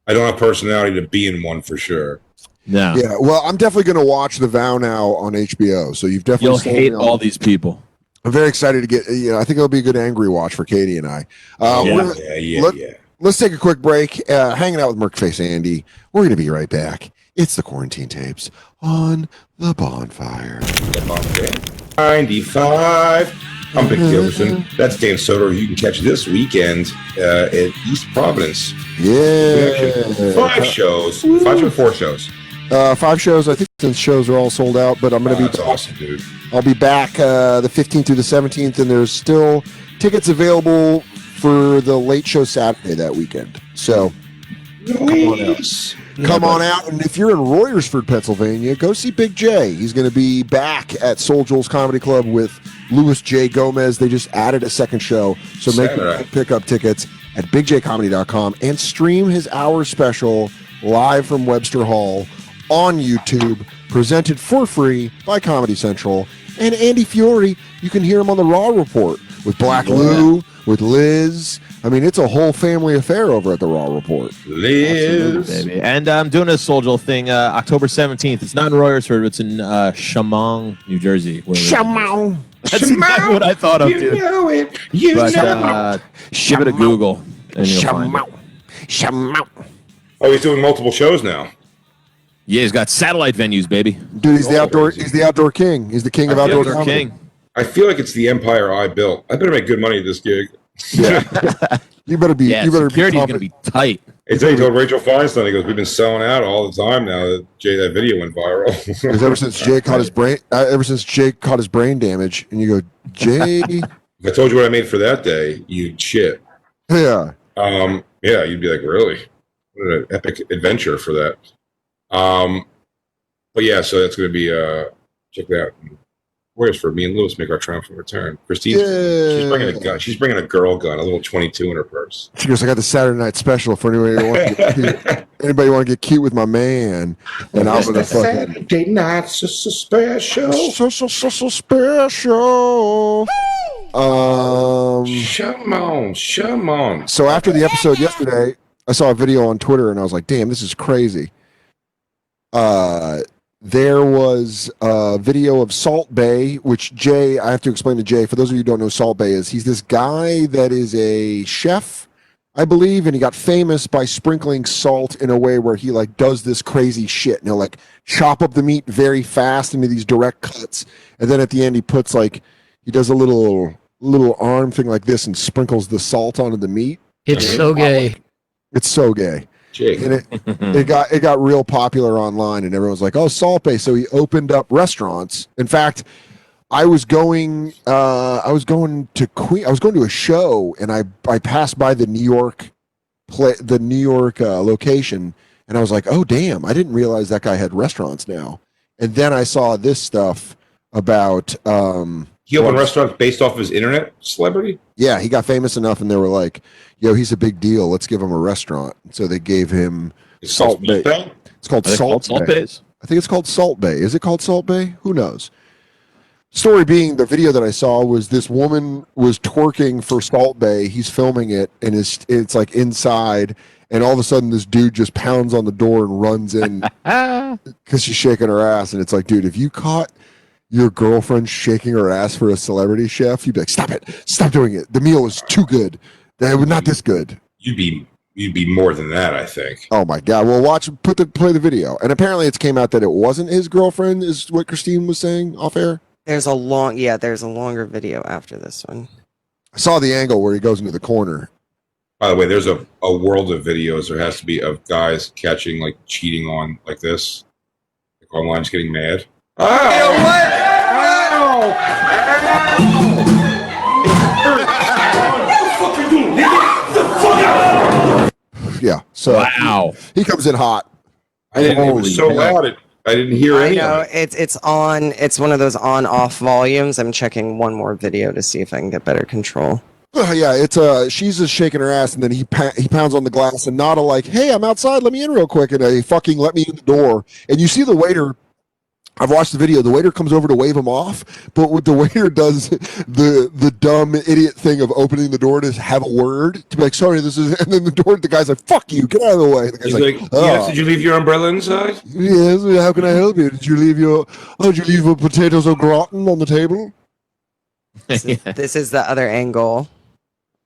[SPEAKER 3] I don't have personality to be in one for sure.
[SPEAKER 2] No.
[SPEAKER 1] Yeah, well, I'm definitely going to watch The Vow now on HBO. So you've definitely
[SPEAKER 2] You'll
[SPEAKER 1] sold
[SPEAKER 2] hate
[SPEAKER 1] me on-
[SPEAKER 2] all these people.
[SPEAKER 1] I'm very excited to get. You know, I think it'll be a good angry watch for Katie and I. Uh,
[SPEAKER 3] yeah,
[SPEAKER 1] we're-
[SPEAKER 3] yeah, yeah,
[SPEAKER 1] let-
[SPEAKER 3] yeah.
[SPEAKER 1] let's take a quick break. Uh, hanging out with Merkface Andy. We're going to be right back. It's the quarantine tapes on the bonfire.
[SPEAKER 3] If I'm dead. Ninety-five. I'm
[SPEAKER 1] Mm-hmm.
[SPEAKER 3] Vic Gilbertson. That's Dan Soder. You can catch this weekend uh, at East Providence.
[SPEAKER 1] Yeah,
[SPEAKER 3] Five shows. Five or four shows.
[SPEAKER 1] Uh, five shows. I think since shows are all sold out, but I'm going
[SPEAKER 3] Oh,
[SPEAKER 1] to be
[SPEAKER 3] that's awesome, dude.
[SPEAKER 1] I'll be back uh, the 15th through the 17th, and there's still tickets available for the late show Saturday that weekend. So
[SPEAKER 3] Nice.
[SPEAKER 1] come on out, and if you're in Royersford, Pennsylvania, go see Big J. He's going to be back at Soul Jules Comedy Club with Louis J. Gomez. They just added a second show, so make sure
[SPEAKER 3] Saturday.
[SPEAKER 1] you pick up tickets at bigjcomedy.com and stream his hour special live from Webster Hall on YouTube, presented for free by Comedy Central. And Andy Fiore, you can hear him on the Raw Report with Black Lou, with Liz. I mean, it's a whole family affair over at the Raw Report.
[SPEAKER 3] Liz.
[SPEAKER 2] Baby. And I'm doing a soldier thing uh, October 17th. It's not in Royersford, it's in uh, Shamong, New Jersey. where it is. That's not what I thought of,
[SPEAKER 3] You
[SPEAKER 2] dude.
[SPEAKER 3] know it. You
[SPEAKER 2] But
[SPEAKER 3] know
[SPEAKER 2] uh, give it a Google. And you'll find it.
[SPEAKER 3] it. Oh, he's doing multiple shows now.
[SPEAKER 2] Yeah, he's got satellite venues, baby.
[SPEAKER 1] Dude, he's the outdoor. He's the outdoor king. He's the king of
[SPEAKER 3] I feel
[SPEAKER 1] outdoor
[SPEAKER 2] Outdoor
[SPEAKER 1] comedy.
[SPEAKER 2] King.
[SPEAKER 3] I feel like it's the empire I built. I better make good money at this gig.
[SPEAKER 1] You better be.
[SPEAKER 2] Yeah,
[SPEAKER 1] you better
[SPEAKER 2] security's
[SPEAKER 1] be.
[SPEAKER 2] going to be tight.
[SPEAKER 3] It's like he told Rachel Feinstein, he goes, We've been selling out all the time now that Jay, that video went viral.
[SPEAKER 1] Because ever since Jay caught his brain, uh, ever since Jay caught his brain damage, and you go, Jay,
[SPEAKER 3] if I told you what I made for that day, you'd shit.
[SPEAKER 1] yeah,
[SPEAKER 3] Um, yeah, you'd be like, Really? What an epic adventure for that. Um, but yeah, so that's going to be, uh, check that out. Where's for me and Lewis make our triumphant return? Christine's, she's bringing a
[SPEAKER 1] yeah.
[SPEAKER 3] gun. She's bringing a girl gun, a little 22 in her purse.
[SPEAKER 1] She goes, I got the Saturday night special for anybody who wants to get cute. anybody want to get cute with my man, and I'm gonna fucking
[SPEAKER 3] Saturday night's just a special
[SPEAKER 1] so so so so special. Um.
[SPEAKER 3] Come on, come on.
[SPEAKER 1] So after the episode yesterday, I saw a video on Twitter and I was like, damn, this is crazy. Uh, there was a video of Salt Bay, which Jay, I have to explain to Jay, for those of you who don't know, Salt Bay is he's this guy that is a chef, I believe, and he got famous by sprinkling salt in a way where he like does this crazy shit. And he'll like chop up the meat very fast into these direct cuts. And then at the end, he puts like, he does a little little arm thing like this and sprinkles the salt onto the meat.
[SPEAKER 7] It's so gay.
[SPEAKER 1] It's so gay.
[SPEAKER 3] Jake.
[SPEAKER 1] And it,
[SPEAKER 2] Hmm.
[SPEAKER 1] it got it got real popular online and everyone was like, oh Salt Bay. So he opened up restaurants. In fact, I was going uh I was going to Queen I was going to a show and I I passed by the New York play the New York uh, location and I was like, oh damn, I didn't realize that guy had restaurants now. And then I saw this stuff about um
[SPEAKER 3] He opened restaurants based off of his internet celebrity?
[SPEAKER 1] yeah, he got famous enough, and they were like, "Yo, he's a big deal. Let's give him a restaurant." So they gave him.
[SPEAKER 3] It's
[SPEAKER 1] Salt
[SPEAKER 3] called Meat
[SPEAKER 1] Bay.
[SPEAKER 3] Belt?
[SPEAKER 1] It's called
[SPEAKER 2] Are they
[SPEAKER 1] Salt,
[SPEAKER 2] called Salt
[SPEAKER 1] Bay.
[SPEAKER 2] Bays?
[SPEAKER 1] I think it's called Salt Bay. Is it called Salt Bay? Who knows? Story being, the video that I saw was this woman was twerking for Salt Bay. He's filming it, and it's it's like inside, and all of a sudden this dude just pounds on the door and runs in
[SPEAKER 2] Ah.
[SPEAKER 1] because she's shaking her ass, and it's like, dude, if you caught your girlfriend shaking her ass for a celebrity chef, you'd be like, stop it, stop doing it. The meal is too good. That was not this good.
[SPEAKER 3] You'd be you'd be more than that, I think.
[SPEAKER 1] Oh my god! Well, watch, put the play the video, and apparently it's came out that it wasn't his girlfriend, is what Christine was saying off air.
[SPEAKER 6] There's a long, yeah, there's a longer video after this one.
[SPEAKER 1] I saw the angle where he goes into the corner.
[SPEAKER 3] By the way, there's a, a world of videos there has to be of guys catching like cheating on like this. Like online just getting mad. Oh,
[SPEAKER 1] Yeah, so
[SPEAKER 2] Wow.
[SPEAKER 1] he comes in hot.
[SPEAKER 3] I didn't it was so
[SPEAKER 1] Holy cow.
[SPEAKER 3] loud it, I didn't hear
[SPEAKER 6] I
[SPEAKER 3] any of
[SPEAKER 6] know
[SPEAKER 3] it.
[SPEAKER 6] it's it's on. It's one of those on-off volumes. I'm checking one more video to see if I can get better control.
[SPEAKER 1] Ugh, yeah, it's uh, she's just shaking her ass, and then he pa- he pounds on the glass, and Nada like, "Hey, I'm outside. Let me in real quick." And uh, he fucking let me in the door, and you see the waiter. I've watched the video. The waiter comes over to wave him off, but what the waiter does the the dumb idiot thing of opening the door to have a word to be like, "Sorry, this is," and then the door, the guy's like, "Fuck you, get out of the way." The guy's
[SPEAKER 3] He's
[SPEAKER 1] like,
[SPEAKER 3] like,
[SPEAKER 1] "Oh."
[SPEAKER 3] yes, did you leave your umbrella inside?
[SPEAKER 1] Yes, how can I help you? Did you leave your oh did you leave your potatoes au gratin on the table?
[SPEAKER 6] This is, this is the other angle.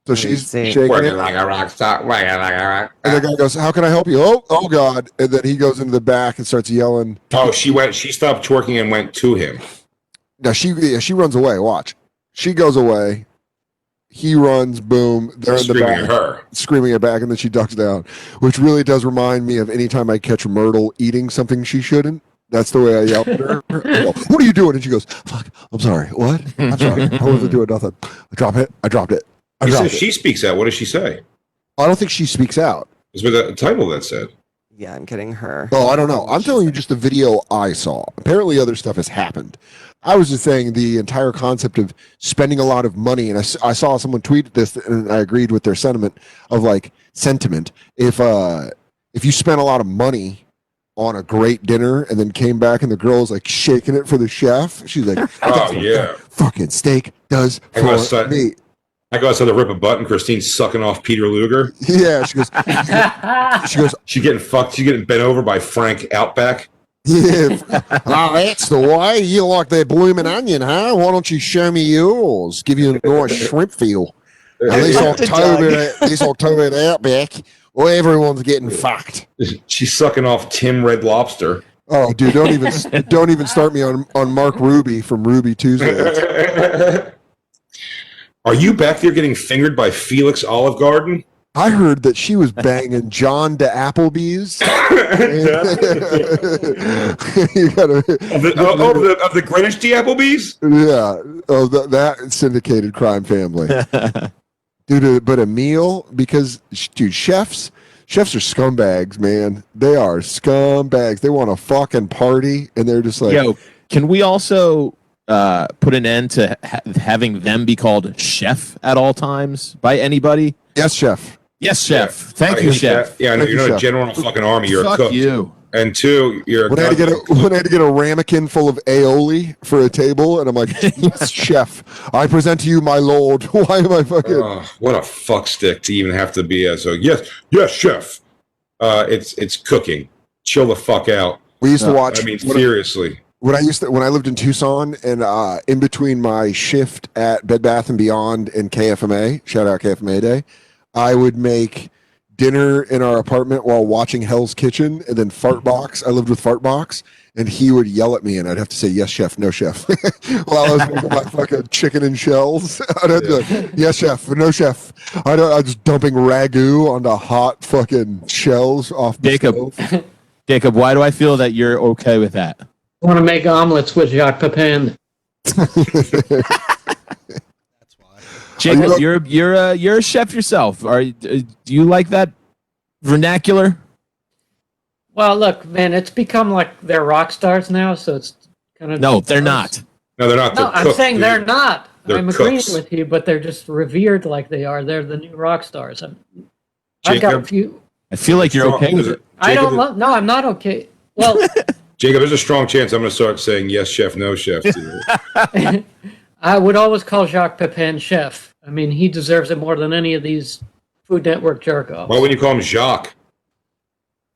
[SPEAKER 1] So she's
[SPEAKER 6] see.
[SPEAKER 1] shaking
[SPEAKER 3] Working
[SPEAKER 1] it.
[SPEAKER 3] like a rock star, working like a rock.
[SPEAKER 1] And the guy goes, How can I help you? Oh, oh God. And then he goes into the back and starts yelling.
[SPEAKER 3] Oh, she went. She stopped twerking and went to him.
[SPEAKER 1] Now she yeah, she runs away, watch. She goes away. He runs, boom, they're in the
[SPEAKER 3] screaming
[SPEAKER 1] back
[SPEAKER 3] at her.
[SPEAKER 1] screaming it back and then she ducks down. Which really does remind me of any time I catch Myrtle eating something she shouldn't. That's the way I yelled at her. I go, what are you doing? And she goes, Fuck, I'm sorry. What? I'm sorry. I wasn't doing nothing. I dropped it. I dropped it. I
[SPEAKER 3] He
[SPEAKER 1] dropped it.
[SPEAKER 3] says she speaks out. What does she say?
[SPEAKER 1] I don't think she speaks out.
[SPEAKER 3] It's with the title that said.
[SPEAKER 6] Yeah, I'm getting her.
[SPEAKER 1] Oh, I don't know. I'm telling you just the video I saw. Apparently, other stuff has happened. I was just saying the entire concept of spending a lot of money, and I, s- I saw someone tweet this, and I agreed with their sentiment of like sentiment. If uh, if you spent a lot of money on a great dinner and then came back and the girl was like shaking it for the chef, she's like,
[SPEAKER 3] Oh yeah.
[SPEAKER 1] "Fucking steak does
[SPEAKER 3] I got
[SPEAKER 1] for
[SPEAKER 3] sudden-
[SPEAKER 1] me."
[SPEAKER 3] I go outside to rip a button. Christine's sucking off Peter Luger.
[SPEAKER 1] Yeah, she goes. She goes.
[SPEAKER 3] She getting fucked. She getting bent over by Frank Outback.
[SPEAKER 1] Yeah. Ah, that's the way. You like that blooming onion, huh? Why don't you show me yours? Give you a nice shrimp feel. And this
[SPEAKER 6] Up to
[SPEAKER 1] October, this October at Outback, well, everyone's getting fucked.
[SPEAKER 3] She's sucking off Tim Red Lobster.
[SPEAKER 1] Oh, dude, don't even don't even start me on on Mark Ruby from Ruby Tuesday.
[SPEAKER 3] Are you back there getting fingered by Felix Olive Garden?
[SPEAKER 1] I heard that she was banging John to Applebee's. you gotta,
[SPEAKER 3] Of the, of, of the, of the Greenwich D. Applebee's?
[SPEAKER 1] yeah. Oh, th- that syndicated crime family, dude. uh, But a meal because, sh- dude, chefs, chefs are scumbags, man. They are scumbags. They want a fucking party, and they're just like,
[SPEAKER 2] Yo, can we also uh, put an end to ha- having them be called chef at all times by anybody?
[SPEAKER 1] "Yes, chef."
[SPEAKER 2] Yes, chef.
[SPEAKER 3] I
[SPEAKER 2] Thank you,
[SPEAKER 3] hate
[SPEAKER 2] chef.
[SPEAKER 3] that. Yeah, I know
[SPEAKER 1] Thank
[SPEAKER 3] you're
[SPEAKER 1] you,
[SPEAKER 3] not a
[SPEAKER 1] chef.
[SPEAKER 3] general in the fucking army. You're a
[SPEAKER 2] Fuck
[SPEAKER 3] cook.
[SPEAKER 2] you.
[SPEAKER 3] And two, you're a
[SPEAKER 1] When I had to get
[SPEAKER 3] goddamn
[SPEAKER 1] a when I had to get a ramekin full of aioli for a table, and I'm like, "Yes, chef. I present to you, my lord." Why am I fucking?
[SPEAKER 3] Oh, what a fuck stick to even have to be as a yes, yes, chef. Uh, it's it's cooking. Chill the fuck out.
[SPEAKER 1] we used to
[SPEAKER 2] no,
[SPEAKER 1] watch.
[SPEAKER 3] I mean,
[SPEAKER 1] what-
[SPEAKER 3] seriously.
[SPEAKER 1] when I used to, when I lived in Tucson and uh, in between my shift at Bed Bath and Beyond and KFMA, shout out KFMA Day, I would make dinner in our apartment while watching Hell's Kitchen and then
[SPEAKER 2] Mm-hmm.
[SPEAKER 1] Fartbox. I lived with Fartbox and he would yell at me and I'd have to say yes chef, no chef. while I was making my fucking chicken and shells. I'd have to be like, yes chef, no chef. I don't I was dumping ragu onto hot fucking shells off the
[SPEAKER 2] Jacob.
[SPEAKER 1] stove.
[SPEAKER 2] Jacob, why do I feel that you're okay with that?
[SPEAKER 7] I want to make omelets with Jacques Pepin.
[SPEAKER 2] Jacob,
[SPEAKER 1] Are
[SPEAKER 2] you are you're a, you're a chef yourself. Are you- uh, do you like that vernacular?
[SPEAKER 7] Well, look, man, it's become like they're rock stars now, so it's kind of
[SPEAKER 2] No, they're not.
[SPEAKER 3] No, they're not.
[SPEAKER 7] No,
[SPEAKER 3] they're
[SPEAKER 7] I'm
[SPEAKER 3] cooked,
[SPEAKER 7] saying
[SPEAKER 3] dude.
[SPEAKER 7] they're not.
[SPEAKER 3] They're
[SPEAKER 7] I'm agreeing
[SPEAKER 3] cooks.
[SPEAKER 7] with you, but they're just revered like they are. They're the new rock stars. I'm, I've got a
[SPEAKER 3] Jacob,
[SPEAKER 7] few.
[SPEAKER 2] I feel like you're okay with it.
[SPEAKER 7] I
[SPEAKER 3] Jacob,
[SPEAKER 7] don't love. No, I'm not okay. Well,
[SPEAKER 3] Jacob, there's a strong chance I'm going to start saying yes, chef, no, chef. to you.
[SPEAKER 7] I would always call Jacques Pepin chef. I mean, he deserves it more than any of these Food Network jerk offs.
[SPEAKER 3] Why wouldn't you call him Jacques?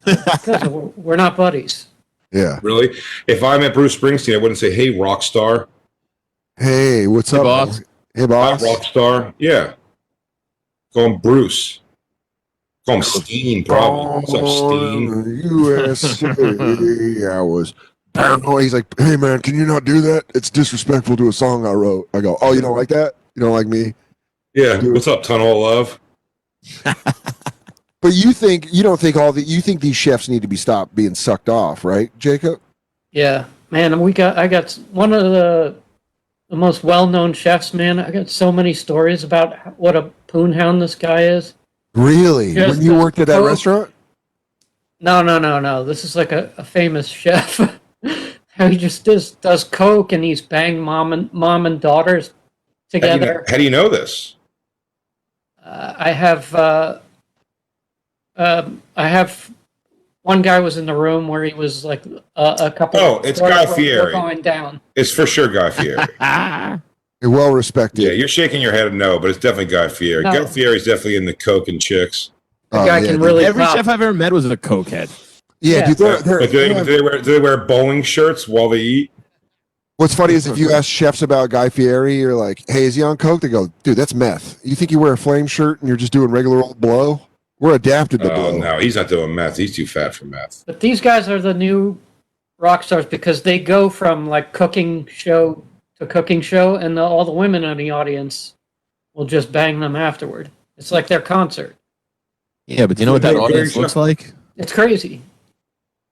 [SPEAKER 7] Because we're, we're not buddies.
[SPEAKER 1] Yeah.
[SPEAKER 3] Really? If I met Bruce Springsteen, I wouldn't say, "Hey, rock star."
[SPEAKER 1] Hey, what's
[SPEAKER 2] Hey,
[SPEAKER 1] up?
[SPEAKER 2] boss.
[SPEAKER 1] Hey
[SPEAKER 3] Not
[SPEAKER 1] boss.
[SPEAKER 3] rock star. Yeah. Call him Bruce. Call him Steen, probably. What's up, Steen?
[SPEAKER 1] Born in the USA, I was paranoid. He's like, "Hey man, can you not do that? It's disrespectful to a song I wrote." I go, "Oh, you don't like that? You don't like me?"
[SPEAKER 3] Yeah.
[SPEAKER 1] Dude.
[SPEAKER 3] What's up, Tunnel of Love?
[SPEAKER 1] But you think you don't think all the you think these chefs need to be stopped being sucked off, right, Jacob?
[SPEAKER 7] Yeah, man. We got. I got s- one of the the most well-known chefs. Man, I got so many stories about h- what a poonhound this guy is.
[SPEAKER 1] Really?
[SPEAKER 7] Yes,
[SPEAKER 1] when you
[SPEAKER 7] the-
[SPEAKER 1] worked at that
[SPEAKER 7] oh.
[SPEAKER 1] restaurant?
[SPEAKER 7] No, no, no, no. This is like a, a famous chef. How he just does, does coke and he's banged mom and mom and daughters
[SPEAKER 3] How do, you know,
[SPEAKER 7] together.
[SPEAKER 3] how do you know this?
[SPEAKER 7] Uh, I have uh, um, I have one guy was in the room where he was like uh, a, a couple.
[SPEAKER 3] Oh, it's
[SPEAKER 7] were-
[SPEAKER 3] Guy
[SPEAKER 7] were- were
[SPEAKER 3] Fieri.
[SPEAKER 7] going down.
[SPEAKER 3] It's for sure Guy Fieri.
[SPEAKER 1] You're well respected.
[SPEAKER 3] yeah, you're shaking your head no, but it's definitely Guy Fieri.
[SPEAKER 7] No.
[SPEAKER 3] Guy Fieri's definitely in the coke and chicks.
[SPEAKER 7] The
[SPEAKER 1] Oh,
[SPEAKER 7] guy
[SPEAKER 1] yeah,
[SPEAKER 7] can
[SPEAKER 1] dude.
[SPEAKER 7] really
[SPEAKER 2] Every
[SPEAKER 7] pop.
[SPEAKER 2] chef I've ever met was a cokehead.
[SPEAKER 1] Yeah,
[SPEAKER 7] Yeah.
[SPEAKER 1] dude. They're,
[SPEAKER 3] But-
[SPEAKER 1] they're,
[SPEAKER 3] but do, they, do, they wear, do they wear bowling shirts while they eat?
[SPEAKER 1] what's funny is if you ask chefs about Guy Fieri, you're like, "Hey, is he on coke?" They go, "Dude, that's meth. You think you wear a flame shirt and you're just doing regular old blow? We're adapted to blow."
[SPEAKER 3] Oh, no, he's not doing meth. He's too fat for meth.
[SPEAKER 7] But these guys are the new rock stars because they go from like cooking show to cooking show, and the, all the women in the audience will just bang them afterward. It's like their concert.
[SPEAKER 2] Yeah, but do you know what that
[SPEAKER 3] Yeah, very
[SPEAKER 2] audience
[SPEAKER 3] chef.
[SPEAKER 2] looks like?
[SPEAKER 7] It's crazy.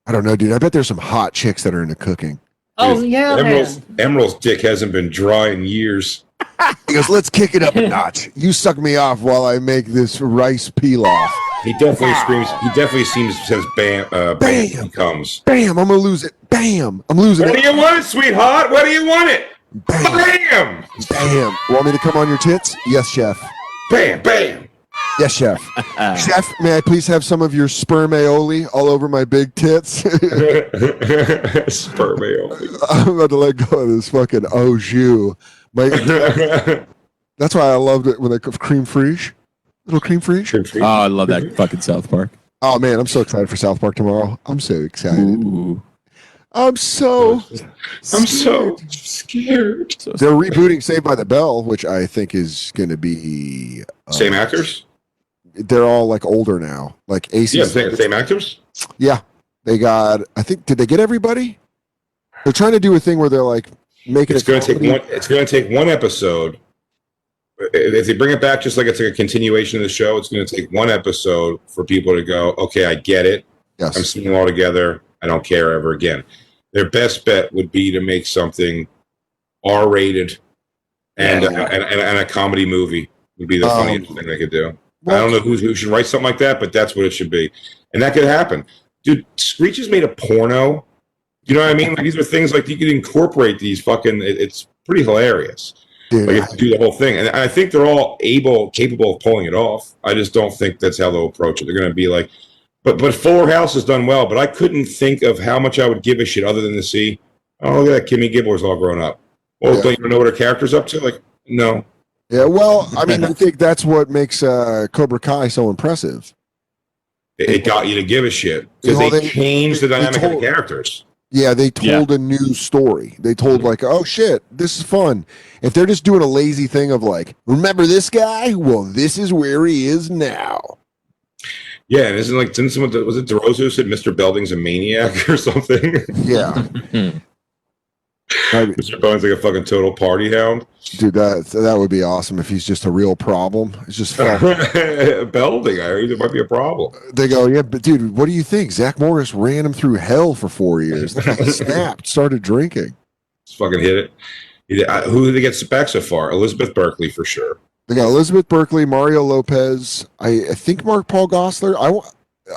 [SPEAKER 1] I don't know, dude. I bet there's some hot chicks that are into cooking.
[SPEAKER 7] Oh yeah,
[SPEAKER 3] Emerald's,
[SPEAKER 7] man.
[SPEAKER 3] Emerald's dick hasn't been dry in years.
[SPEAKER 1] He goes, let's kick it up a notch. You suck me off while I make this rice pilaf.
[SPEAKER 3] He definitely screams. He definitely seems says bam. Uh, bam.
[SPEAKER 1] Bam.
[SPEAKER 3] He comes.
[SPEAKER 1] Bam, I'm gonna lose it. Bam, I'm losing
[SPEAKER 3] Where do
[SPEAKER 1] it.
[SPEAKER 3] you want it, sweetheart? Where do you want it?
[SPEAKER 1] Bam,
[SPEAKER 3] Bam!
[SPEAKER 1] bam. Want me to come on your tits? Yes, chef.
[SPEAKER 3] Bam! Bam!
[SPEAKER 1] Yes, chef. chef, may I please have some of your sperm aioli all over my big tits?
[SPEAKER 3] Sperm ale.
[SPEAKER 1] I'm about to let go of this fucking au jus. My, That's why I loved it when they cream frige, little cream frige.
[SPEAKER 3] Sure, sure.
[SPEAKER 2] Oh, I love that fucking South Park.
[SPEAKER 1] Oh man, I'm so excited for South Park tomorrow. I'm so excited.
[SPEAKER 2] Ooh.
[SPEAKER 1] I'm so.
[SPEAKER 3] I'm so scared.
[SPEAKER 2] So
[SPEAKER 1] They're rebooting Saved by the Bell, which I think is going to be. uh,
[SPEAKER 3] Same actors?
[SPEAKER 1] They're all like older now. Like AC.
[SPEAKER 3] Yeah, same, same actors.
[SPEAKER 1] They got. I think. Did they get everybody? They're trying to do a thing where they're like making.
[SPEAKER 3] It's
[SPEAKER 1] a
[SPEAKER 3] going to take
[SPEAKER 1] comedy.
[SPEAKER 3] one. It's going to take one episode. If if they bring it back, just like it's like a continuation of the show, it's going to take one episode for people to go, "Okay, I get it. I'm
[SPEAKER 1] Yes.
[SPEAKER 3] seeing it all together. I don't care ever again." Their best bet would be to make something R-rated and
[SPEAKER 1] Yeah.
[SPEAKER 3] uh, and, and, and a comedy movie would be the
[SPEAKER 1] Um,
[SPEAKER 3] funniest thing they could do. I don't know who, who should write something like that, but that's what it should be. And that could happen. Dude, Screech has made a porno. You know what I mean? Like, these are things like you could incorporate these fucking, it- it's pretty hilarious.
[SPEAKER 1] Dude,
[SPEAKER 3] Like, if you do the whole thing. And I think they're all able, capable of pulling it off. I just don't think that's how they'll approach it. They're going to be like, but but Fuller House has done well, but I couldn't think of how much I would give a shit other than to see, oh, look at that. Kimmy Gibbler's all grown up. Well,
[SPEAKER 1] Yeah.
[SPEAKER 3] don't you know what her character's up to? Like, no.
[SPEAKER 1] yeah. Well, I mean, I think that's what makes uh, Cobra Kai so impressive.
[SPEAKER 3] It, it got you to give a shit because
[SPEAKER 1] Well,
[SPEAKER 3] they,
[SPEAKER 1] they-
[SPEAKER 3] changed the
[SPEAKER 1] they
[SPEAKER 3] dynamic of
[SPEAKER 1] told-
[SPEAKER 3] the characters.
[SPEAKER 1] Yeah, they
[SPEAKER 2] Yeah.
[SPEAKER 1] told a new story. They told like, oh shit, this is fun. If they're just doing a lazy thing of like, remember this guy? Well, this is where he is now.
[SPEAKER 3] Yeah, and isn't like didn't someone was it DeRosa who said Mr. Belding's a maniac or something?
[SPEAKER 1] Yeah. That'd be-
[SPEAKER 3] Mr. Belding's like a fucking total party hound.
[SPEAKER 1] Dude, that that would be awesome if he's just a real problem. It's just fun.
[SPEAKER 3] Belding, I heard there might be a problem.
[SPEAKER 1] they go, yeah, but dude, what do you think? Zach Morris ran him through hell for four years. Then he snapped, started drinking.
[SPEAKER 3] Just fucking hit it. He did- I- Who did they get back so far? Elizabeth Berkley for sure.
[SPEAKER 1] They got Elizabeth Berkley, Mario Lopez. I, I think Mark Paul Gossler. I wa-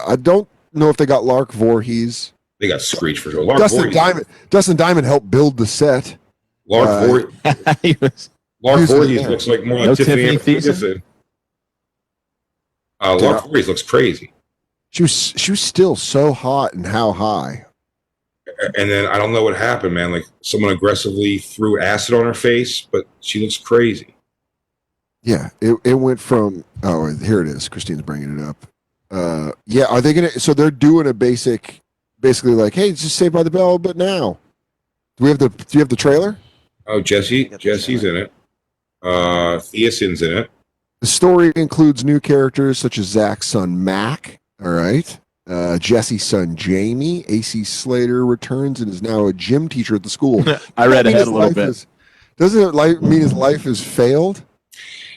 [SPEAKER 1] I don't know if they got Lark Voorhees.
[SPEAKER 3] They got Screech for sure. Lark
[SPEAKER 1] Dustin
[SPEAKER 3] Voorhees.
[SPEAKER 1] Diamond. Dustin Diamond helped build the set.
[SPEAKER 3] Lark,
[SPEAKER 1] uh,
[SPEAKER 3] Voorhees-
[SPEAKER 2] He was-
[SPEAKER 3] Lark
[SPEAKER 1] Who's
[SPEAKER 3] Voorhees
[SPEAKER 1] there?
[SPEAKER 3] looks like more like
[SPEAKER 2] No
[SPEAKER 3] Tiffany.
[SPEAKER 2] Tiffany
[SPEAKER 3] Anderson. Uh,
[SPEAKER 1] Dude, I-
[SPEAKER 3] Lark Voorhees looks crazy.
[SPEAKER 1] She was she was still so hot and how high.
[SPEAKER 3] And then I don't know what happened, man. Like someone aggressively threw acid on her face, but she looks crazy.
[SPEAKER 1] Yeah, it, it went from oh here it is. Christine's bringing it up. Uh, yeah, are they gonna? So they're doing a basic, basically like, hey, it's just Saved by the Bell, but now. Do we have the Do you have the trailer?
[SPEAKER 3] Oh, Jesse,
[SPEAKER 6] Get the
[SPEAKER 3] Jesse's in it. Uh, Theosin's in it.
[SPEAKER 1] The story includes new characters such as Zach's son Mac. All right. Uh, Jesse's son Jamie. AC Slater returns and is now a gym teacher at the school.
[SPEAKER 2] I read ahead a little
[SPEAKER 1] Life
[SPEAKER 2] bit.
[SPEAKER 1] is- doesn't it like mean his life is failed?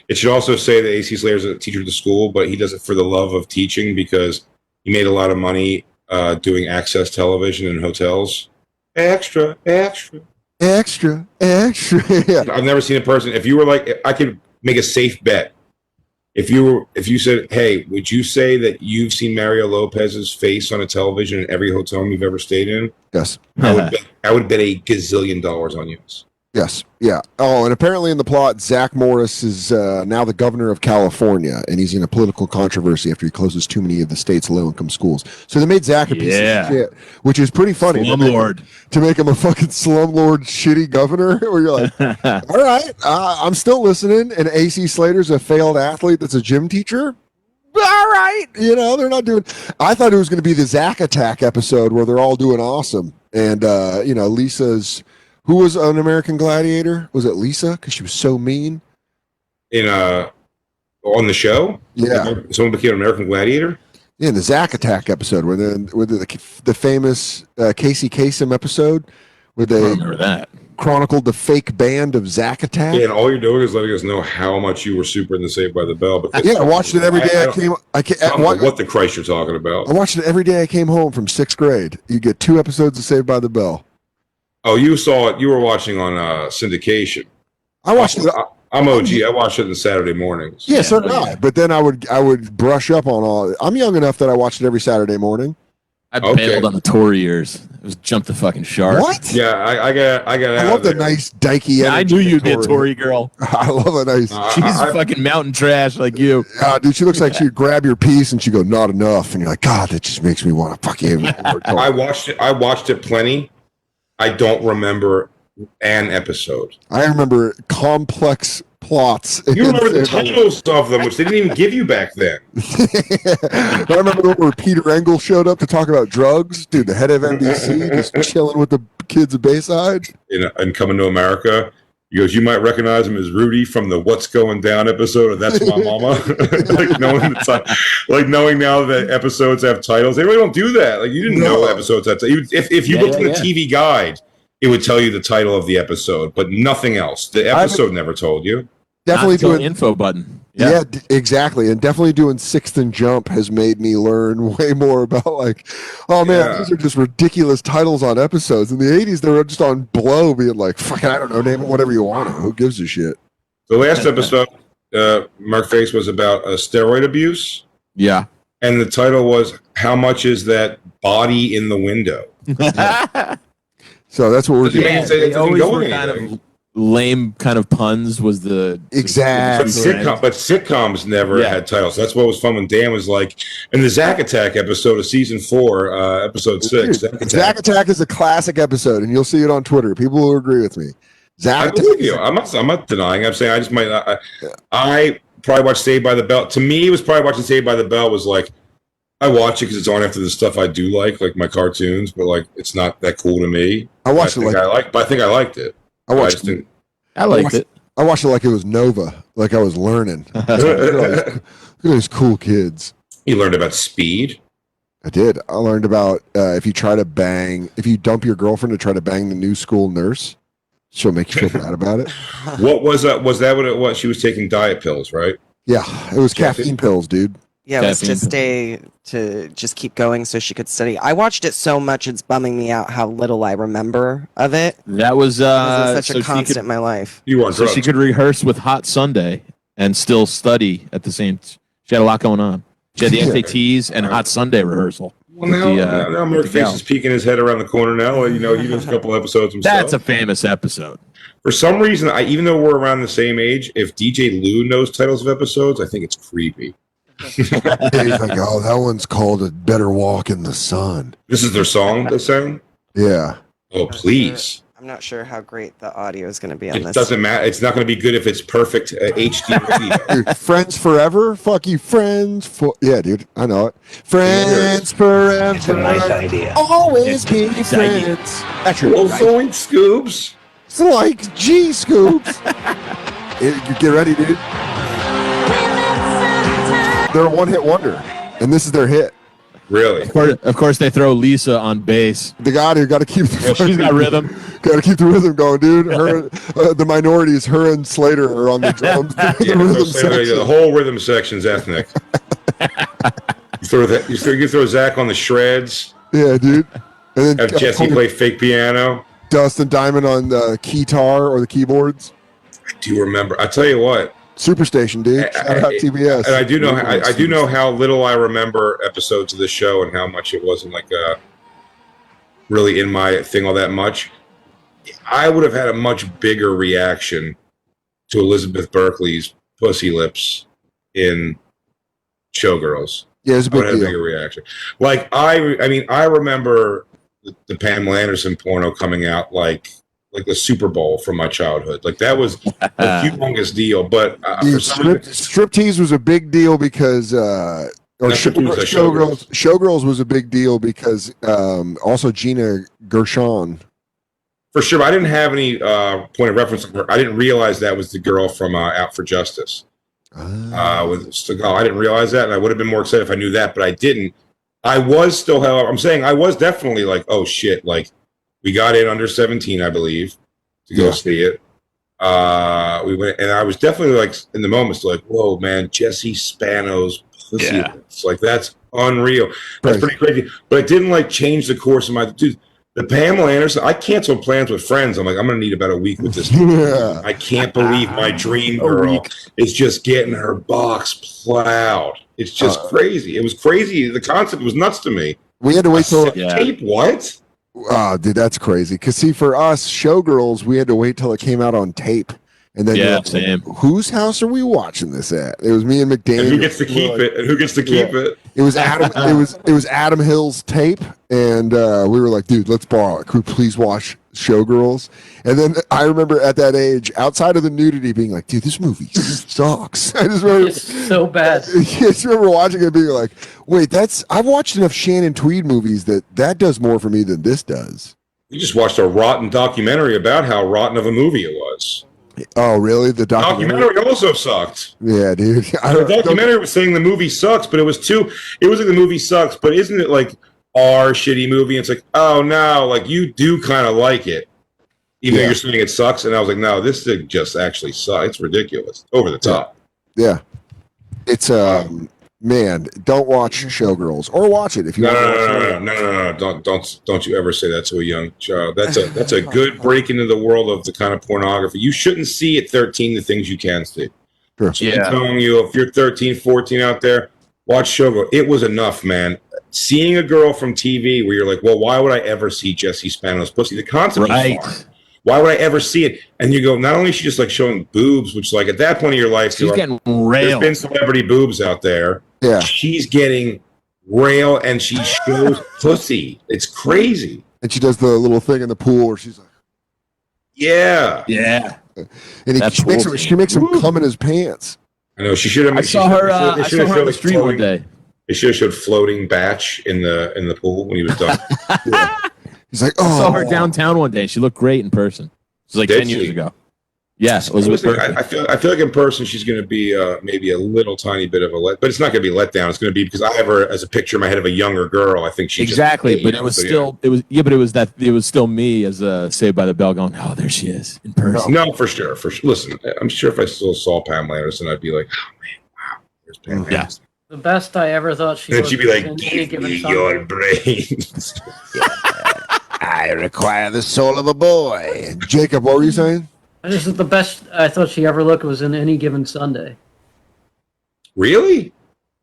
[SPEAKER 3] It should also say that AC Slater's a teacher at the school, but he does it for the love of teaching because he made a lot of money uh, doing access television in hotels. Extra, extra.
[SPEAKER 1] Extra, extra. yeah.
[SPEAKER 3] I've never seen a person. If you were like, I could make a safe bet. If you were, if you said, "Hey, would you say that you've seen Mario Lopez's face on a television in every hotel you've ever stayed in?"
[SPEAKER 1] Yes.
[SPEAKER 3] I would, bet, I would bet a gazillion dollars on yours.
[SPEAKER 1] Yes. Yeah. Oh, and apparently in the plot, Zach Morris is uh, now the governor of California, and he's in a political controversy after he closes too many of the state's low-income schools. So they made Zach a piece
[SPEAKER 2] Yeah.
[SPEAKER 1] of shit, which is pretty funny. to make-
[SPEAKER 2] Slumlord.
[SPEAKER 1] to make him a fucking slumlord shitty governor where you're like all right uh, i'm still listening and ac slater's a failed athlete that's a gym teacher all right you know they're not doing i thought it was going to be the zack attack episode where they're all doing awesome and uh, you know lisa's who was an american gladiator was it lisa because she was so mean
[SPEAKER 3] In uh, on the show,
[SPEAKER 1] yeah
[SPEAKER 3] someone became an American Gladiator.
[SPEAKER 1] in the zack attack episode where the, where the, the famous uh, casey Kasem episode where
[SPEAKER 2] I
[SPEAKER 1] they
[SPEAKER 2] remember that.
[SPEAKER 1] chronicled the fake band of zack attack
[SPEAKER 3] Yeah, and all you're doing is letting us know how much you were super in the Saved by the Bell. Because
[SPEAKER 1] Yeah, I watched it every
[SPEAKER 3] I-
[SPEAKER 1] day.
[SPEAKER 3] I
[SPEAKER 1] I,
[SPEAKER 3] don't-
[SPEAKER 1] came. I, ca-
[SPEAKER 3] I don't know
[SPEAKER 1] wa-
[SPEAKER 3] what the Christ you're talking about?
[SPEAKER 1] I watched it every day. I came home from sixth grade. You get two episodes of Saved by the Bell.
[SPEAKER 3] Oh, you saw it. You were watching on uh, syndication.
[SPEAKER 1] I watched it.
[SPEAKER 3] I, I'm OG. I watched it on Saturday mornings.
[SPEAKER 1] Yeah, so did
[SPEAKER 2] yeah.
[SPEAKER 1] I. But then I would I would brush up on all. I'm young enough that I watched it every Saturday morning.
[SPEAKER 2] I
[SPEAKER 3] Okay.
[SPEAKER 2] bailed on the tour years. It was jump the fucking shark.
[SPEAKER 1] What?
[SPEAKER 3] Yeah, I, I got. I got.
[SPEAKER 1] I
[SPEAKER 3] out
[SPEAKER 1] love
[SPEAKER 3] of
[SPEAKER 1] the
[SPEAKER 3] there.
[SPEAKER 1] nice dykey.
[SPEAKER 2] Yeah, I
[SPEAKER 1] energy
[SPEAKER 2] knew
[SPEAKER 1] of
[SPEAKER 2] you'd be a Tory girl.
[SPEAKER 1] I love a nice.
[SPEAKER 3] Uh,
[SPEAKER 2] She's
[SPEAKER 3] I- I-
[SPEAKER 2] fucking mountain trash like you.
[SPEAKER 1] Ah, dude, she looks like she'd grab your piece and she'd go, "Not enough," and you're like, "God, that just makes me want to fuck you."
[SPEAKER 3] I
[SPEAKER 1] I,
[SPEAKER 3] watched it. I watched it plenty. I don't remember an episode.
[SPEAKER 1] I remember complex plots.
[SPEAKER 3] You remember the
[SPEAKER 1] against everyone.
[SPEAKER 3] titles of them, which they didn't even give you back then.
[SPEAKER 1] I remember the one where Peter Engel showed up to talk about drugs. Dude, the head of NBC just chilling with the kids at Bayside.
[SPEAKER 3] in, in Coming to America. He goes, you might recognize him as Rudy from the What's Going Down episode of That's My Mama. like knowing the ti- like knowing now that episodes have titles, they really don't do that. Like you didn't know
[SPEAKER 1] No.
[SPEAKER 3] episodes had titles. If, if you
[SPEAKER 5] Yeah,
[SPEAKER 3] looked in
[SPEAKER 5] yeah,
[SPEAKER 3] the TV guide, it would tell you the title of the episode, but nothing else. The
[SPEAKER 1] I
[SPEAKER 3] episode never told you.
[SPEAKER 1] Definitely
[SPEAKER 2] Not till
[SPEAKER 1] doing.
[SPEAKER 2] info button.
[SPEAKER 1] Yeah. d- exactly. And definitely doing sixth and jump has made me learn way more about like, oh man,
[SPEAKER 3] Yeah.
[SPEAKER 1] these are just ridiculous titles on episodes. In the '80s, they were just on blow, being like, "Fucking, I don't know, name it whatever you want. Who gives a shit?"
[SPEAKER 3] The last episode, uh, Mark Face was about uh, steroid abuse,
[SPEAKER 2] Yeah.
[SPEAKER 3] and the title was "How much is that body in the window?"
[SPEAKER 1] So that's what we're
[SPEAKER 3] Does it
[SPEAKER 1] doing.
[SPEAKER 3] make- say it
[SPEAKER 2] they
[SPEAKER 3] doesn't
[SPEAKER 2] always
[SPEAKER 3] go
[SPEAKER 2] were kind of
[SPEAKER 3] anywhere.
[SPEAKER 2] lame kind of puns was the
[SPEAKER 3] But
[SPEAKER 1] Exactly.
[SPEAKER 3] sitcom, but sitcoms never
[SPEAKER 2] Yeah.
[SPEAKER 3] had titles. That's what was fun when Dan was like, in the Zack Attack episode of season four, uh, episode six. Zack Attack.
[SPEAKER 1] Zack Attack is a classic episode, and you'll see it on Twitter. People will agree with me.
[SPEAKER 3] I
[SPEAKER 1] Zack Attack.
[SPEAKER 3] believe you. I'm not. I'm not denying. I'm saying I just might. not- I, I probably watched Saved by the Bell. To me, it was probably watching Saved by the Bell was like, I watch it because it's on after the stuff I do like, like my cartoons. But like, it's not that cool to me.
[SPEAKER 1] I watched
[SPEAKER 3] I
[SPEAKER 1] it
[SPEAKER 3] think
[SPEAKER 1] like
[SPEAKER 3] I like, but I think I liked it.
[SPEAKER 1] I
[SPEAKER 3] I
[SPEAKER 1] watched
[SPEAKER 3] just didn't.
[SPEAKER 2] I liked it.
[SPEAKER 1] I watched it like it was Nova, like I was learning. Look at those cool kids.
[SPEAKER 3] you learned about speed.
[SPEAKER 1] I did. I learned about uh, if you try to bang, if you dump your girlfriend to try to bang the new school nurse, she'll make you feel bad about it.
[SPEAKER 3] What was that? Was that what it was? She was taking diet pills, right?
[SPEAKER 1] Yeah, it was caffeine pills, dude.
[SPEAKER 6] Yeah, it was to
[SPEAKER 2] Caffeine.
[SPEAKER 6] stay to just keep going so she could study. I watched it so much it's bumming me out how little I remember of it.
[SPEAKER 2] That was
[SPEAKER 6] It was
[SPEAKER 2] uh,
[SPEAKER 6] such a
[SPEAKER 2] so she could-
[SPEAKER 6] constant in my life.
[SPEAKER 3] You were on
[SPEAKER 2] so
[SPEAKER 3] drugs.
[SPEAKER 2] she could rehearse with Hot Sunday and still study at the same. T- she had a lot going on. She had the
[SPEAKER 1] Yeah.
[SPEAKER 2] SATs and Hot Sunday rehearsal.
[SPEAKER 3] Well, now,
[SPEAKER 2] the,
[SPEAKER 3] now,
[SPEAKER 2] uh,
[SPEAKER 3] now
[SPEAKER 2] with
[SPEAKER 3] Mark
[SPEAKER 2] the
[SPEAKER 3] Face
[SPEAKER 2] gal.
[SPEAKER 3] is peeking his head around the corner now. You know, he does a couple episodes himself.
[SPEAKER 2] That's a famous episode.
[SPEAKER 3] For some reason, I even though we're around the same age, if DJ Lou knows titles of episodes, I think it's creepy.
[SPEAKER 1] He's like, oh, that one's called a better walk in the sun.
[SPEAKER 3] This is their song they sang?
[SPEAKER 1] Yeah,
[SPEAKER 3] Oh, please.
[SPEAKER 6] I'm not sure how great the audio is going to be on
[SPEAKER 3] It
[SPEAKER 6] this.
[SPEAKER 3] doesn't matter. It's not going to be good if it's perfect uh, HD video.
[SPEAKER 1] dude, friends forever. Fuck you, friends. For yeah, dude, I know it. Friends forever.
[SPEAKER 8] idea.
[SPEAKER 1] Always be
[SPEAKER 2] nice idea.
[SPEAKER 1] friends. Actually,
[SPEAKER 3] Well, zoink, Scoops.
[SPEAKER 1] It's like G Scoops. It- you get ready, dude. They're a one hit wonder, and this is their hit.
[SPEAKER 3] Really?
[SPEAKER 2] Of course, of course, they throw Lisa on bass.
[SPEAKER 1] The guy who got to keep the
[SPEAKER 2] Well, she's got rhythm.
[SPEAKER 1] got to keep the rhythm going, dude. Her, uh, the minorities, her and Slater are on the drums. the
[SPEAKER 3] Yeah, so
[SPEAKER 1] rhythm
[SPEAKER 3] say, like,
[SPEAKER 1] section.
[SPEAKER 3] the whole rhythm section's ethnic. you throw that. You throw, you throw Zach on the shreds.
[SPEAKER 1] Yeah, dude. And then uh,
[SPEAKER 3] Have Jesse play fake piano.
[SPEAKER 1] Dustin Diamond on the guitar or the keyboards.
[SPEAKER 3] I do remember. I tell you what.
[SPEAKER 1] Superstation, dude.
[SPEAKER 3] I- I-
[SPEAKER 1] Shout out TBS.
[SPEAKER 3] And I do know, I, I do know how little I remember episodes of the show and how much it wasn't like uh, really in my thing all that much. I would have had a much bigger reaction to Elizabeth Berkley's pussy lips in Showgirls.
[SPEAKER 1] Yeah, it's a
[SPEAKER 3] I would
[SPEAKER 1] big
[SPEAKER 3] have had a
[SPEAKER 1] deal.
[SPEAKER 3] bigger reaction. Like I, re- I mean, I remember the, the Pamela Anderson porno coming out like like the Super Bowl from my childhood. Like that was a
[SPEAKER 2] Uh,
[SPEAKER 3] humongous deal. But uh,
[SPEAKER 1] Dude,
[SPEAKER 3] for some reason-
[SPEAKER 1] strip, striptease was a big deal because, uh, or
[SPEAKER 3] That's
[SPEAKER 1] show,
[SPEAKER 3] what it was, like,
[SPEAKER 1] showgirls, showgirls was a big deal because um, also Gina Gershon.
[SPEAKER 3] For sure. but I didn't have any uh, point of reference of her. I didn't realize that was the girl from uh, Out for Justice.
[SPEAKER 1] Mm-hmm. Ah,
[SPEAKER 3] Uh, with Stegall. I didn't realize that, and I would have been more excited if I knew that, but I didn't. I was still, however, I'm saying I was definitely like, oh shit, like we got in under 17, I believe, to go
[SPEAKER 1] Yeah.
[SPEAKER 3] see it. Uh, we went, and I was definitely like in the moment, still like, whoa, man, Jesse Spano's pussy.
[SPEAKER 5] Yeah.
[SPEAKER 3] It's like that's unreal. That's
[SPEAKER 1] Crazy.
[SPEAKER 3] pretty crazy. But it didn't like change the course of my dude. The Pamela Anderson, I canceled plans with friends. I'm like, I'm gonna need about a week with this.
[SPEAKER 1] yeah.
[SPEAKER 3] I can't believe my dream girl is just getting her box plowed. It's just
[SPEAKER 1] Uh,
[SPEAKER 3] crazy. It was crazy. The concept was nuts to me.
[SPEAKER 1] We had to wait till
[SPEAKER 2] Yeah.
[SPEAKER 3] Tape what?
[SPEAKER 1] Oh, dude, that's crazy. Because see, for us showgirls, we had to wait till it came out on tape, and then
[SPEAKER 2] Yeah,
[SPEAKER 1] you're like,
[SPEAKER 2] same.
[SPEAKER 1] whose house are we watching this at? It was me and McDaniel.
[SPEAKER 3] And who gets to keep it? And who gets to keep it?
[SPEAKER 1] It was Adam. it was it was Adam Hill's tape, and uh, we were like, dude, let's borrow it. Could we please watch showgirls. And then I remember at that age, outside of the nudity, being like, dude, this movie sucks. I just remember,
[SPEAKER 7] It's so bad.
[SPEAKER 1] I just remember watching it and being like, wait, that's I've watched enough Shannon Tweed movies that that does more for me than this does.
[SPEAKER 3] We just watched a rotten documentary about how rotten of a movie it was.
[SPEAKER 1] Oh, really? The documentary?
[SPEAKER 3] Documentary also sucked.
[SPEAKER 1] Yeah, dude.
[SPEAKER 3] The
[SPEAKER 1] I don't, don't-
[SPEAKER 3] documentary was saying the movie sucks, but it was too. It was like the movie sucks, but isn't it like our shitty movie? It's like, oh no, like you do kind of like it, even though
[SPEAKER 1] Yeah.
[SPEAKER 3] you're saying it sucks. And I was like, no, this thing just actually sucks. It's ridiculous, over the top.
[SPEAKER 1] Yeah. It's um man, don't watch Showgirls or watch it if you
[SPEAKER 3] No,
[SPEAKER 1] want
[SPEAKER 3] no,
[SPEAKER 1] to
[SPEAKER 3] no, no,
[SPEAKER 1] watch it.
[SPEAKER 3] no, no, no, no, no! Don't, don't, don't you ever say that to a young child. That's a that's a good break into the world of the kind of pornography you shouldn't see at 13. The things you can see.
[SPEAKER 1] Sure.
[SPEAKER 3] So I'm telling you, if you're 13, 14 out there, watch Shogo. It was enough, man. Seeing a girl from TV where you're like, well, why would I ever see Jesse Spano's pussy? The concept
[SPEAKER 2] Right.
[SPEAKER 3] is fine. Why would I ever see it? And you go, not only is she just like showing boobs, which like at that point in your life,
[SPEAKER 2] She's
[SPEAKER 3] you're like,
[SPEAKER 2] getting
[SPEAKER 3] there's
[SPEAKER 2] railed.
[SPEAKER 3] been celebrity boobs out there.
[SPEAKER 1] Yeah.
[SPEAKER 3] She's getting rail and she shows pussy. It's crazy.
[SPEAKER 1] And she does the little thing in the pool where she's like
[SPEAKER 3] Yeah.
[SPEAKER 2] yeah.
[SPEAKER 1] and he,
[SPEAKER 2] That
[SPEAKER 1] she makes
[SPEAKER 2] pool
[SPEAKER 1] him she
[SPEAKER 2] scene.
[SPEAKER 1] makes him come in his pants.
[SPEAKER 3] I know she should have
[SPEAKER 2] I saw her. Uh, I saw her on the street one day.
[SPEAKER 3] They should have showed floating batch in the in the pool when he was done.
[SPEAKER 1] He's like,
[SPEAKER 2] I
[SPEAKER 1] Oh
[SPEAKER 2] saw her downtown one day. She looked great in person. It was like
[SPEAKER 3] Did
[SPEAKER 2] ten years
[SPEAKER 3] she?
[SPEAKER 2] ago. Yes,
[SPEAKER 3] I,
[SPEAKER 2] Elizabeth.
[SPEAKER 3] was like,
[SPEAKER 2] Berkley.
[SPEAKER 3] I, I feel I feel like in person she's going to be uh, maybe a little tiny bit of a let, but it's not going to be a letdown. It's going to be because I have her as a picture in my head of a younger girl. I think she just-
[SPEAKER 2] exactly, but it was
[SPEAKER 3] So, yeah.
[SPEAKER 2] still it was yeah, but it was that it was still me as uh, Saved by the Bell going, oh, there she is in person.
[SPEAKER 3] no for sure. For sure. listen, I'm sure if I still saw Pamela Anderson, I'd be like, oh man, wow, there's Pamela
[SPEAKER 2] Yeah.
[SPEAKER 3] Anderson.
[SPEAKER 7] The best I ever thought she
[SPEAKER 3] And then
[SPEAKER 7] was.
[SPEAKER 3] she'd be like,
[SPEAKER 7] in any
[SPEAKER 3] give
[SPEAKER 7] given
[SPEAKER 3] me
[SPEAKER 7] Sunday.
[SPEAKER 3] your brains.
[SPEAKER 1] I require the soul of a boy. Jacob, what were you saying?
[SPEAKER 7] This is the best I thought she ever looked was in any given Sunday.
[SPEAKER 3] really?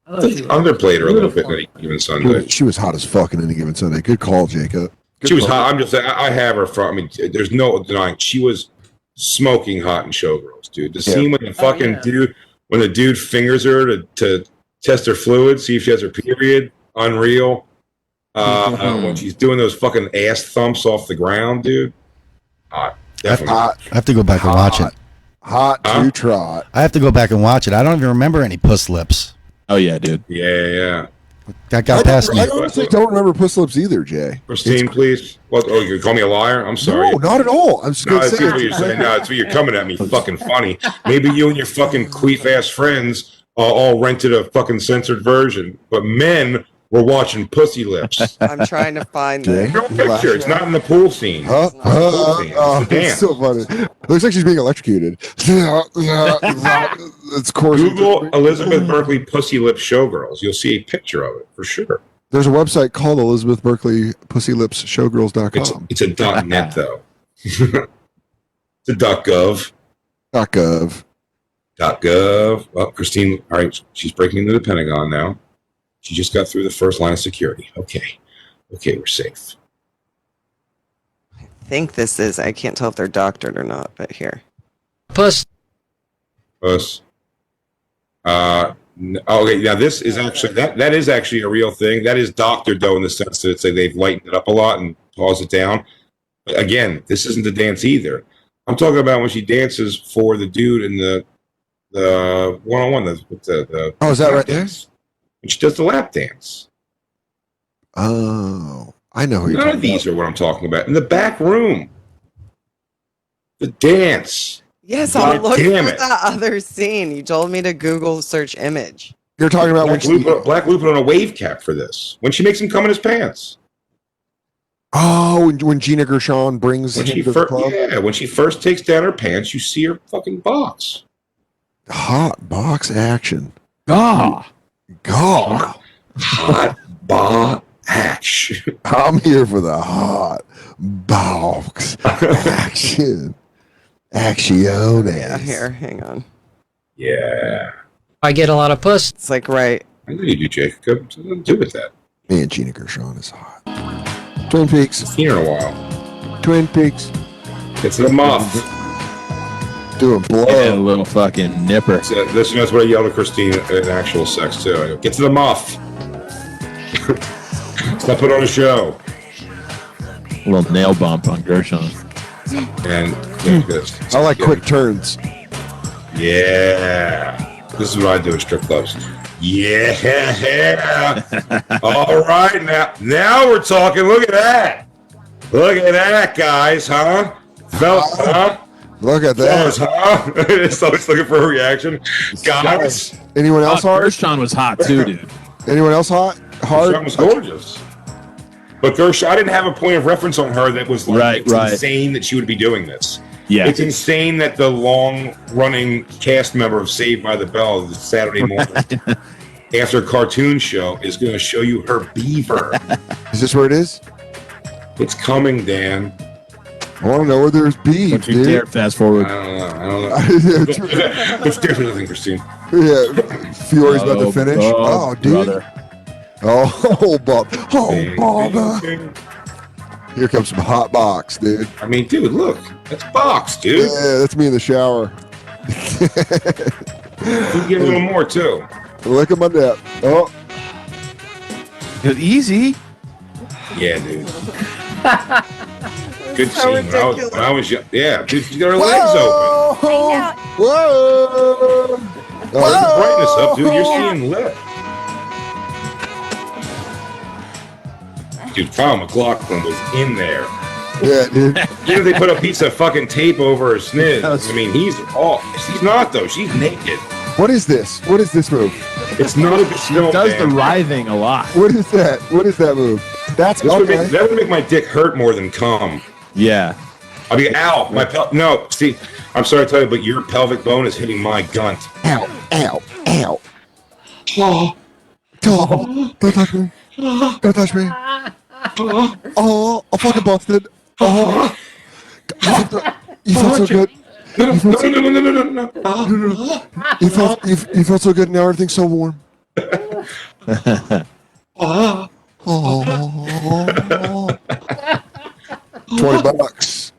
[SPEAKER 7] I thought
[SPEAKER 3] I think
[SPEAKER 7] she
[SPEAKER 3] you
[SPEAKER 7] was
[SPEAKER 3] underplayed her a little bit
[SPEAKER 7] beautiful.
[SPEAKER 3] on even Sunday.
[SPEAKER 1] She was hot as fuck in any given Sunday. Good call, Jacob. Good
[SPEAKER 3] She was
[SPEAKER 1] call.
[SPEAKER 3] hot. I'm just saying, I I have her from. I mean, there's no denying she was smoking hot in Showgirls, dude. The
[SPEAKER 1] Yeah.
[SPEAKER 3] scene when the fucking
[SPEAKER 7] yeah.
[SPEAKER 3] dude, when the dude fingers her to, to test her fluid, see if she has her period, unreal. Uh, uh, when she's doing those fucking ass thumps off the ground, dude. Hot. Definitely.
[SPEAKER 1] Hot,
[SPEAKER 8] I have to go back and watch it.
[SPEAKER 1] hot
[SPEAKER 3] Huh?
[SPEAKER 1] to trot.
[SPEAKER 8] I have to go back and watch it. I don't even remember any puss lips.
[SPEAKER 2] Oh yeah, dude.
[SPEAKER 3] Yeah, yeah, yeah.
[SPEAKER 8] That
[SPEAKER 1] I,
[SPEAKER 8] got past
[SPEAKER 1] don't-
[SPEAKER 8] me.
[SPEAKER 1] I honestly don't remember Puss Lips either, Jay.
[SPEAKER 3] Christine, please. What? Oh, you call me a liar? I'm sorry.
[SPEAKER 1] No, not at all. I'm just
[SPEAKER 3] No,
[SPEAKER 1] gonna
[SPEAKER 3] it's
[SPEAKER 1] say
[SPEAKER 3] what you're
[SPEAKER 1] it.
[SPEAKER 3] saying. No, it's what you're coming at me. Fucking funny. Maybe you and your fucking queef ass friends uh, all rented a fucking censored version, but men were watching Pussy Lips.
[SPEAKER 6] I'm trying to find
[SPEAKER 1] Jay?
[SPEAKER 6] the.
[SPEAKER 3] No picture. It's not in the pool scene.
[SPEAKER 1] Huh? Huh?
[SPEAKER 3] Oh,
[SPEAKER 1] Uh, uh,
[SPEAKER 3] damn.
[SPEAKER 1] it's so funny. Looks like she's being electrocuted. it's coursing.
[SPEAKER 3] Google Elizabeth Berkley Pussy Lips Showgirls. You'll see a picture of it for sure.
[SPEAKER 1] There's a website called Elizabeth Berkeley Pussy Lips
[SPEAKER 3] It's
[SPEAKER 1] Showgirls.com.
[SPEAKER 3] it's a dot net though. it's a dot gov.
[SPEAKER 1] Dot gov.
[SPEAKER 3] Dot gov. Well, Christine, all right, she's breaking into the Pentagon now. She just got through the first line of security. Okay. Okay, we're safe.
[SPEAKER 6] I think this is. I can't tell if they're doctored or not, but here.
[SPEAKER 3] us. Uh, n- okay, now this is actually that that is actually a real thing. That is doctored though in the sense that it's like they've lightened it up a lot and paused it down. But again, this isn't the dance either. I'm talking about when she dances for the dude in the the one on one the the, the
[SPEAKER 1] Oh, is that right there?
[SPEAKER 3] dance. When she does the lap dance.
[SPEAKER 1] Oh, I know who you're
[SPEAKER 3] None of
[SPEAKER 1] talking
[SPEAKER 3] these are what I'm talking about. In the back room. The dance.
[SPEAKER 6] Yes, I'll
[SPEAKER 3] God
[SPEAKER 6] look
[SPEAKER 3] damn
[SPEAKER 6] for
[SPEAKER 3] it.
[SPEAKER 6] that other scene. You told me to Google search image.
[SPEAKER 1] You're talking about when
[SPEAKER 3] Black
[SPEAKER 1] she,
[SPEAKER 3] Lou, put, Black Lou put on a wave cap for this. When she makes him come in his pants.
[SPEAKER 1] oh, when, when Gina Gershon brings
[SPEAKER 3] when
[SPEAKER 1] him
[SPEAKER 3] she
[SPEAKER 1] to the
[SPEAKER 3] first,
[SPEAKER 1] club.
[SPEAKER 3] yeah, when she first takes down her pants, you see her fucking box.
[SPEAKER 1] Hot box action.
[SPEAKER 2] Ah,
[SPEAKER 1] God,
[SPEAKER 3] Hot ba action.
[SPEAKER 1] I'm here for the hot box action.
[SPEAKER 6] Yeah,
[SPEAKER 1] Action.
[SPEAKER 6] Oh, here, hang on.
[SPEAKER 3] Yeah,
[SPEAKER 9] I get a lot of puss.
[SPEAKER 6] It's like right.
[SPEAKER 3] I know you do, Jacob. So don't do with that.
[SPEAKER 1] Man, Gina Gershon is hot. Twin Peaks.
[SPEAKER 3] Seen her in a while.
[SPEAKER 1] Twin Peaks.
[SPEAKER 3] It's the muff.
[SPEAKER 1] Doing
[SPEAKER 2] yeah,
[SPEAKER 1] blow.
[SPEAKER 2] little fucking nipper.
[SPEAKER 3] So this that's what I yelled at Christine in actual sex too. I go, Get to the muff. Stop it on a show.
[SPEAKER 2] little nail bump on Gershon.
[SPEAKER 3] And yeah, good.
[SPEAKER 1] I like quick turns.
[SPEAKER 3] Yeah. This is what I do at strip clubs. Yeah. All right. Now, now we're talking. Look at that. Look at that, guys, huh? Fellas, huh?
[SPEAKER 1] Look at
[SPEAKER 3] Fellas,
[SPEAKER 1] that.
[SPEAKER 3] huh? it's always looking for a reaction. Guys,
[SPEAKER 1] Anyone else hard?
[SPEAKER 2] Gershon was hot too, dude.
[SPEAKER 1] Anyone else hot?
[SPEAKER 3] Gershon
[SPEAKER 1] Hard?
[SPEAKER 3] was gorgeous. But Gershon, I didn't have a point of reference on her that was like,
[SPEAKER 2] Right,
[SPEAKER 3] it's
[SPEAKER 2] right.
[SPEAKER 3] insane that she would be doing this.
[SPEAKER 2] Yeah.
[SPEAKER 3] It's insane that the long running cast member of Saved by the Bell the Saturday morning after a cartoon show is going to show you her beaver.
[SPEAKER 1] Is this where it is?
[SPEAKER 3] it's coming, Dan.
[SPEAKER 1] I want to know where there's beef,
[SPEAKER 2] Don't you dare
[SPEAKER 1] dude.
[SPEAKER 2] fast
[SPEAKER 3] I
[SPEAKER 2] forward.
[SPEAKER 3] don't know. I don't know.
[SPEAKER 1] yeah, true.
[SPEAKER 3] It's different than Christine.
[SPEAKER 1] yeah. Fiore's about to finish. Oh, dude.
[SPEAKER 2] brother.
[SPEAKER 1] Oh, Bob. Oh, Bob. Here comes some hot box, dude.
[SPEAKER 3] I mean, dude, look. That's Box, dude.
[SPEAKER 1] Yeah, that's me in the shower.
[SPEAKER 3] You can get a little more, too.
[SPEAKER 1] Look at my neck. Oh,
[SPEAKER 2] Easy.
[SPEAKER 3] Yeah, dude. Good scene. When
[SPEAKER 6] So
[SPEAKER 3] I, was,
[SPEAKER 6] ridiculous.
[SPEAKER 3] when I was young. Yeah, dude, she got her legs open.
[SPEAKER 1] whoa! Whoa!
[SPEAKER 3] Turn the
[SPEAKER 1] Oh,
[SPEAKER 3] brightness up, dude. You're seeing lit. Dude, Kyle McLaughlin was in there.
[SPEAKER 1] yeah, dude.
[SPEAKER 3] Even if they put a piece of fucking tape over her sniz. I mean, he's all. She's not though. She's naked.
[SPEAKER 1] What is this? What is this move?
[SPEAKER 3] It's not a good film,
[SPEAKER 2] Does the
[SPEAKER 3] man.
[SPEAKER 2] writhing a lot.
[SPEAKER 1] What is that? What is that move? That's
[SPEAKER 3] This would
[SPEAKER 1] okay.
[SPEAKER 3] make, that would make my dick hurt more than cum.
[SPEAKER 2] Yeah.
[SPEAKER 3] I mean, ow, my pel- no. See, I'm sorry to tell you, but your pelvic bone is hitting my gunt.
[SPEAKER 1] Ow! Ow! Ow! Oh, don't touch me! Don't touch me! Oh, I fucking busted! Oh, you felt so good.
[SPEAKER 3] No, no, no, no, no, no, no, no. Ah.
[SPEAKER 1] You felt you, you felt so good. Now everything's so warm. oh. Twenty bucks.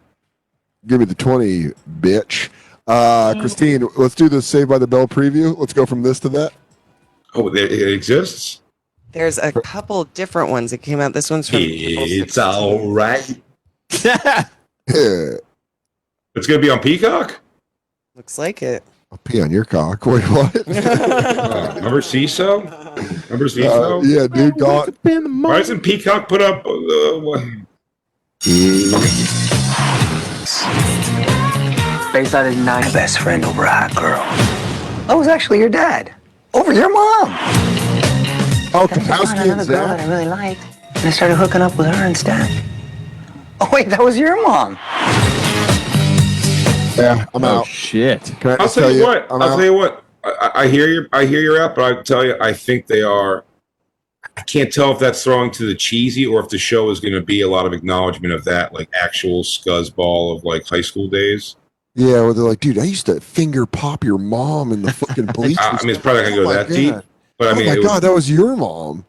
[SPEAKER 1] Give me the twenty, bitch. Uh, Christine, let's do the Save by the Bell preview. Let's go from this to that.
[SPEAKER 3] Oh, there- it exists.
[SPEAKER 6] There's a couple different ones that came out. This one's from.
[SPEAKER 3] It's all right.
[SPEAKER 1] Yeah.
[SPEAKER 3] It's gonna be on Peacock.
[SPEAKER 6] Looks like it.
[SPEAKER 1] I'll pee on your cock. Wait, what?
[SPEAKER 3] Uh, remember CISO? Remember
[SPEAKER 1] Uh,
[SPEAKER 3] CISO?
[SPEAKER 1] yeah, dude, gone.
[SPEAKER 3] Why doesn't Peacock put up? Uh, what-
[SPEAKER 9] Based out of nine. My best friend over a hot girl. I Oh, was actually your dad. Over your mom.
[SPEAKER 1] Oh,
[SPEAKER 9] I found
[SPEAKER 1] Kowalski and
[SPEAKER 9] another girl that
[SPEAKER 1] Zach.
[SPEAKER 9] I really liked. And I started hooking up with her instead. Oh wait, that was your mom.
[SPEAKER 1] Yeah, I'm
[SPEAKER 2] Oh
[SPEAKER 1] out.
[SPEAKER 2] shit.
[SPEAKER 1] Can I
[SPEAKER 3] I'll
[SPEAKER 1] just
[SPEAKER 3] tell you what.
[SPEAKER 1] I'm
[SPEAKER 3] I'll
[SPEAKER 1] out.
[SPEAKER 3] tell you what. I, I- I hear you. I hear you're out, but I tell you, I think they are. I can't tell if that's throwing to the cheesy or if the show is going to be a lot of acknowledgement of that, like actual scuzzball of like high school days.
[SPEAKER 1] Yeah, where they're like, dude, I used to finger pop your mom in the fucking bleachers.
[SPEAKER 3] Ah, I, I mean, it's probably not going to
[SPEAKER 1] Oh
[SPEAKER 3] go
[SPEAKER 1] my
[SPEAKER 3] that deep,
[SPEAKER 1] God.
[SPEAKER 3] but I mean,
[SPEAKER 1] oh my
[SPEAKER 3] it was-
[SPEAKER 1] god, that was your mom.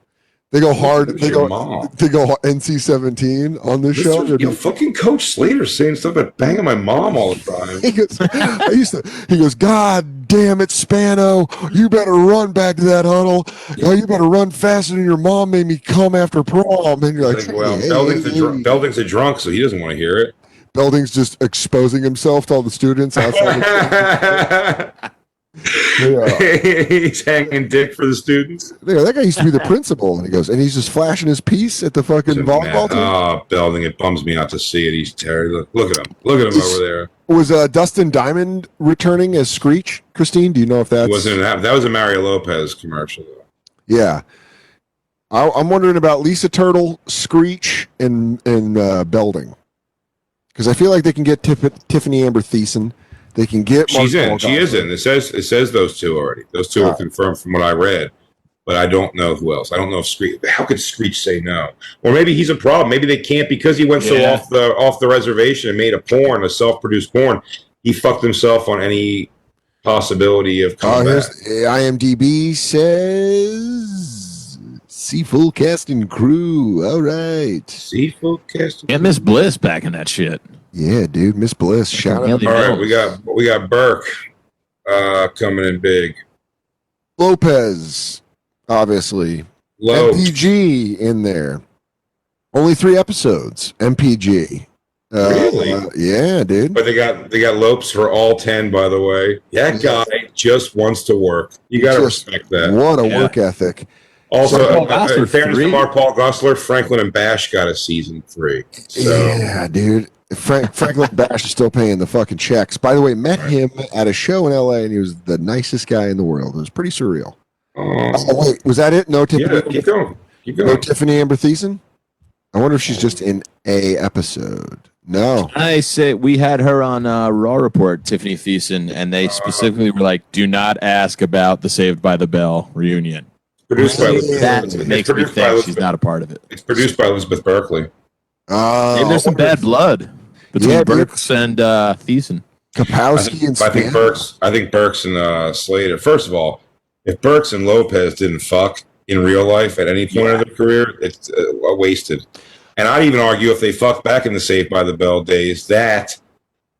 [SPEAKER 1] They go hard.
[SPEAKER 3] was
[SPEAKER 1] They
[SPEAKER 3] your
[SPEAKER 1] go.
[SPEAKER 3] mom.
[SPEAKER 1] They go NC seventeen on this,
[SPEAKER 3] this
[SPEAKER 1] show.
[SPEAKER 3] was-
[SPEAKER 1] They're
[SPEAKER 3] yo,
[SPEAKER 1] just-
[SPEAKER 3] fucking Coach Slater saying stuff about banging my mom all the time.
[SPEAKER 1] he goes. I used to. He goes. God damn it, Spano! You better run back to that huddle. Oh, you better run faster than your mom made me come after prom. And you're like,
[SPEAKER 3] Like, well,
[SPEAKER 1] "Hey,
[SPEAKER 3] Belding's, a
[SPEAKER 1] hey,
[SPEAKER 3] dr-
[SPEAKER 1] hey."
[SPEAKER 3] Belding's a drunk, so he doesn't want to hear it.
[SPEAKER 1] Belding's just exposing himself to all the students outside. of- yeah.
[SPEAKER 3] He's hanging dick for the students.
[SPEAKER 1] They go, that guy used to be the principal, and he goes, and he's just flashing his piece at the fucking volleyball team.
[SPEAKER 3] Oh, Belding, it bums me out to see it. He's terrible. Look, look at him. Look at him
[SPEAKER 1] Just-
[SPEAKER 3] over there.
[SPEAKER 1] Was uh, Dustin Diamond returning as Screech? Christine, do you know if
[SPEAKER 3] He
[SPEAKER 1] that's
[SPEAKER 3] wasn't in that. That was a Mario Lopez commercial. Though.
[SPEAKER 1] Yeah. I, I'm wondering about Lisa Turtle, Screech, and and uh, Belding, because I feel like they can get Tiff- Tiffany Amber Thiessen. They can get.
[SPEAKER 3] She's
[SPEAKER 1] Mark Uh,
[SPEAKER 3] in. She
[SPEAKER 1] Wahlberg.
[SPEAKER 3] is in. It says it says those two already. Those two are
[SPEAKER 1] Alright.
[SPEAKER 3] confirmed from what I read, but I don't know who else. I don't know if Screech. How could Screech say no? Or maybe he's a problem. Maybe they can't because he went so
[SPEAKER 2] Yeah.
[SPEAKER 3] off the off the reservation and made a porn, a self produced porn. He fucked himself on any possibility of
[SPEAKER 1] Oh,
[SPEAKER 3] combat.
[SPEAKER 1] here's IMDb says see full cast and crew. All right.
[SPEAKER 3] Seafood casting.
[SPEAKER 2] Get Miss Bliss back in that shit.
[SPEAKER 1] Yeah, dude. Miss Bliss. Shout out.
[SPEAKER 2] Haley
[SPEAKER 3] All right,
[SPEAKER 2] Mills.
[SPEAKER 3] we got we got Burke uh, coming in big.
[SPEAKER 1] Lopez, obviously.
[SPEAKER 3] Low.
[SPEAKER 1] MPG in there. Only three episodes. MPG. Uh,
[SPEAKER 3] Really?
[SPEAKER 1] uh, yeah, dude.
[SPEAKER 3] But they got they got Lopes for all ten, by the way. That guy just wants to work. You got to
[SPEAKER 1] Just
[SPEAKER 3] respect that.
[SPEAKER 1] What a
[SPEAKER 2] Yeah.
[SPEAKER 1] work ethic.
[SPEAKER 3] Also,
[SPEAKER 2] Paul
[SPEAKER 3] uh,
[SPEAKER 2] Gosselaar
[SPEAKER 3] in fairness
[SPEAKER 2] three.
[SPEAKER 3] to Mark Paul Gossler, Franklin and Bash got a season three. So
[SPEAKER 1] Yeah, dude. Frank Franklin Bash is still paying the fucking checks. By the way, met him at a show in LA and he was the nicest guy in the world. It was pretty surreal.
[SPEAKER 3] um,
[SPEAKER 1] Oh wait, was that it? No Tiffany
[SPEAKER 3] yeah, keep going, keep
[SPEAKER 1] No
[SPEAKER 3] going.
[SPEAKER 1] Tiffany Amber Thiessen? I wonder if she's just in a episode. No.
[SPEAKER 2] I say we had her on uh, Raw Report, Tiffany Thiessen, and they specifically were like, "Do not ask about the Saved by the Bell reunion."
[SPEAKER 3] Produced by Elizabeth.
[SPEAKER 2] That
[SPEAKER 3] It's
[SPEAKER 2] makes me
[SPEAKER 3] produced by
[SPEAKER 2] think she's
[SPEAKER 3] Elizabeth.
[SPEAKER 2] not a part of it.
[SPEAKER 3] It's produced by Elizabeth Berkeley.
[SPEAKER 1] Oh,
[SPEAKER 2] Maybe there's some bad blood between
[SPEAKER 1] Yeah, dude.
[SPEAKER 2] Burks and uh, Thiessen.
[SPEAKER 3] I
[SPEAKER 1] Kapowski Oh, and
[SPEAKER 3] think, I think
[SPEAKER 1] Span.
[SPEAKER 3] Burks. I think Burks and uh, Slater. First of all, if Burks and Lopez didn't fuck in real life at any point of their career, it's uh, wasted. And I'd even argue if they fucked back in the Saved by the Bell days, that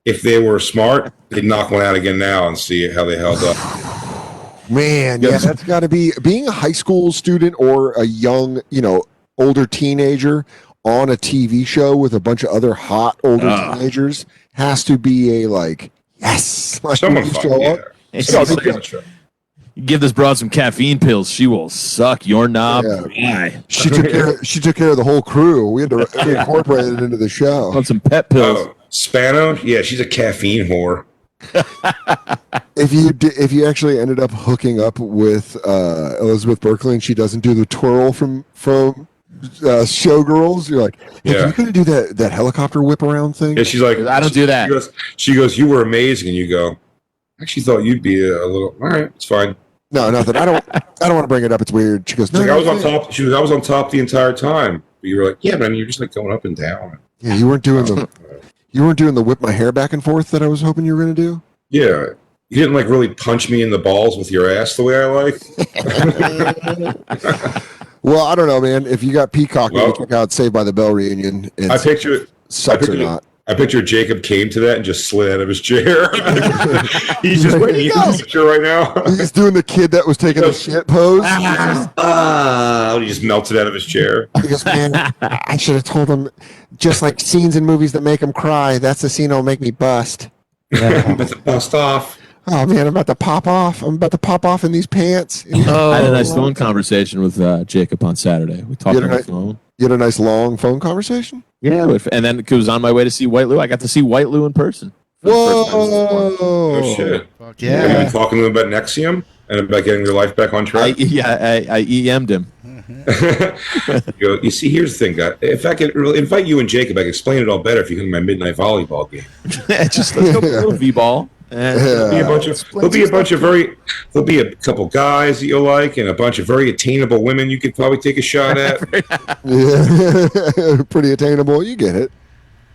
[SPEAKER 3] if they were smart, they'd knock one out again now and see how they held up.
[SPEAKER 1] Man,
[SPEAKER 2] Yeah.
[SPEAKER 1] yeah, that's got to be being a high school student or a young, you know, older teenager on a TV show with a bunch of other hot older
[SPEAKER 2] Ah.
[SPEAKER 1] teenagers has to be a like yes. Like,
[SPEAKER 3] Someone
[SPEAKER 1] you
[SPEAKER 3] fucked.
[SPEAKER 1] show
[SPEAKER 3] Yeah.
[SPEAKER 1] up,
[SPEAKER 2] It's
[SPEAKER 3] Someone
[SPEAKER 2] like,
[SPEAKER 3] fucked on the show.
[SPEAKER 2] Give this broad some caffeine pills. She will suck your knob. Why?
[SPEAKER 1] She took care. She took care of the whole crew. We had to we incorporated it into the show.
[SPEAKER 2] Want some pet pills?
[SPEAKER 3] Oh, Spano? Yeah, she's a caffeine whore.
[SPEAKER 1] If you di- if you actually ended up hooking up with uh, Elizabeth Berkley and she doesn't do the twirl from from uh, Showgirls, you're like, hey,
[SPEAKER 3] Yeah.
[SPEAKER 1] yeah. you gonna do that that helicopter whip around thing?
[SPEAKER 3] Yeah, she's like,
[SPEAKER 2] I don't do that.
[SPEAKER 3] She goes, she goes, you were amazing, and you go. I actually thought you'd be a, a little. All right, it's fine.
[SPEAKER 1] No, nothing. I don't. I don't want to bring it up. It's weird. She goes,
[SPEAKER 3] It's
[SPEAKER 1] no,
[SPEAKER 3] like I was on
[SPEAKER 1] no,
[SPEAKER 3] top. She was. I was on top the entire time. But you were like, yeah, man. You're just like going up and down.
[SPEAKER 1] Yeah, you weren't doing the. You weren't doing the whip my hair back and forth that I was hoping you were gonna do.
[SPEAKER 3] Yeah. You didn't like really punch me in the balls with your ass the way I like.
[SPEAKER 1] Well, I don't know, man. If you got Peacock, maybe
[SPEAKER 3] Well-
[SPEAKER 1] check out Saved by the Bell reunion and
[SPEAKER 3] I picture I
[SPEAKER 1] sucks or
[SPEAKER 3] picture-
[SPEAKER 1] not.
[SPEAKER 3] I picture Jacob came to that and just slid out of his chair. He's just
[SPEAKER 1] Where'd
[SPEAKER 3] waiting.
[SPEAKER 1] he
[SPEAKER 3] You
[SPEAKER 1] go?
[SPEAKER 3] can picture right now.
[SPEAKER 1] He's doing the kid that was taking a shit pose.
[SPEAKER 3] Ah, he just melted out of his chair.
[SPEAKER 1] He goes, man, I should have told him. Just like scenes in movies that make him cry, that's the scene that'll make me bust.
[SPEAKER 3] That's bust off.
[SPEAKER 1] Oh man, I'm about to pop off. I'm about to pop off in these pants. You
[SPEAKER 2] I had a nice
[SPEAKER 7] Oh,
[SPEAKER 2] phone conversation with uh, Jacob on Saturday. We talked
[SPEAKER 1] You had a
[SPEAKER 2] on the
[SPEAKER 1] nice-
[SPEAKER 2] phone.
[SPEAKER 1] had a nice long phone conversation.
[SPEAKER 2] Yeah, with- and then it was on my way to see White Lou. I got to see White Lou in person. for the first time since one.
[SPEAKER 3] Oh,
[SPEAKER 1] Oh
[SPEAKER 3] shit!
[SPEAKER 8] Fuck
[SPEAKER 3] Yeah. Have you been
[SPEAKER 8] yeah.
[SPEAKER 3] talking to him about Nexium and about getting your life back on
[SPEAKER 2] I,
[SPEAKER 3] track?
[SPEAKER 2] yeah, I, I EM'd him.
[SPEAKER 3] you, go, you see, here's the thing, guy. If I could really invite you and Jacob, I could explain it all better if you come to my midnight volleyball game.
[SPEAKER 2] Just let's go play a little V ball.
[SPEAKER 3] There'll be a
[SPEAKER 2] Uh,
[SPEAKER 3] bunch of there'll be a bunch of very there'll be a couple guys that you like and a bunch of very attainable women you could probably take a shot at.
[SPEAKER 1] Yeah. Pretty attainable. You get it.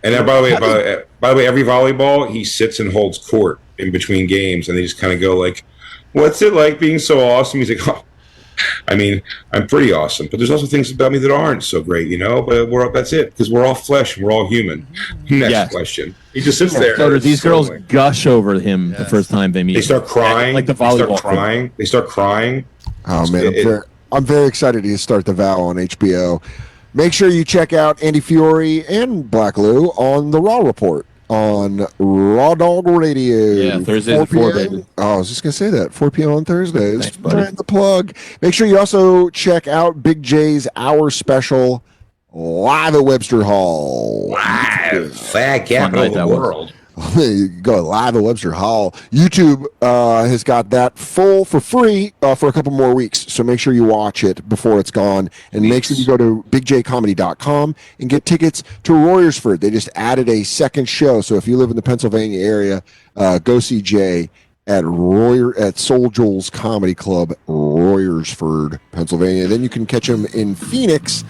[SPEAKER 3] and then, by the way, by, the- by the way, every volleyball he sits and holds court in between games, and they just kind of go like, "What's it like being so awesome?" He's like, oh, "I mean, I'm pretty awesome, but there's also things about me that aren't so great, you know. But we're that's it because we're all flesh and we're all human." Next
[SPEAKER 2] Yes.
[SPEAKER 3] question. He just sits there.
[SPEAKER 2] So do these girls
[SPEAKER 3] Like-
[SPEAKER 2] gush over him the first time they meet?
[SPEAKER 3] They start crying.
[SPEAKER 2] Like the
[SPEAKER 3] They
[SPEAKER 2] volleyball
[SPEAKER 3] start crying. They start crying.
[SPEAKER 1] Oh man, I'm
[SPEAKER 3] It-
[SPEAKER 1] very, I'm very excited to start the vow on HBO. Make sure you check out Andy Fiore and Black Lou on the Raw Report on Raw Dog Radio.
[SPEAKER 2] Yeah, Thursdays at 4, baby.
[SPEAKER 1] Oh, I was just gonna say that 4 p.m. on Thursdays.
[SPEAKER 2] Thanks, buddy.
[SPEAKER 1] Trying the plug. Make sure you also check out Big J's hour special live at Webster Hall.
[SPEAKER 3] Fat
[SPEAKER 2] Fun night that was.
[SPEAKER 1] you go live at Webster Hall. YouTube uh, has got that full for free uh, for a couple more weeks. So make sure you watch it before it's gone. And make sure you go to bigjcomedy.com and get tickets to Royersford. They just added a second show. So if you live in the Pennsylvania area, uh, go see Jay at Royer at Soul Joel's Comedy Club, Royersford, Pennsylvania. Then you can catch him in Phoenix.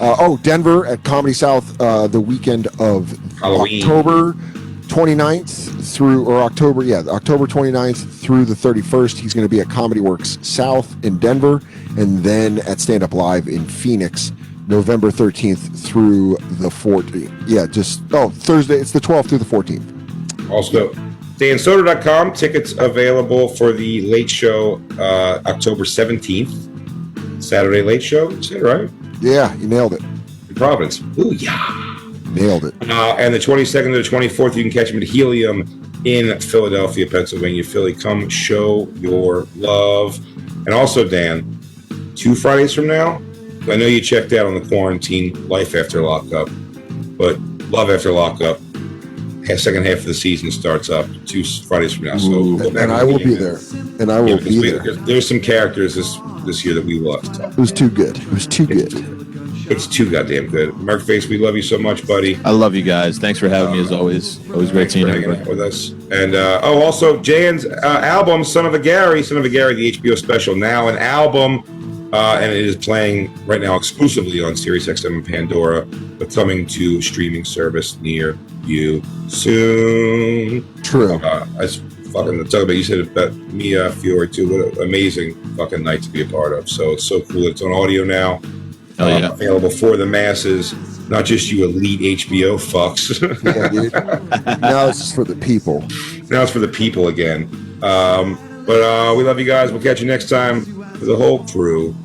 [SPEAKER 1] Uh, oh, Denver at Comedy South uh, the weekend of
[SPEAKER 3] Halloween.
[SPEAKER 1] October 29th through or October, yeah, October 29th through the 31st. He's going to be at Comedy Works South in Denver and then at Stand Up Live in Phoenix. November 13th through the 14th. Yeah, just, oh, Thursday. It's the 12th through the 14th.
[SPEAKER 3] Also, dansoder.com tickets available for the late show uh, October 17th. Saturday late show. Is that right?
[SPEAKER 1] Yeah, you nailed it.
[SPEAKER 3] Good Providence. Ooh, yeah.
[SPEAKER 1] Nailed it.
[SPEAKER 3] Uh, and the 22nd to the 24th, you can catch him at Helium in Philadelphia, Pennsylvania. Philly, come show your love. And also, Dan, two Fridays from now, I know you checked out on the quarantine life after lockup, but love after lockup, ha- second half of the season starts up two s- Fridays from now. So
[SPEAKER 1] Ooh.
[SPEAKER 3] go
[SPEAKER 1] and,
[SPEAKER 3] back
[SPEAKER 1] and I will
[SPEAKER 3] look at
[SPEAKER 1] be
[SPEAKER 3] it.
[SPEAKER 1] there. And I
[SPEAKER 3] Yeah,
[SPEAKER 1] will
[SPEAKER 3] because
[SPEAKER 1] be
[SPEAKER 3] we-
[SPEAKER 1] there.
[SPEAKER 3] there's, there's some characters this this year that we loved.
[SPEAKER 1] It was too good. It was too good.
[SPEAKER 3] It's too goddamn good. Mark Face, we love you so much, buddy.
[SPEAKER 2] I love you guys. Thanks for having me as always. Always great
[SPEAKER 3] Thanks
[SPEAKER 2] seeing
[SPEAKER 3] for
[SPEAKER 2] you.
[SPEAKER 3] hanging
[SPEAKER 2] everybody.
[SPEAKER 3] out with us. And uh, oh, also Jan's uh, album, "Son of a Gary," "Son of a Gary," the HBO special now an album, uh, and it is playing right now exclusively on Sirius XM and Pandora, but coming to a streaming service near you soon.
[SPEAKER 1] True.
[SPEAKER 3] Uh, I was fucking the talk about you said about Mia Fiore too. What an amazing fucking night to be a part of. So it's so cool. It's on audio now.
[SPEAKER 2] Hell
[SPEAKER 3] uh,
[SPEAKER 2] yeah.
[SPEAKER 3] Available for the masses, not just you elite HBO fucks.
[SPEAKER 1] Yeah, dude. now it's just for the people.
[SPEAKER 3] now it's for the people again. Um, but uh, we love you guys. We'll catch you next time for the whole crew.